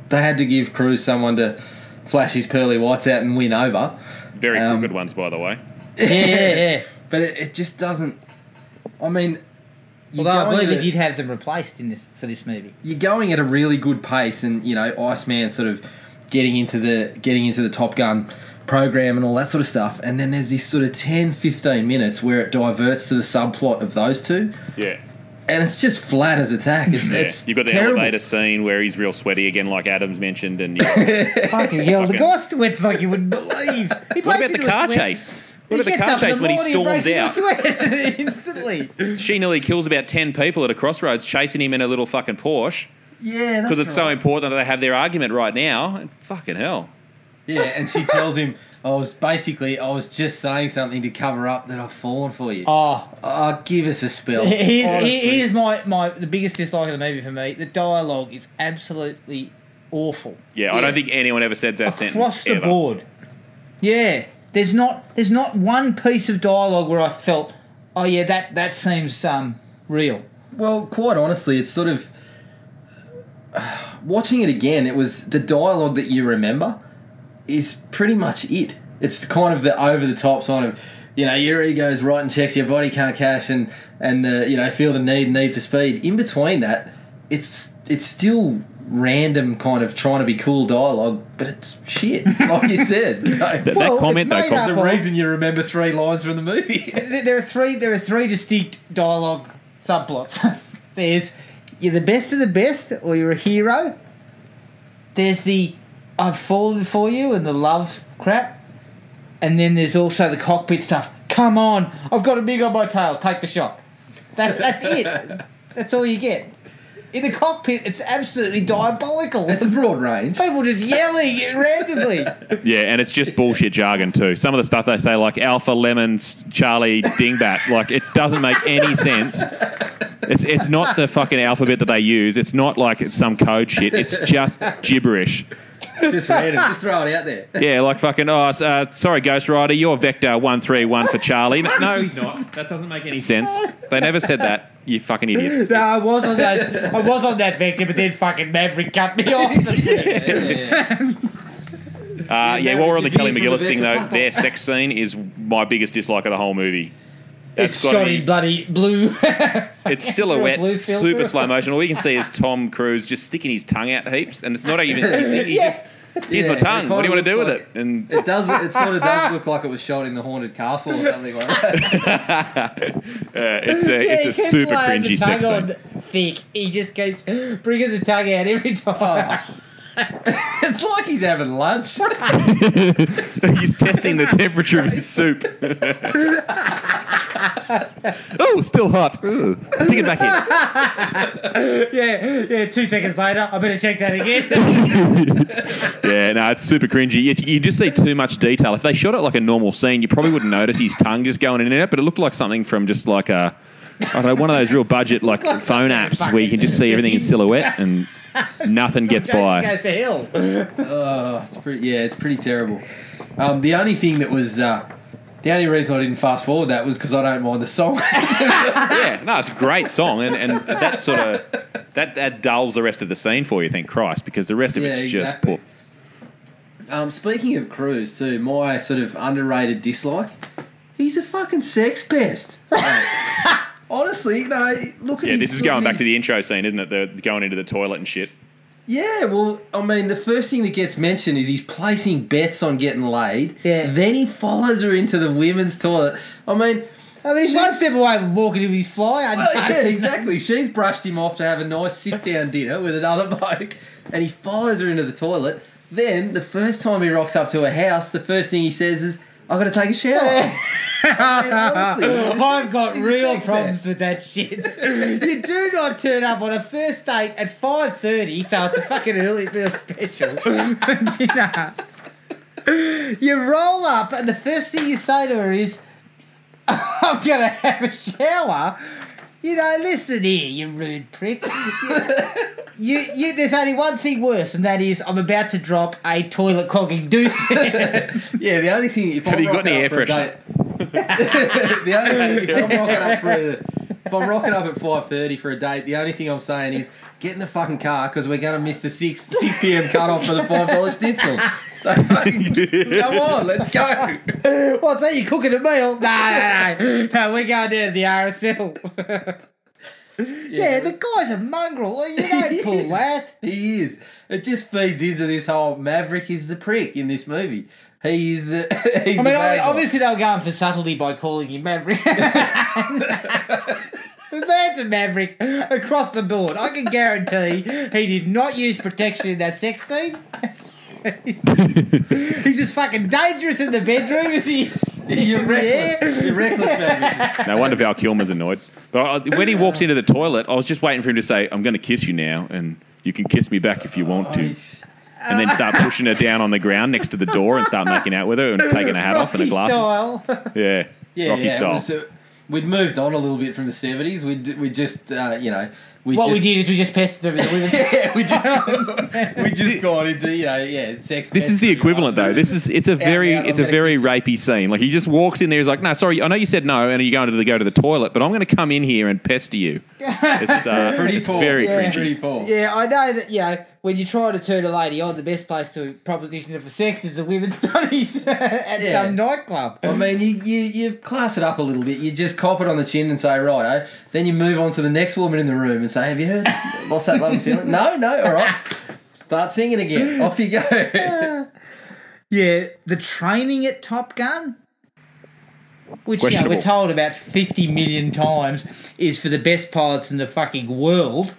[SPEAKER 2] they had to give Cruz someone to flash his pearly whites out and win over.
[SPEAKER 3] Very
[SPEAKER 2] Um,
[SPEAKER 3] crooked ones, by the way.
[SPEAKER 1] Yeah, yeah, yeah.
[SPEAKER 2] But it, it just doesn't. I mean, you
[SPEAKER 1] Although I
[SPEAKER 2] go
[SPEAKER 1] believe
[SPEAKER 2] into
[SPEAKER 1] they
[SPEAKER 2] it-
[SPEAKER 1] did have them replaced in this for this movie.
[SPEAKER 2] you're going at a really good pace, and you know Iceman sort of getting into the getting into the Top Gun program and all that sort of stuff. And then there's this sort of 10, 15 minutes where it diverts to the subplot of those two,
[SPEAKER 3] Yeah.
[SPEAKER 2] and it's just flat as a tack. It's,
[SPEAKER 3] yeah.
[SPEAKER 2] it's
[SPEAKER 3] You've got the
[SPEAKER 2] terrible.
[SPEAKER 3] elevator scene where he's real sweaty again, like Adams mentioned, and yeah.
[SPEAKER 1] Fucking hell, the
[SPEAKER 3] Fucking-
[SPEAKER 1] guy sweats like you wouldn't believe. He
[SPEAKER 3] what
[SPEAKER 1] breaks
[SPEAKER 3] about the
[SPEAKER 1] into a
[SPEAKER 3] car
[SPEAKER 1] sweat.
[SPEAKER 3] chase?
[SPEAKER 1] He
[SPEAKER 3] What about the
[SPEAKER 1] gets
[SPEAKER 3] car
[SPEAKER 1] up in
[SPEAKER 3] chase when he
[SPEAKER 1] morning,
[SPEAKER 3] storms out?
[SPEAKER 1] breaks into a sweat instantly?
[SPEAKER 3] She nearly kills about ten people at a crossroads, chasing him in a little fucking Porsche
[SPEAKER 2] Yeah,
[SPEAKER 3] because it's so important that they have their argument right now. And fucking hell.
[SPEAKER 2] Yeah, and she tells him I was basically I was just saying something to cover up that I've fallen for you.
[SPEAKER 1] Oh,
[SPEAKER 2] Oh, give us a spell.
[SPEAKER 1] Here's,
[SPEAKER 2] Honestly.
[SPEAKER 1] here's my, my the biggest dislike of the movie for me. The dialogue is absolutely awful
[SPEAKER 3] Yeah, I don't think anyone ever said that sentence
[SPEAKER 1] across the
[SPEAKER 3] ever.
[SPEAKER 1] board. Yeah, there's not there's not one piece of dialogue where I felt, oh yeah, that that seems um real.
[SPEAKER 2] Well, quite honestly, it's sort of watching it again. It was the dialogue that you remember is pretty much it. It's the kind of the over the top sort of you know your ego's writing checks, your body can't cash, and and the you know feel the need need for speed. In between that, it's it's still random kind of trying to be cool dialogue, but it's shit. Like you said, you know.
[SPEAKER 3] That,
[SPEAKER 1] Well,
[SPEAKER 3] that
[SPEAKER 1] it's
[SPEAKER 3] comment though,
[SPEAKER 1] made
[SPEAKER 3] Cox,
[SPEAKER 1] up
[SPEAKER 2] the reason you remember three lines from the movie.
[SPEAKER 1] Th- There are three there are three distinct dialogue subplots. there's you're the best of the best, or you're a hero. There's the I've fallen for you and the love crap, and then there's also the cockpit stuff. Come on, I've got a big on my tail. Take the shot. That's that's it. That's all you get. In the cockpit, it's absolutely diabolical.
[SPEAKER 2] It's a broad range.
[SPEAKER 1] people just yelling randomly.
[SPEAKER 3] yeah, and it's just bullshit jargon too. Some of the stuff they say, like Alpha Lemon S- Charlie Dingbat, like it doesn't make any sense. It's it's not the fucking alphabet that they use. It's not like it's some code shit. It's just gibberish.
[SPEAKER 2] Just random. Just throw it out there.
[SPEAKER 3] Yeah, like fucking. Oh, s- uh, sorry, Ghost Rider, you're Vector one three one for Charlie. No, no, he's not. That doesn't make any sense. They never said that. You fucking idiots.
[SPEAKER 1] No, I was on that. I was on that vector, but then fucking Maverick cut me off.
[SPEAKER 3] Uh, yeah, while we're on the
[SPEAKER 2] If you
[SPEAKER 3] Kelly
[SPEAKER 2] from the
[SPEAKER 3] McGillis thing
[SPEAKER 2] back-
[SPEAKER 3] though, their sex scene is my biggest dislike of the whole movie.
[SPEAKER 1] It's
[SPEAKER 3] gotta
[SPEAKER 1] shoddy,
[SPEAKER 3] be-
[SPEAKER 1] bloody blue.
[SPEAKER 3] It's
[SPEAKER 1] Through a blue
[SPEAKER 3] silhouette,
[SPEAKER 1] filter.
[SPEAKER 3] super slow motion. All you can see is Tom Cruise just sticking his tongue out heaps, and it's not even kissing. He just here's my
[SPEAKER 2] Yeah,
[SPEAKER 3] tongue.
[SPEAKER 2] it
[SPEAKER 3] What do you want
[SPEAKER 2] kinda
[SPEAKER 3] to do with
[SPEAKER 2] looks
[SPEAKER 3] it? And
[SPEAKER 2] It does. It sort of does look like it was shot in the haunted castle or something like that.
[SPEAKER 3] uh, it's a it's a super cringy sex scene.
[SPEAKER 1] Thick. He just keeps bringing the tongue out every time.
[SPEAKER 2] It's like he's having lunch.
[SPEAKER 3] He's testing the temperature of his soup. oh, still hot. Ooh. Stick it back in.
[SPEAKER 1] yeah, yeah. Two seconds later, I better check that again.
[SPEAKER 3] Yeah, no, it's super cringy. You, you just see too much detail. If they shot it like a normal scene, you probably wouldn't notice his tongue just going in and out. But it looked like something from just like a. I don't know, one of those real budget like phone apps where you can just see everything in silhouette and nothing gets
[SPEAKER 1] goes,
[SPEAKER 3] by.
[SPEAKER 1] goes to hell.
[SPEAKER 2] Oh, it's pretty. Yeah, it's pretty terrible. Um, the only thing that was. Uh, the only reason I didn't fast forward that was because I don't mind the song.
[SPEAKER 3] Yeah, no, it's a great song, and, and that sort of that that dulls the rest of the scene for you. Thank Christ, because the rest of
[SPEAKER 2] Yeah,
[SPEAKER 3] it's just
[SPEAKER 2] exactly.
[SPEAKER 3] poor.
[SPEAKER 2] um, speaking of Cruise, too, my sort of underrated dislike. He's a fucking sex pest. Like, Honestly, no. Look at
[SPEAKER 3] Yeah,
[SPEAKER 2] his-
[SPEAKER 3] this is
[SPEAKER 2] look at
[SPEAKER 3] going back
[SPEAKER 2] his-
[SPEAKER 3] to the intro scene, isn't it? The going into the toilet and shit.
[SPEAKER 2] Yeah, well, I mean, the first thing that gets mentioned is he's placing bets on getting laid.
[SPEAKER 1] Yeah.
[SPEAKER 2] Then he follows her into the women's toilet. I mean,
[SPEAKER 1] I mean, he's one step away from walking him his fly. I
[SPEAKER 2] oh, yeah, exactly. She's brushed him off to have a nice sit down dinner with another bloke, and he follows her into the toilet. Then, the first time he rocks up to her house, the first thing he says is, I've got to take a shower. I mean, honestly,
[SPEAKER 1] I've got
[SPEAKER 2] he's a
[SPEAKER 1] real
[SPEAKER 2] sex
[SPEAKER 1] problems
[SPEAKER 2] pest.
[SPEAKER 1] with that shit. you do not turn up on a first date at five thirty, so it's a fucking early bird special. Dinner. You roll up, and the first thing you say to her is, "I'm gonna have a shower." You know, listen here, you rude prick. You, you, there's only one thing worse, and that is I'm about to drop a toilet clogging deuce.
[SPEAKER 2] Yeah, the only thing if
[SPEAKER 3] Have
[SPEAKER 2] I'm
[SPEAKER 3] you got
[SPEAKER 2] rocking
[SPEAKER 3] any air
[SPEAKER 2] up for a
[SPEAKER 3] freshener?
[SPEAKER 2] date- the only thing if I'm rocking up for a, if I'm rocking up at five thirty for a date, the only thing I'm saying is get in the fucking car because we're gonna miss the six six pm cutoff for the five dollar schnitzel. So fucking, come on, let's go.
[SPEAKER 1] What's that? You cooking a meal? No, no, no. No, we're going down to the RSL. yeah, the guy's a mongrel. You don't pull that.
[SPEAKER 2] He is. It just feeds into this whole Maverick is the prick in this movie. He is the. He's
[SPEAKER 1] I
[SPEAKER 2] the
[SPEAKER 1] mean,
[SPEAKER 2] bad
[SPEAKER 1] obvi-
[SPEAKER 2] guy.
[SPEAKER 1] obviously they were going for subtlety by calling him Maverick. the man's a Maverick across the board. I can guarantee he did not use protection in that sex scene. he's, he's as fucking dangerous in the bedroom as he is.
[SPEAKER 2] you're
[SPEAKER 1] in the air.
[SPEAKER 2] reckless. You're reckless, Maverick.
[SPEAKER 3] No wonder Val Kilmer's annoyed. But I, when he walks into the toilet, I was just waiting for him to say, "I'm going to kiss you now, and you can kiss me back if you want to." and then start pushing her down on the ground next to the door and start making out with her and taking her hat off and her
[SPEAKER 7] Rocky
[SPEAKER 3] glasses.
[SPEAKER 7] Style.
[SPEAKER 3] Yeah.
[SPEAKER 2] Yeah,
[SPEAKER 3] Rocky
[SPEAKER 2] yeah, it
[SPEAKER 3] style.
[SPEAKER 2] was, uh, we'd moved on a little bit from the seventies. We we just uh, you know we
[SPEAKER 1] What
[SPEAKER 2] just,
[SPEAKER 1] we did is we just passed the women.
[SPEAKER 2] yeah we just we just gone into you know yeah sex.
[SPEAKER 3] This is the
[SPEAKER 2] pest,
[SPEAKER 3] equivalent, though. This is it's a very
[SPEAKER 2] out,
[SPEAKER 3] it's
[SPEAKER 2] I'm
[SPEAKER 3] a very rapey scene. Like he just walks in there. He's like, "No, sorry, I know you said no, and you're going to the, go to the toilet, but I'm going to come in here and pester you." It's, uh,
[SPEAKER 2] pretty
[SPEAKER 3] it's
[SPEAKER 2] poor,
[SPEAKER 3] very
[SPEAKER 2] yeah.
[SPEAKER 3] cringy.
[SPEAKER 2] pretty poor.
[SPEAKER 1] Yeah, I know that, you know, when you try to turn a lady on, the best place to proposition her for sex is the women's studies uh, at
[SPEAKER 2] Yeah.
[SPEAKER 1] some nightclub.
[SPEAKER 2] I mean, you, you, you class it up a little bit. You just cop it on the chin and say, righto. Then you move on to the next woman in the room and say, have you heard? Lost that love and feeling? No, no, all right. Start singing again. Off you go.
[SPEAKER 7] Yeah, the training at Top Gun,
[SPEAKER 1] Which, you know,
[SPEAKER 3] Questionable.
[SPEAKER 1] we're told about 50 million times is for the best pilots in the fucking world.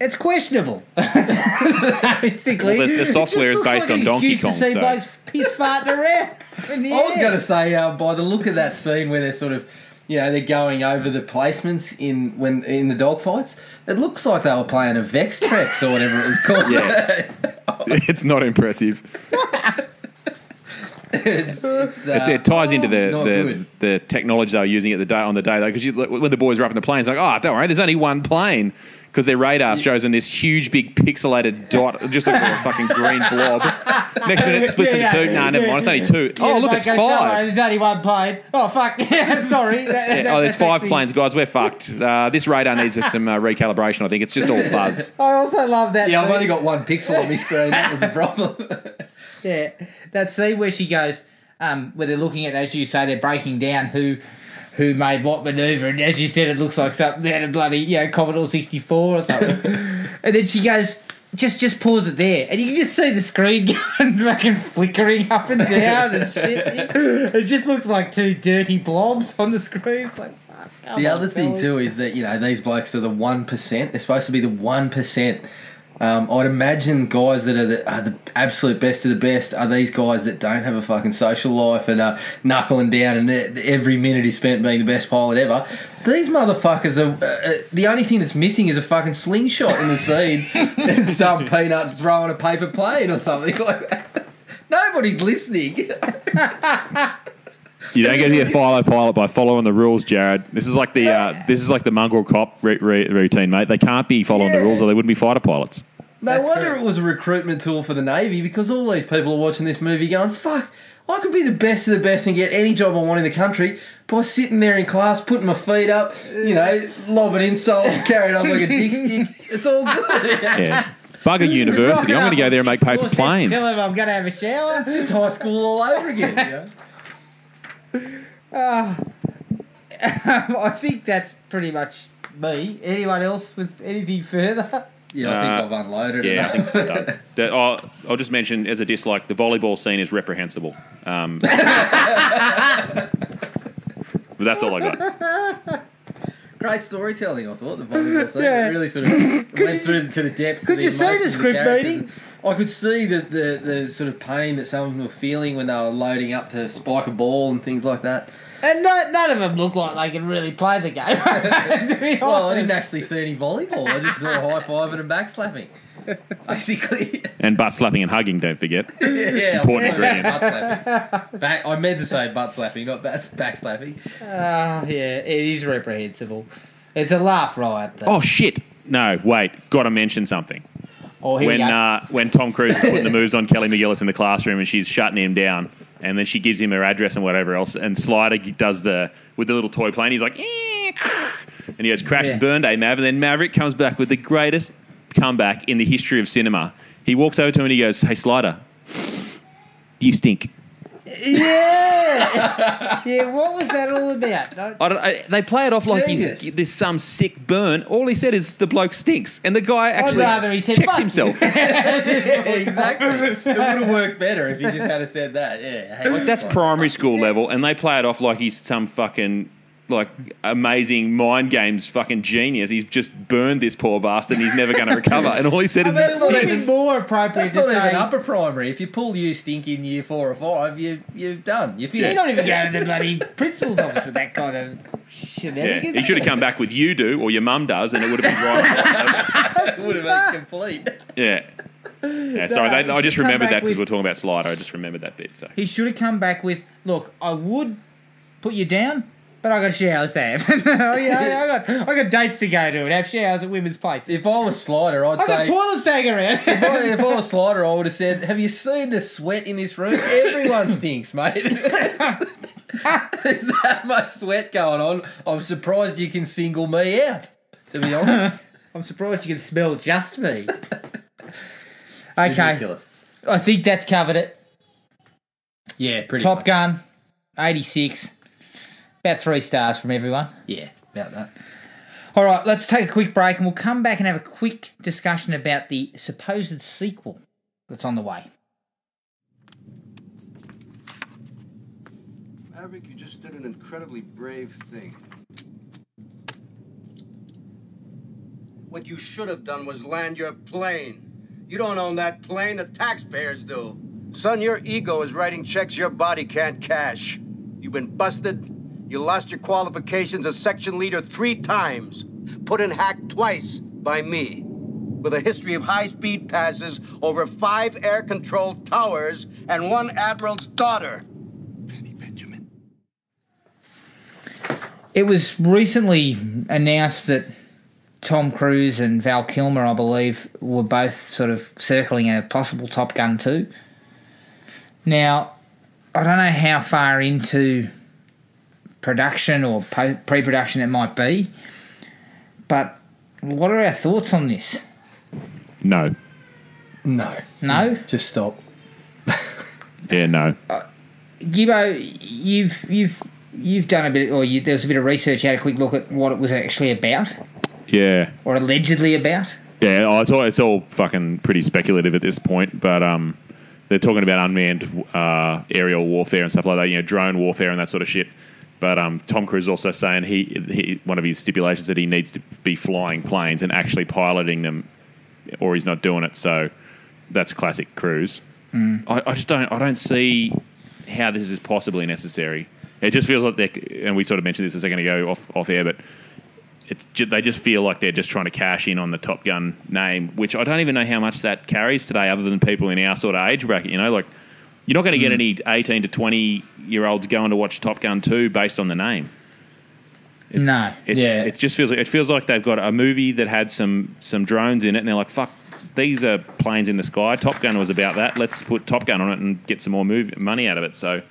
[SPEAKER 7] it's questionable. Basically,
[SPEAKER 3] Well, the- the
[SPEAKER 7] It
[SPEAKER 3] software
[SPEAKER 7] just
[SPEAKER 3] is
[SPEAKER 7] looks
[SPEAKER 3] based
[SPEAKER 7] like
[SPEAKER 3] on
[SPEAKER 7] an
[SPEAKER 3] Donkey
[SPEAKER 7] excuse
[SPEAKER 3] Kong,
[SPEAKER 7] To see
[SPEAKER 3] so-
[SPEAKER 7] blokes piss farting around. in the
[SPEAKER 2] I was
[SPEAKER 7] air.
[SPEAKER 2] going to say, uh, by the look of that scene where they're sort of, you know, they're going over the placements in when in the dogfights, it looks like they were playing a Vex Trex or whatever it was called.
[SPEAKER 3] Yeah. it's not impressive.
[SPEAKER 2] it's, it's, uh,
[SPEAKER 3] It, it ties into the
[SPEAKER 2] not
[SPEAKER 3] the,
[SPEAKER 2] good.
[SPEAKER 3] the technology they were using at the day on the day though, because when the boys were up in the plane, it's like, "Oh, don't worry, there's only one plane." Because their radar shows them this huge, big pixelated dot, just looks like a fucking green blob. Next minute, it splits into two. Nah, never mind. It's only two. Oh, look,
[SPEAKER 1] Like,
[SPEAKER 3] it's
[SPEAKER 1] I said,
[SPEAKER 3] five.
[SPEAKER 1] There's only one plane. Oh, fuck. Sorry. That- that-
[SPEAKER 3] Yeah, oh, there's
[SPEAKER 1] that's
[SPEAKER 3] five
[SPEAKER 1] actually-
[SPEAKER 3] planes, guys. We're fucked. Uh, this radar needs some uh, recalibration. I think it's just all fuzz.
[SPEAKER 1] I also love that.
[SPEAKER 2] Yeah, I've
[SPEAKER 1] scene.
[SPEAKER 2] only got one pixel on my screen. That was the problem.
[SPEAKER 1] Yeah, that scene where she goes, um, where they're looking at, as you say, they're breaking down who, who made what manoeuvre, and as you said, it looks like something out of bloody, you know, Commodore sixty four or something. and then she goes, just, just pause it there, and you can just see the screen going fucking flickering up and down and shit. It just looks like two dirty blobs on the screen. It's like. fuck, come
[SPEAKER 2] The
[SPEAKER 1] on,
[SPEAKER 2] other thing
[SPEAKER 1] fellas.
[SPEAKER 2] too is that you know these blokes are the one percent. They're supposed to be the one percent. Um, I'd imagine guys that are the, are the absolute best of the best are these guys that don't have a fucking social life and are knuckling down and e- every minute is spent being the best pilot ever. These motherfuckers are uh, uh, the only thing that's missing is a fucking slingshot in the scene and some peanut throwing a paper plane or something like that. Nobody's listening.
[SPEAKER 3] You don't get to be a philo pilot by following the rules, Jared. This is like the uh, this is like the mongrel cop re- re- routine, mate. They can't be following the rules, or they wouldn't be fighter pilots.
[SPEAKER 2] No wonder it was a recruitment tool for the Navy because all these people are watching this movie going, fuck, I could be the best of the best and get any job I want in the country by sitting there in class, putting my feet up, you know, lobbing insults, carrying on like a dick stick. It's all good.
[SPEAKER 3] Yeah, bugger
[SPEAKER 1] Rock
[SPEAKER 3] university.
[SPEAKER 1] it
[SPEAKER 3] I'm
[SPEAKER 1] up
[SPEAKER 3] going to go there and make
[SPEAKER 1] six
[SPEAKER 3] paper
[SPEAKER 1] doors,
[SPEAKER 3] planes.
[SPEAKER 1] Tell him I'm gonna have a shower.
[SPEAKER 2] It's just high school all over again. You know?
[SPEAKER 1] I think that's pretty much me. Anyone else with anything further?
[SPEAKER 2] Yeah, I
[SPEAKER 3] Uh,
[SPEAKER 2] think I've unloaded
[SPEAKER 3] Yeah, I
[SPEAKER 2] it.
[SPEAKER 3] think we're done. That- I'll, I'll just mention as a dislike, the volleyball scene is reprehensible. Um, but that's all I got.
[SPEAKER 2] Great storytelling, I thought. The volleyball scene
[SPEAKER 1] Yeah.
[SPEAKER 2] it really sort of went through to the depths.
[SPEAKER 1] could
[SPEAKER 2] of the
[SPEAKER 1] you see
[SPEAKER 2] emotions
[SPEAKER 1] the
[SPEAKER 2] of
[SPEAKER 1] script
[SPEAKER 2] characters.
[SPEAKER 1] reading?
[SPEAKER 2] I could see the, the, the sort of pain that some of them were feeling when they were loading up to spike a ball and things like that.
[SPEAKER 1] And no, none of them look like they can really play the game. to be
[SPEAKER 2] Well, I
[SPEAKER 1] honest.
[SPEAKER 2] didn't actually see any volleyball. I just saw high fiving and back slapping. Basically,
[SPEAKER 3] And butt slapping and hugging, don't forget.
[SPEAKER 2] yeah.
[SPEAKER 3] Important ingredients.
[SPEAKER 2] Butt slapping. Back, I meant to say butt slapping, not back, back slapping.
[SPEAKER 1] Ah, yeah, it is reprehensible. It's a laugh riot. Though.
[SPEAKER 3] Oh, shit. No, wait. Got to mention something.
[SPEAKER 1] Oh, here
[SPEAKER 3] When
[SPEAKER 1] we go.
[SPEAKER 3] uh, when Tom Cruise is putting the moves on Kelly McGillis in the classroom and she's shutting him down, and then she gives him her address and whatever else, and Slider does the with the little toy plane. He's like, "Eh," and he goes crash and burn day eh, Mav, and then Maverick comes back with the greatest comeback in the history of cinema. He walks over to him and he goes, "Hey, Slider, you stink."
[SPEAKER 1] yeah, yeah. What was that all about? No,
[SPEAKER 3] I don't, I, they play it off like
[SPEAKER 2] Genius.
[SPEAKER 3] he's this some sick burn. All he said is the bloke stinks, and the guy actually
[SPEAKER 1] rather he said,
[SPEAKER 3] checks
[SPEAKER 1] "Fuck you."
[SPEAKER 3] himself.
[SPEAKER 2] exactly. It would have worked better if you just had said that. Yeah. Hey,
[SPEAKER 3] Like that's primary school level, and they play it off like he's some fucking like amazing mind games fucking genius. He's just burned this poor bastard, and he's never going to recover. And all he said is,
[SPEAKER 2] that's not
[SPEAKER 1] it's
[SPEAKER 2] even-
[SPEAKER 1] even more appropriate
[SPEAKER 2] That's
[SPEAKER 1] to
[SPEAKER 2] not
[SPEAKER 1] say.
[SPEAKER 2] even upper primary. If you pull you stink in year four or five, you you're done. You're
[SPEAKER 1] You're
[SPEAKER 2] finished.
[SPEAKER 1] not even going to the bloody principal's office with that kind of
[SPEAKER 3] "Yeah,
[SPEAKER 1] shenanigans.
[SPEAKER 3] he should have come back with you do or your mum does, and it would have been right."
[SPEAKER 2] It would have been complete.
[SPEAKER 3] yeah, Yeah, sorry,
[SPEAKER 1] No,
[SPEAKER 3] they, I just
[SPEAKER 1] come
[SPEAKER 3] remembered
[SPEAKER 1] back
[SPEAKER 3] that because
[SPEAKER 1] with-
[SPEAKER 3] we were talking about Slider. I just remembered that bit. So
[SPEAKER 1] He should have come back with, look, I would put you down, but I got showers to have. I, I, got, I got dates to go to and have showers at women's places.
[SPEAKER 2] If I was Slider, I'd
[SPEAKER 1] I
[SPEAKER 2] say.
[SPEAKER 1] got toilets to hang around.
[SPEAKER 2] Well, if I was Slider, I would have said, "Have you seen the sweat in this room? Everyone stinks, mate. There's that much sweat going on. I'm surprised you can single me out. To be honest,
[SPEAKER 1] I'm surprised you can smell just me. Okay,
[SPEAKER 2] ridiculous.
[SPEAKER 1] I think that's covered it.
[SPEAKER 2] Yeah, pretty
[SPEAKER 1] Top
[SPEAKER 2] much.
[SPEAKER 1] Gun, 86. About three stars from everyone.
[SPEAKER 2] Yeah, about that.
[SPEAKER 1] All right, let's take a quick break and we'll come back and have a quick discussion about the supposed sequel that's on the way.
[SPEAKER 5] Maverick, you just did an incredibly brave thing. What you should have done was land your plane. You don't own that plane, the taxpayers do. Son, your ego is writing checks your body can't cash. You've been busted. You lost your qualifications as section leader three times. Put in hack twice by me. With a history of high speed passes over five air controlled towers and one admiral's daughter. Penny Benjamin.
[SPEAKER 1] It was recently announced that Tom Cruise and Val Kilmer, I believe, were both sort of circling a possible Top Gun 2. Now, I don't know how far into production or po- pre production it might be, but what are our thoughts on this?
[SPEAKER 3] no,
[SPEAKER 2] No,
[SPEAKER 1] No?
[SPEAKER 2] just stop.
[SPEAKER 3] yeah, no.
[SPEAKER 1] Gibbo, you've you've you've done a bit, or you, there was a bit of research. You had a quick look at what it was actually about,
[SPEAKER 3] Yeah.
[SPEAKER 1] or allegedly about.
[SPEAKER 3] Yeah, oh, it's all, it's all fucking pretty speculative at this point, but um, they're talking about unmanned uh, aerial warfare and stuff like that, you know, drone warfare and that sort of shit. But um, Tom Cruise also saying he, he one of his stipulations that he needs to be flying planes and actually piloting them, or he's not doing it. So that's classic Cruise. I, I just don't I don't see how this is possibly necessary. It just feels like they're, and we sort of mentioned this a second ago off off air, but it's ju- they just feel like they're just trying to cash in on the Top Gun name, which I don't even know how much that carries today, other than people in our sort of age bracket. You know, like you're not going to get any 18 to 20 year olds going to watch Top Gun 2 based on the name.
[SPEAKER 1] no,
[SPEAKER 3] It's,
[SPEAKER 2] Yeah.
[SPEAKER 3] it just feels like, it feels like they've got a movie that had some some drones in it, and they're like, "Fuck, these are planes in the sky." Top Gun was about that. Let's put Top Gun on it and get some more move, money out of it. So,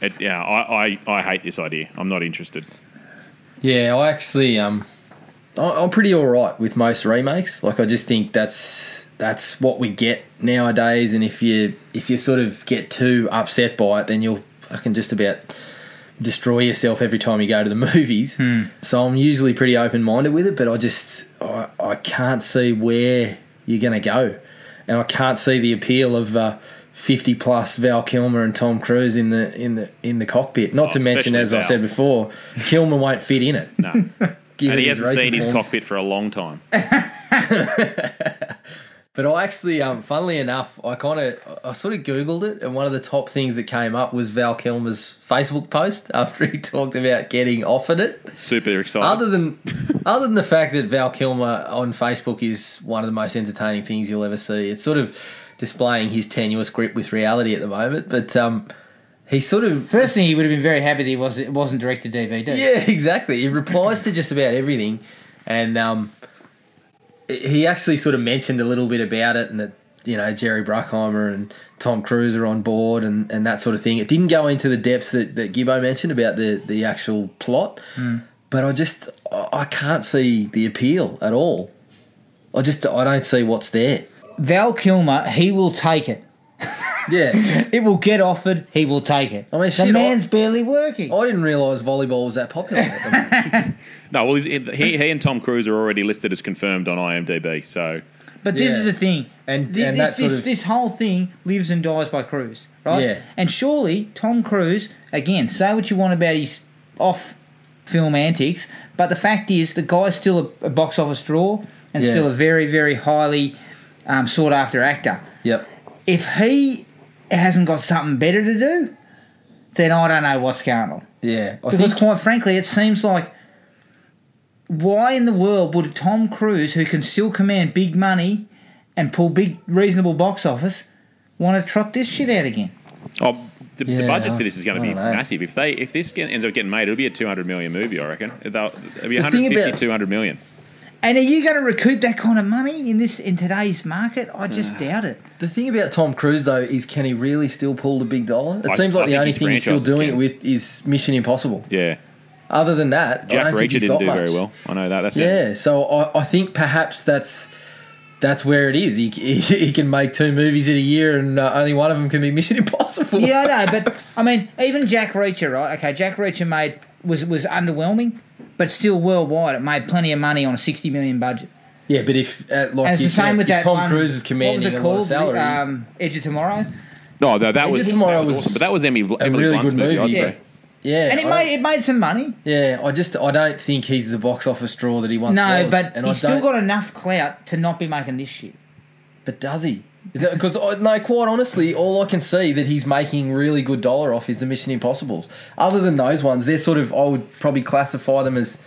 [SPEAKER 3] it, yeah, I, I I hate this idea. I'm not interested.
[SPEAKER 2] Yeah, I actually um, I- I'm pretty all right with most remakes. Like, I just think that's that's what we get nowadays. And if you if you sort of get too upset by it, then you'll fucking just about destroy yourself every time you go to the movies.
[SPEAKER 3] Hmm.
[SPEAKER 2] So I'm usually pretty open minded with it, but I just I, I can't see where you're gonna go, and I can't see the appeal of. Uh, 50 plus Val Kilmer and Tom Cruise in the in the in the cockpit. Not
[SPEAKER 3] Oh,
[SPEAKER 2] to mention
[SPEAKER 3] especially
[SPEAKER 2] as I
[SPEAKER 3] Val.
[SPEAKER 2] said before, Kilmer won't fit in it.
[SPEAKER 3] No, and
[SPEAKER 2] given
[SPEAKER 3] he
[SPEAKER 2] his
[SPEAKER 3] hasn't seen
[SPEAKER 2] racing
[SPEAKER 3] his
[SPEAKER 2] form.
[SPEAKER 3] cockpit for a long time.
[SPEAKER 2] But I actually, um, funnily enough, I kind of, I sort of googled it, and one of the top things that came up was Val Kilmer's Facebook post after he talked about getting offered it.
[SPEAKER 3] Super excited.
[SPEAKER 2] Other than, other than the fact that Val Kilmer on Facebook is one of the most entertaining things you'll ever see. It's sort of displaying his tenuous grip with reality at the moment. But um, he sort of
[SPEAKER 1] first thing he would have been very happy that he was it wasn't directed to DVD.
[SPEAKER 2] Yeah, exactly. He replies to just about everything, and um, he actually sort of mentioned a little bit about it, and that you know Jerry Bruckheimer and Tom Cruise are on board, and, and that sort of thing. It didn't go into the depth that that Gibbo mentioned about the the actual plot, but I just I I can't see the appeal at all. I just I don't see what's there.
[SPEAKER 1] Val Kilmer, he will take it.
[SPEAKER 2] Yeah,
[SPEAKER 1] It will get offered. He will take it.
[SPEAKER 2] I mean,
[SPEAKER 1] the
[SPEAKER 2] shit, I-
[SPEAKER 1] man's barely working.
[SPEAKER 2] I didn't realise volleyball was that popular. at the moment.
[SPEAKER 3] no, well, he's, he he and Tom Cruise are already listed as confirmed on IMDb. So
[SPEAKER 1] but this
[SPEAKER 2] yeah.
[SPEAKER 1] is the thing,
[SPEAKER 2] And-
[SPEAKER 1] Thi- this,
[SPEAKER 2] and that sort
[SPEAKER 1] this,
[SPEAKER 2] of-
[SPEAKER 1] this whole thing lives and dies by Cruise, right?
[SPEAKER 2] Yeah.
[SPEAKER 1] And surely Tom Cruise, again, say what you want about his off film antics, but the fact is the guy's still a, a box office draw and
[SPEAKER 2] Yeah.
[SPEAKER 1] still a very, very highly um, sought after actor.
[SPEAKER 2] Yep.
[SPEAKER 1] If he hasn't got something better to do, then I don't know what's going on.
[SPEAKER 2] Yeah. I
[SPEAKER 1] Because
[SPEAKER 2] think-
[SPEAKER 1] quite frankly, it seems like why in the world would Tom Cruise, who can still command big money and pull big reasonable box office, want to trot this shit out again.
[SPEAKER 3] Oh, the, the
[SPEAKER 2] Yeah,
[SPEAKER 3] budget
[SPEAKER 2] I-
[SPEAKER 3] for this is going to
[SPEAKER 2] I
[SPEAKER 3] be
[SPEAKER 2] don't know.
[SPEAKER 3] massive. If they if this get, ends up getting made, it'll be a 200 million movie, I reckon. They'll- It'll be
[SPEAKER 2] The thing
[SPEAKER 3] 150,
[SPEAKER 2] about-
[SPEAKER 3] 200 million.
[SPEAKER 1] And are you going to recoup that kind of money in this in today's market? I just doubt it.
[SPEAKER 2] The thing about Tom Cruise though is, can he really still pull the big dollar? It
[SPEAKER 3] I-
[SPEAKER 2] seems
[SPEAKER 3] I
[SPEAKER 2] like the
[SPEAKER 3] think
[SPEAKER 2] only
[SPEAKER 3] his
[SPEAKER 2] thing he's still
[SPEAKER 3] franchises
[SPEAKER 2] doing
[SPEAKER 3] can.
[SPEAKER 2] it with is Mission Impossible.
[SPEAKER 3] Yeah.
[SPEAKER 2] Other than that, I
[SPEAKER 3] Jack
[SPEAKER 2] don't think
[SPEAKER 3] Reacher
[SPEAKER 2] he's
[SPEAKER 3] didn't
[SPEAKER 2] got
[SPEAKER 3] do
[SPEAKER 2] much.
[SPEAKER 3] very well. I know that. That's it.
[SPEAKER 2] Yeah, so I, I think perhaps that's that's where it is. He, he, he can make two movies in a year, and uh, only one of them can be Mission Impossible.
[SPEAKER 1] Yeah, I know, but I mean, even Jack Reacher, right? Okay, Jack Reacher made was was underwhelming, but still worldwide, it made plenty of money on a sixty million budget.
[SPEAKER 2] yeah, but if uh, like
[SPEAKER 1] And it's
[SPEAKER 2] you
[SPEAKER 1] the
[SPEAKER 2] said,
[SPEAKER 1] same with
[SPEAKER 2] if
[SPEAKER 1] that
[SPEAKER 2] Tom
[SPEAKER 1] one-
[SPEAKER 2] Cruise is commanding
[SPEAKER 1] what was it
[SPEAKER 2] a lot
[SPEAKER 1] called?
[SPEAKER 2] of salary.
[SPEAKER 1] Um, Edge of Tomorrow,
[SPEAKER 3] No, no, that was, that
[SPEAKER 2] Tomorrow
[SPEAKER 3] was
[SPEAKER 2] was
[SPEAKER 3] awesome. But that was Emily,
[SPEAKER 2] a
[SPEAKER 3] Emily
[SPEAKER 2] really
[SPEAKER 3] Blunt's
[SPEAKER 2] good
[SPEAKER 3] movie, I'd
[SPEAKER 2] movie. yeah.
[SPEAKER 3] say.
[SPEAKER 2] yeah,
[SPEAKER 1] and it
[SPEAKER 2] I
[SPEAKER 1] made it made some money.
[SPEAKER 2] Yeah, I just I don't think he's the box office draw that he once was.
[SPEAKER 1] No, but
[SPEAKER 2] and I
[SPEAKER 1] he's still
[SPEAKER 2] don't-
[SPEAKER 1] got enough clout to not be making this shit.
[SPEAKER 2] But does he? Because no, quite honestly, all I can see that he's making really good dollar off is the Mission Impossible's. Other than those ones, they're sort of I would probably classify them as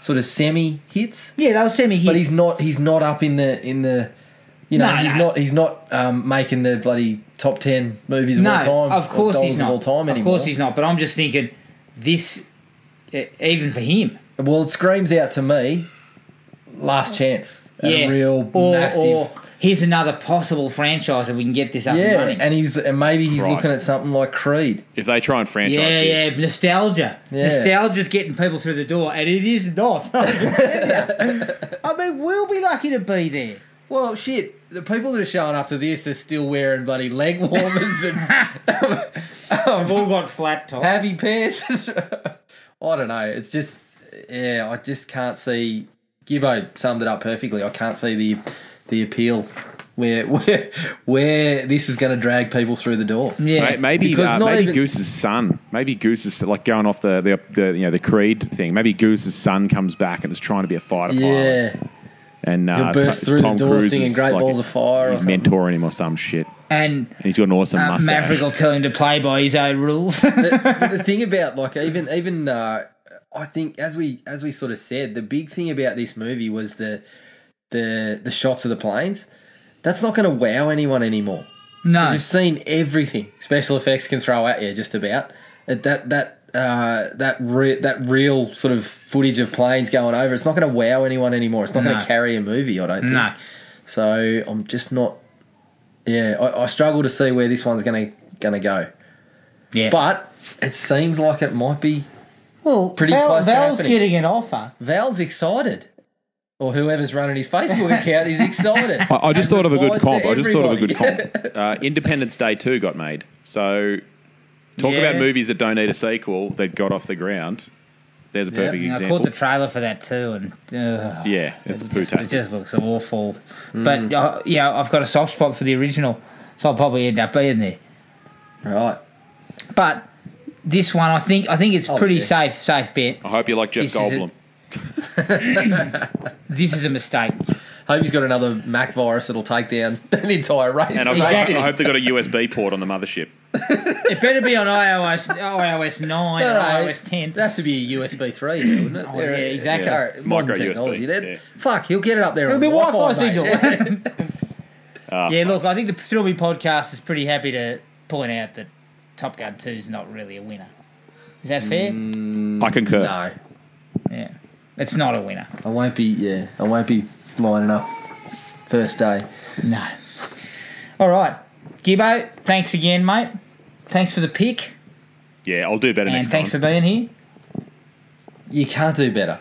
[SPEAKER 2] sort of semi hits.
[SPEAKER 1] Yeah, that was semi hit.
[SPEAKER 2] But he's not. He's not up in the in the. You know,
[SPEAKER 1] No,
[SPEAKER 2] he's
[SPEAKER 1] no.
[SPEAKER 2] not. He's not um, making the bloody top ten movies of
[SPEAKER 1] no,
[SPEAKER 2] all time.
[SPEAKER 1] of course
[SPEAKER 2] or
[SPEAKER 1] he's
[SPEAKER 2] dollars
[SPEAKER 1] not.
[SPEAKER 2] Of, all time
[SPEAKER 1] of
[SPEAKER 2] anymore.
[SPEAKER 1] course he's not. But I'm just thinking, this uh, even for him,
[SPEAKER 2] Well, it screams out to me, last chance. A
[SPEAKER 1] Oh. yeah,
[SPEAKER 2] real
[SPEAKER 1] or,
[SPEAKER 2] massive.
[SPEAKER 1] or here's another possible franchise that we can get this up and
[SPEAKER 2] yeah,
[SPEAKER 1] running.
[SPEAKER 2] and he's and maybe he's
[SPEAKER 3] Christ.
[SPEAKER 2] looking at something like Creed.
[SPEAKER 3] If they try and franchise
[SPEAKER 1] yeah, yeah,
[SPEAKER 3] this,
[SPEAKER 1] nostalgia.
[SPEAKER 2] Yeah.
[SPEAKER 1] Nostalgia's getting people through the door, and it is not. I mean, we'll be lucky to be there.
[SPEAKER 2] Well, shit. The people that are showing up to this are still wearing bloody leg warmers and
[SPEAKER 1] I've all got flat top.
[SPEAKER 2] happy pants. I don't know. It's just, yeah, I just can't see. Gibbo summed it up perfectly. I can't see the the appeal where where where this is going to drag people through the door.
[SPEAKER 1] Yeah,
[SPEAKER 3] May- Maybe
[SPEAKER 2] because
[SPEAKER 3] uh,
[SPEAKER 2] not
[SPEAKER 3] maybe
[SPEAKER 2] even-
[SPEAKER 3] Goose's son. Maybe Goose's like going off the, the the you know the Creed thing. Maybe Goose's son comes back and is trying to be a fighter pilot,
[SPEAKER 2] Yeah,
[SPEAKER 3] and uh,
[SPEAKER 2] He'll burst
[SPEAKER 3] T-
[SPEAKER 2] through the
[SPEAKER 3] Tom
[SPEAKER 2] door
[SPEAKER 3] Cruise
[SPEAKER 2] singing
[SPEAKER 3] is
[SPEAKER 2] Great
[SPEAKER 3] like
[SPEAKER 2] Balls of Fire or
[SPEAKER 3] He's
[SPEAKER 2] something.
[SPEAKER 3] mentoring him or some shit,
[SPEAKER 1] and
[SPEAKER 3] and he's got an awesome
[SPEAKER 1] uh,
[SPEAKER 3] mustache.
[SPEAKER 1] Maverick will tell him to play by his own rules.
[SPEAKER 2] the, but the thing about like even even uh, I think as we as we sort of said, the big thing about this movie was the the the shots of the planes. That's not going to wow anyone anymore.
[SPEAKER 1] no,
[SPEAKER 2] Because you've seen everything special effects can throw at you, just about. It- That that uh, that re- that real sort of footage of planes going over, it's not going to wow anyone anymore. It's not going
[SPEAKER 1] No.
[SPEAKER 2] to carry a movie, I don't think.
[SPEAKER 1] No.
[SPEAKER 2] So I'm just not. Yeah, I, I struggle to see where this one's going to going to go.
[SPEAKER 1] yeah.
[SPEAKER 2] But it seems like it might be.
[SPEAKER 1] well,
[SPEAKER 2] pretty
[SPEAKER 1] Val-
[SPEAKER 2] close to
[SPEAKER 1] Val's
[SPEAKER 2] happening.
[SPEAKER 1] getting an offer.
[SPEAKER 2] Val's excited, or whoever's running his Facebook account is excited.
[SPEAKER 3] I, I just
[SPEAKER 2] And
[SPEAKER 3] thought of a good
[SPEAKER 2] replies
[SPEAKER 3] comp.
[SPEAKER 2] to
[SPEAKER 3] I just thought of a good
[SPEAKER 2] everybody.
[SPEAKER 3] comp. Uh, Independence Day two got made. So talk
[SPEAKER 1] Yeah.
[SPEAKER 3] about movies that don't need a sequel that got off the ground. There's a
[SPEAKER 2] Yeah,
[SPEAKER 3] perfect
[SPEAKER 1] And I
[SPEAKER 3] example.
[SPEAKER 1] caught the trailer for that too, and uh,
[SPEAKER 3] yeah, it's
[SPEAKER 1] it, just, it
[SPEAKER 3] fantastic.
[SPEAKER 1] just looks awful.
[SPEAKER 2] Mm.
[SPEAKER 1] But uh, yeah, I've got a soft spot for the original, so I'll probably end up being there.
[SPEAKER 2] right.
[SPEAKER 1] But this one, I think, I think it's
[SPEAKER 2] Oh,
[SPEAKER 1] pretty
[SPEAKER 2] yeah.
[SPEAKER 1] safe, safe bet.
[SPEAKER 3] I hope you like Jeff
[SPEAKER 1] This is a-
[SPEAKER 3] Goldblum.
[SPEAKER 1] This is a mistake.
[SPEAKER 2] Hope he's got another Mac virus that'll take down an entire race.
[SPEAKER 3] And I,
[SPEAKER 1] Exactly.
[SPEAKER 3] I, I hope they got a USB port on the mothership.
[SPEAKER 1] It better be on iOS, iOS nine, or
[SPEAKER 2] Alright.
[SPEAKER 1] iOS ten.
[SPEAKER 2] It'd have to be a USB 3, though, wouldn't it?
[SPEAKER 1] Oh, yeah, exactly.
[SPEAKER 2] All right, modern
[SPEAKER 3] Micro USB,
[SPEAKER 2] technology. That-
[SPEAKER 3] yeah.
[SPEAKER 2] Fuck, he'll get it up there.
[SPEAKER 1] It'll
[SPEAKER 2] on
[SPEAKER 1] be
[SPEAKER 2] Wi-Fi,
[SPEAKER 1] Wi-Fi
[SPEAKER 2] mate.
[SPEAKER 1] signal.
[SPEAKER 3] Ah.
[SPEAKER 1] yeah, look, I think the Thrillby podcast is pretty happy to point out that Top Gun Two is not really a winner. Is that fair?
[SPEAKER 3] I concur.
[SPEAKER 2] no,
[SPEAKER 1] Yeah, it's not a winner.
[SPEAKER 2] I won't be. Yeah, I won't be lining up first day.
[SPEAKER 1] No. All right, Gibbo, thanks again, mate. Thanks for the pick,
[SPEAKER 3] Yeah, I'll do better
[SPEAKER 1] and
[SPEAKER 3] next
[SPEAKER 1] thanks
[SPEAKER 3] time.
[SPEAKER 1] for being here.
[SPEAKER 2] You can't do better.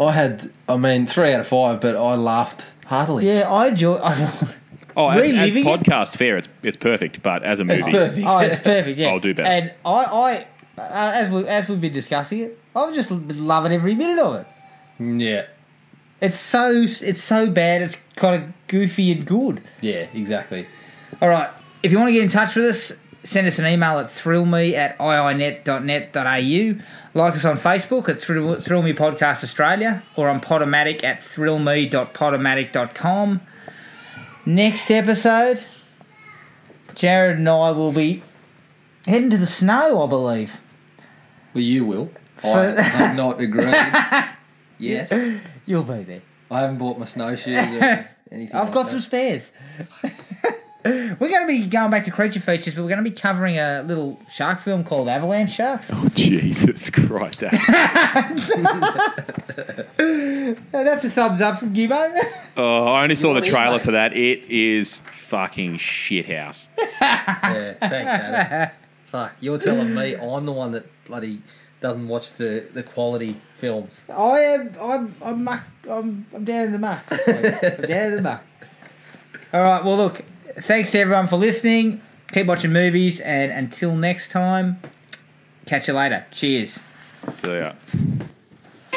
[SPEAKER 2] I had, I mean, three out of five, but I laughed heartily.
[SPEAKER 1] Yeah, I enjoy. I,
[SPEAKER 3] oh, as, as
[SPEAKER 1] reliving it?
[SPEAKER 3] podcast fair, it's it's perfect, but as a movie,
[SPEAKER 2] it's perfect.
[SPEAKER 1] oh, it's perfect. Yeah,
[SPEAKER 3] I'll do better.
[SPEAKER 1] And I, I uh, as we as we've been discussing it, I've just loving every minute of it.
[SPEAKER 2] yeah,
[SPEAKER 1] It's so it's so bad. It's kind of goofy and good.
[SPEAKER 2] yeah, exactly.
[SPEAKER 1] All right. If you want to get in touch with us, send us an email at thrillme at iinet.net.au. Like us on Facebook at Thrill, Thrill Me Podcast Australia or on Podomatic at thrillme.podomatic.com. Next episode, Jared and I will be heading to the snow, I believe.
[SPEAKER 2] Well, you will. I have not agreed. yes,
[SPEAKER 1] You'll be there.
[SPEAKER 2] I haven't bought my snowshoes. Yet. Anything
[SPEAKER 8] I've
[SPEAKER 2] like
[SPEAKER 8] got
[SPEAKER 2] that.
[SPEAKER 8] some spares. we're going to be going back to creature features, but we're going to be covering a little shark film called Avalanche Sharks.
[SPEAKER 3] Oh, Jesus Christ. Adam.
[SPEAKER 8] No, that's a thumbs up from Gibbo.
[SPEAKER 3] oh, I only saw the
[SPEAKER 2] is
[SPEAKER 3] trailer
[SPEAKER 2] that?
[SPEAKER 3] for that. It is fucking shithouse.
[SPEAKER 2] Yeah, thanks, Adam. Fuck, you're telling me I'm the one that bloody doesn't watch the, the quality films.
[SPEAKER 8] I am. I'm. I'm. Muck, I'm. I'm down in the muck. I'm down in the muck. All right. Well, look. Thanks to everyone for listening. Keep watching movies, and until next time, catch you later. Cheers.
[SPEAKER 3] So, yeah.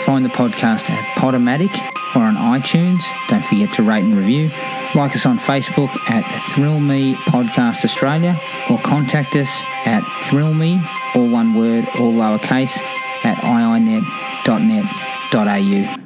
[SPEAKER 1] Find the podcast at Podomatic or on iTunes. Don't forget to rate and review. Like us on Facebook at Thrill Me Podcast Australia or contact us at Thrill Me, all one word, all lowercase, at iinet.net.au.